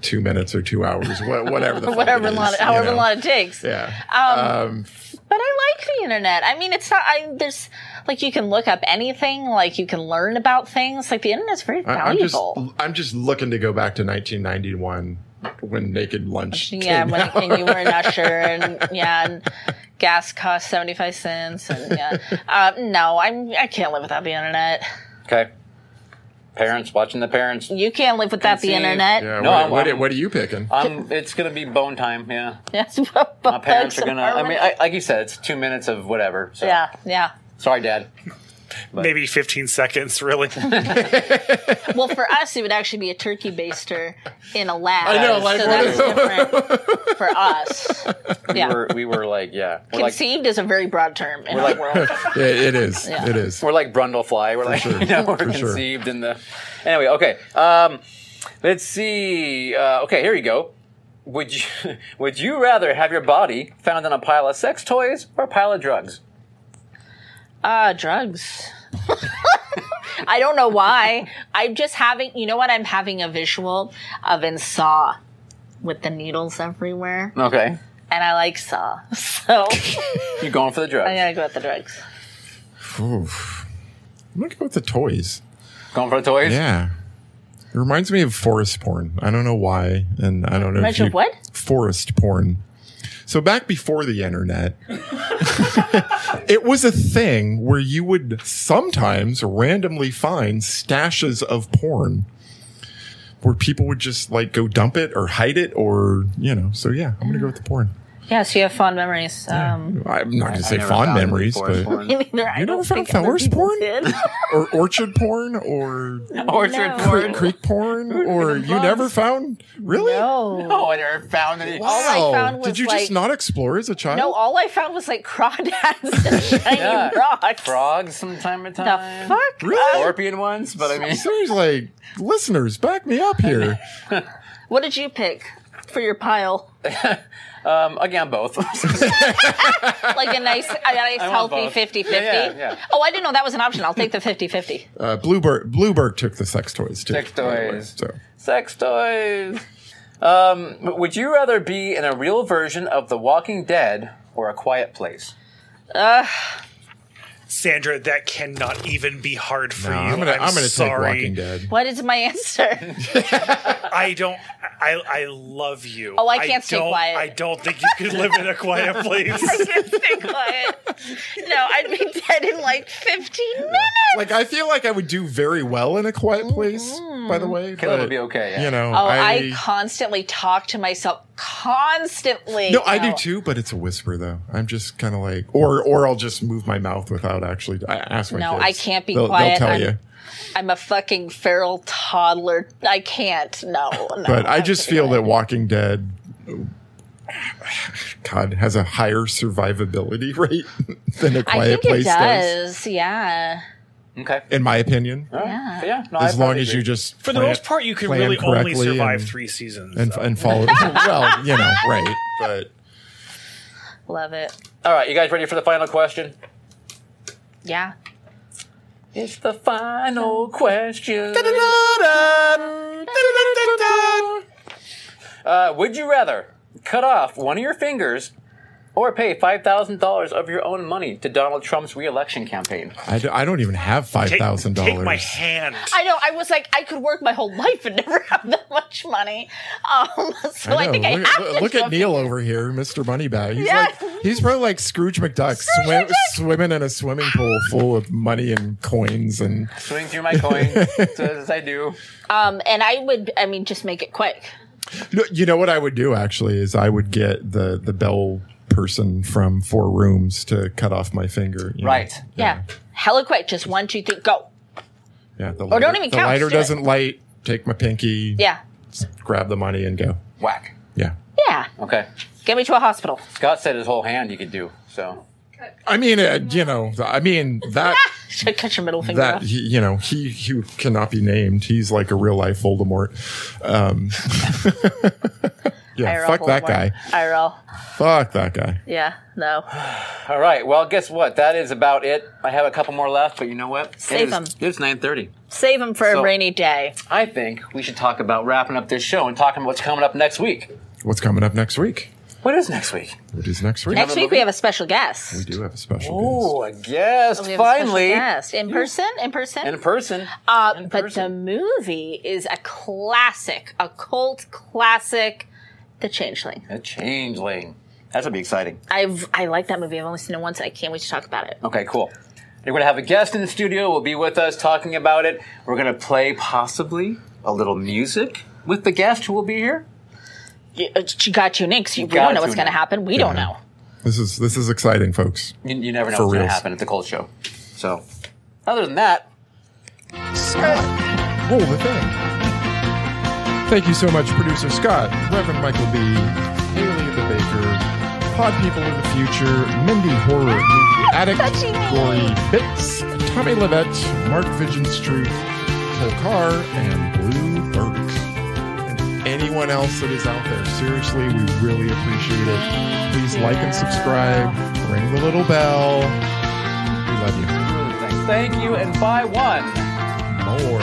Speaker 2: two minutes or two hours, wha- whatever the fuck
Speaker 3: whatever
Speaker 2: it is,
Speaker 3: long,
Speaker 2: you
Speaker 3: however
Speaker 2: know.
Speaker 3: long it takes.
Speaker 2: Yeah.
Speaker 3: Um, but I like the internet. I mean, it's not. I there's like you can look up anything. Like you can learn about things. Like the internet's very
Speaker 2: I, am just
Speaker 3: valuable.
Speaker 2: I'm just looking to go back to 1991 when Naked Lunch.
Speaker 3: yeah,
Speaker 2: came
Speaker 3: when,
Speaker 2: out.
Speaker 3: when you were an usher, and yeah, and gas cost seventy five cents, and yeah. Uh, no, I'm I can't live without the internet.
Speaker 1: Okay. Parents watching the parents.
Speaker 3: You can't live without the
Speaker 1: Conceive.
Speaker 3: internet.
Speaker 2: Yeah,
Speaker 1: No,
Speaker 2: what,
Speaker 1: I'm-
Speaker 2: what, what are you picking?
Speaker 1: Um, it's gonna be bone time. Yeah.
Speaker 3: That's what
Speaker 1: My parents are gonna. I mean, I, like you said, it's two minutes of whatever. So.
Speaker 3: yeah, yeah.
Speaker 1: Sorry, Dad.
Speaker 4: Maybe 15 seconds, really.
Speaker 3: Well, for us, it would actually be a turkey baster in a lab.
Speaker 2: I know, like,
Speaker 3: so
Speaker 2: what
Speaker 3: that's different for us. Yeah.
Speaker 1: We were, we were like, yeah. We're like,
Speaker 3: Conceived is a very broad term in our
Speaker 1: like-
Speaker 3: world.
Speaker 2: Yeah, it is.
Speaker 3: Yeah.
Speaker 2: It is.
Speaker 1: we're like Brundlefly. We're like,
Speaker 2: sure.
Speaker 1: you know, we're
Speaker 2: For sure.
Speaker 1: conceived in the. Anyway, okay. Um, let's see. Uh, okay, here you go. Would you would you rather have your body found in a pile of sex toys or a pile of drugs?
Speaker 3: Ah, drugs. I don't know why. I'm just having, you know what? I'm having a visual of in Saw with the needles everywhere.
Speaker 1: Okay,
Speaker 3: And I like Saw. So
Speaker 1: you going for the drugs?
Speaker 3: I'm going to go with the drugs.
Speaker 2: Oof. I'm gonna go with the toys.
Speaker 1: Going for the toys?
Speaker 2: Yeah. It reminds me of forest porn. I don't know why, and I don't know.
Speaker 3: Reminds you of what?
Speaker 2: Forest porn. So back before the internet, it was a thing where you would sometimes randomly find stashes of porn where people would just like go dump it or hide it or, you know. So yeah, I'm going to go with the porn.
Speaker 3: Yeah, so you have fond memories. Um,
Speaker 2: I'm not going to say
Speaker 1: Never
Speaker 2: fond
Speaker 1: found
Speaker 2: memories,
Speaker 1: forest
Speaker 2: but
Speaker 1: porn.
Speaker 3: neither I
Speaker 2: You
Speaker 3: don't
Speaker 2: never found
Speaker 3: think other
Speaker 2: forest
Speaker 3: people
Speaker 2: porn?
Speaker 3: did.
Speaker 2: or orchard porn or
Speaker 1: Orchard
Speaker 3: No.
Speaker 1: porn.
Speaker 2: creek porn or you never found really?
Speaker 3: No.
Speaker 1: Oh, I never found any.
Speaker 3: All I found was
Speaker 2: Did you
Speaker 3: like,
Speaker 2: just not explore as a child?
Speaker 3: no, all I found was like crawdads and shiny
Speaker 1: Yeah.
Speaker 3: rocks.
Speaker 1: frogs from time to
Speaker 3: The
Speaker 1: time.
Speaker 3: fuck?
Speaker 2: Really?
Speaker 1: Scorpion ones, but I mean,
Speaker 2: Seriously, like, listeners, back me up here.
Speaker 3: What did you pick for your pile?
Speaker 1: um, again, both.
Speaker 3: Like a nice, a nice
Speaker 1: want
Speaker 3: healthy
Speaker 1: both.
Speaker 3: 50 50?
Speaker 1: Yeah, yeah, yeah.
Speaker 3: Oh, I didn't know that was an option. I'll take the 50 50.
Speaker 2: Uh, Bluebird, Bluebird took the sex toys too.
Speaker 1: Sex
Speaker 2: by the way,
Speaker 1: toys.
Speaker 2: So
Speaker 1: Sex toys. Um, would you rather be in a real version of The Walking Dead or a quiet place?
Speaker 4: Sandra, that cannot even be hard for
Speaker 2: No,
Speaker 4: you.
Speaker 2: I'm gonna, I'm gonna take
Speaker 4: sorry.
Speaker 2: Walking Dead.
Speaker 3: What is my answer?
Speaker 4: I don't. I I love you.
Speaker 3: Oh, I can't stay
Speaker 4: don't-
Speaker 3: quiet.
Speaker 4: I don't think you could live in a quiet place.
Speaker 3: Stay quiet. No, I'd be dead in like 15 minutes.
Speaker 2: Like I feel like I would do very well in a quiet place. By the way,
Speaker 1: Caleb
Speaker 2: but,
Speaker 1: would be okay, yeah.
Speaker 2: You know,
Speaker 3: Oh, I,
Speaker 2: I,
Speaker 3: constantly talk to myself. Constantly.
Speaker 2: no, I do
Speaker 3: No.
Speaker 2: too, but it's a whisper though. I'm just kind of like, or or I'll just move my mouth without actually. I ask my
Speaker 3: No,
Speaker 2: kids.
Speaker 3: I can't be
Speaker 2: They'll-
Speaker 3: quiet.
Speaker 2: They'll tell
Speaker 3: I'm-
Speaker 2: you.
Speaker 3: I'm a fucking feral toddler. I can't. No. no
Speaker 2: But I
Speaker 3: I'm
Speaker 2: just
Speaker 3: pretty
Speaker 2: feel
Speaker 3: good.
Speaker 2: that Walking Dead, God, has a higher survivability rate than a
Speaker 3: I
Speaker 2: quiet
Speaker 3: think it
Speaker 2: place does.
Speaker 3: does. Yeah.
Speaker 1: Okay.
Speaker 2: In my opinion,
Speaker 3: Yeah.
Speaker 1: But yeah. No, I
Speaker 2: as long
Speaker 1: probably
Speaker 2: as you
Speaker 1: agree.
Speaker 2: just
Speaker 4: For the
Speaker 2: plan-
Speaker 4: most part, you can
Speaker 2: plan
Speaker 4: really only
Speaker 2: correctly
Speaker 4: survive
Speaker 2: and-
Speaker 4: three seasons.
Speaker 2: and
Speaker 4: though.
Speaker 2: and follow. well, you know, right, but.
Speaker 3: Love it.
Speaker 1: All right, you guys ready for the final question?
Speaker 3: Yeah.
Speaker 1: It's the final question. Uh, would you rather cut off one of your fingers or pay $5,000 of your own money to Donald Trump's reelection campaign?
Speaker 2: I, d- I don't even have five
Speaker 4: Take-
Speaker 2: thousand
Speaker 4: Take my
Speaker 2: dollars.
Speaker 4: hand.
Speaker 3: I know. I was like, I could work my whole life and never have that much money. Um, so I, think I
Speaker 2: look,
Speaker 3: have
Speaker 2: look-
Speaker 3: to
Speaker 2: look
Speaker 3: do
Speaker 2: at
Speaker 3: it.
Speaker 2: Neil over here, Mr. Moneybag. He's
Speaker 3: Yeah.
Speaker 2: like he's probably like Scrooge McDuck, swim, swimming in a swimming pool full of money and coins and
Speaker 1: Swing through my coin, so as I do.
Speaker 3: Um, and I would. I mean, just make it quick.
Speaker 2: No, you know what I would do actually is I would get the the bell person from Four Rooms to cut off my finger. you know.
Speaker 1: Right.
Speaker 3: Yeah. Hella quick. Just one, two, three, go.
Speaker 2: Yeah. The
Speaker 3: Or Oh, don't
Speaker 2: lighter-
Speaker 3: even
Speaker 2: the
Speaker 3: count,
Speaker 2: lighter
Speaker 3: just do it.
Speaker 2: doesn't light. Take my pinky.
Speaker 3: Yeah.
Speaker 2: Grab the money and go.
Speaker 1: Whack.
Speaker 2: Yeah.
Speaker 3: Yeah.
Speaker 1: Okay.
Speaker 3: Get me to a hospital.
Speaker 1: Scott said his whole hand you could do, so.
Speaker 2: I mean, uh, you know, I mean that
Speaker 3: Should cut your middle finger
Speaker 2: that
Speaker 3: off.
Speaker 2: he, you know he he cannot be named. He's like a real life Voldemort. Um, yeah.
Speaker 3: IRL
Speaker 2: Fuck that
Speaker 3: Voldemort.
Speaker 2: guy.
Speaker 3: IRL.
Speaker 2: Fuck that guy.
Speaker 3: Yeah. No.
Speaker 1: All right. Well, guess what? That is about it. I have a couple more left, but you know what?
Speaker 3: Save
Speaker 1: It is- It's nine thirty.
Speaker 3: Save him for
Speaker 1: So-
Speaker 3: a rainy day.
Speaker 1: I think we should talk about wrapping up this show and talking about what's coming up next week.
Speaker 2: What's coming up next week?
Speaker 1: What is next week?
Speaker 2: What is next week?
Speaker 3: Next week we have a special guest.
Speaker 2: we do have a special guest.
Speaker 1: Oh, a guest
Speaker 3: We have
Speaker 1: finally
Speaker 3: a special guest in person. In person.
Speaker 1: in person.
Speaker 3: Uh,
Speaker 1: in
Speaker 3: but the
Speaker 1: person.
Speaker 3: movie is a classic, a cult classic, The Changeling.
Speaker 1: a changeling. That's gonna be exciting.
Speaker 3: I've I like that movie. I've only seen it once. I can't wait to talk about it.
Speaker 1: Okay, cool. We're gonna have a guest in the studio. Will be with us talking about it. We're gonna play possibly a little music with the guest who will be here.
Speaker 3: You, uh, you got to next. You, we
Speaker 1: gotta
Speaker 3: don't know what's
Speaker 1: tune
Speaker 3: going to
Speaker 1: in.
Speaker 3: happen. We don't
Speaker 2: Yeah.
Speaker 3: know.
Speaker 2: This is this is exciting, folks.
Speaker 1: You, you never know
Speaker 2: For
Speaker 1: what's gonna
Speaker 2: reals.
Speaker 1: happen at the Cold Show. So, other than that,
Speaker 2: Scott, roll the thing. Thank you so much, producer Scott, Reverend Michael B., Haley the Baker, Pod People of the Future, Mindy Horror, Movie Addict, Lori Bits, Tommy Levette, Mark Vigenstruth, Cole Carr, and Blue Burke. And anyone else that is out there, seriously, we really appreciate it. Please like and subscribe, ring the little bell. We love you.
Speaker 1: thank you and bye one.
Speaker 2: More.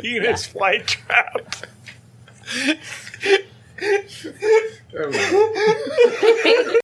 Speaker 4: Eunice fly trap.
Speaker 2: Oh, well.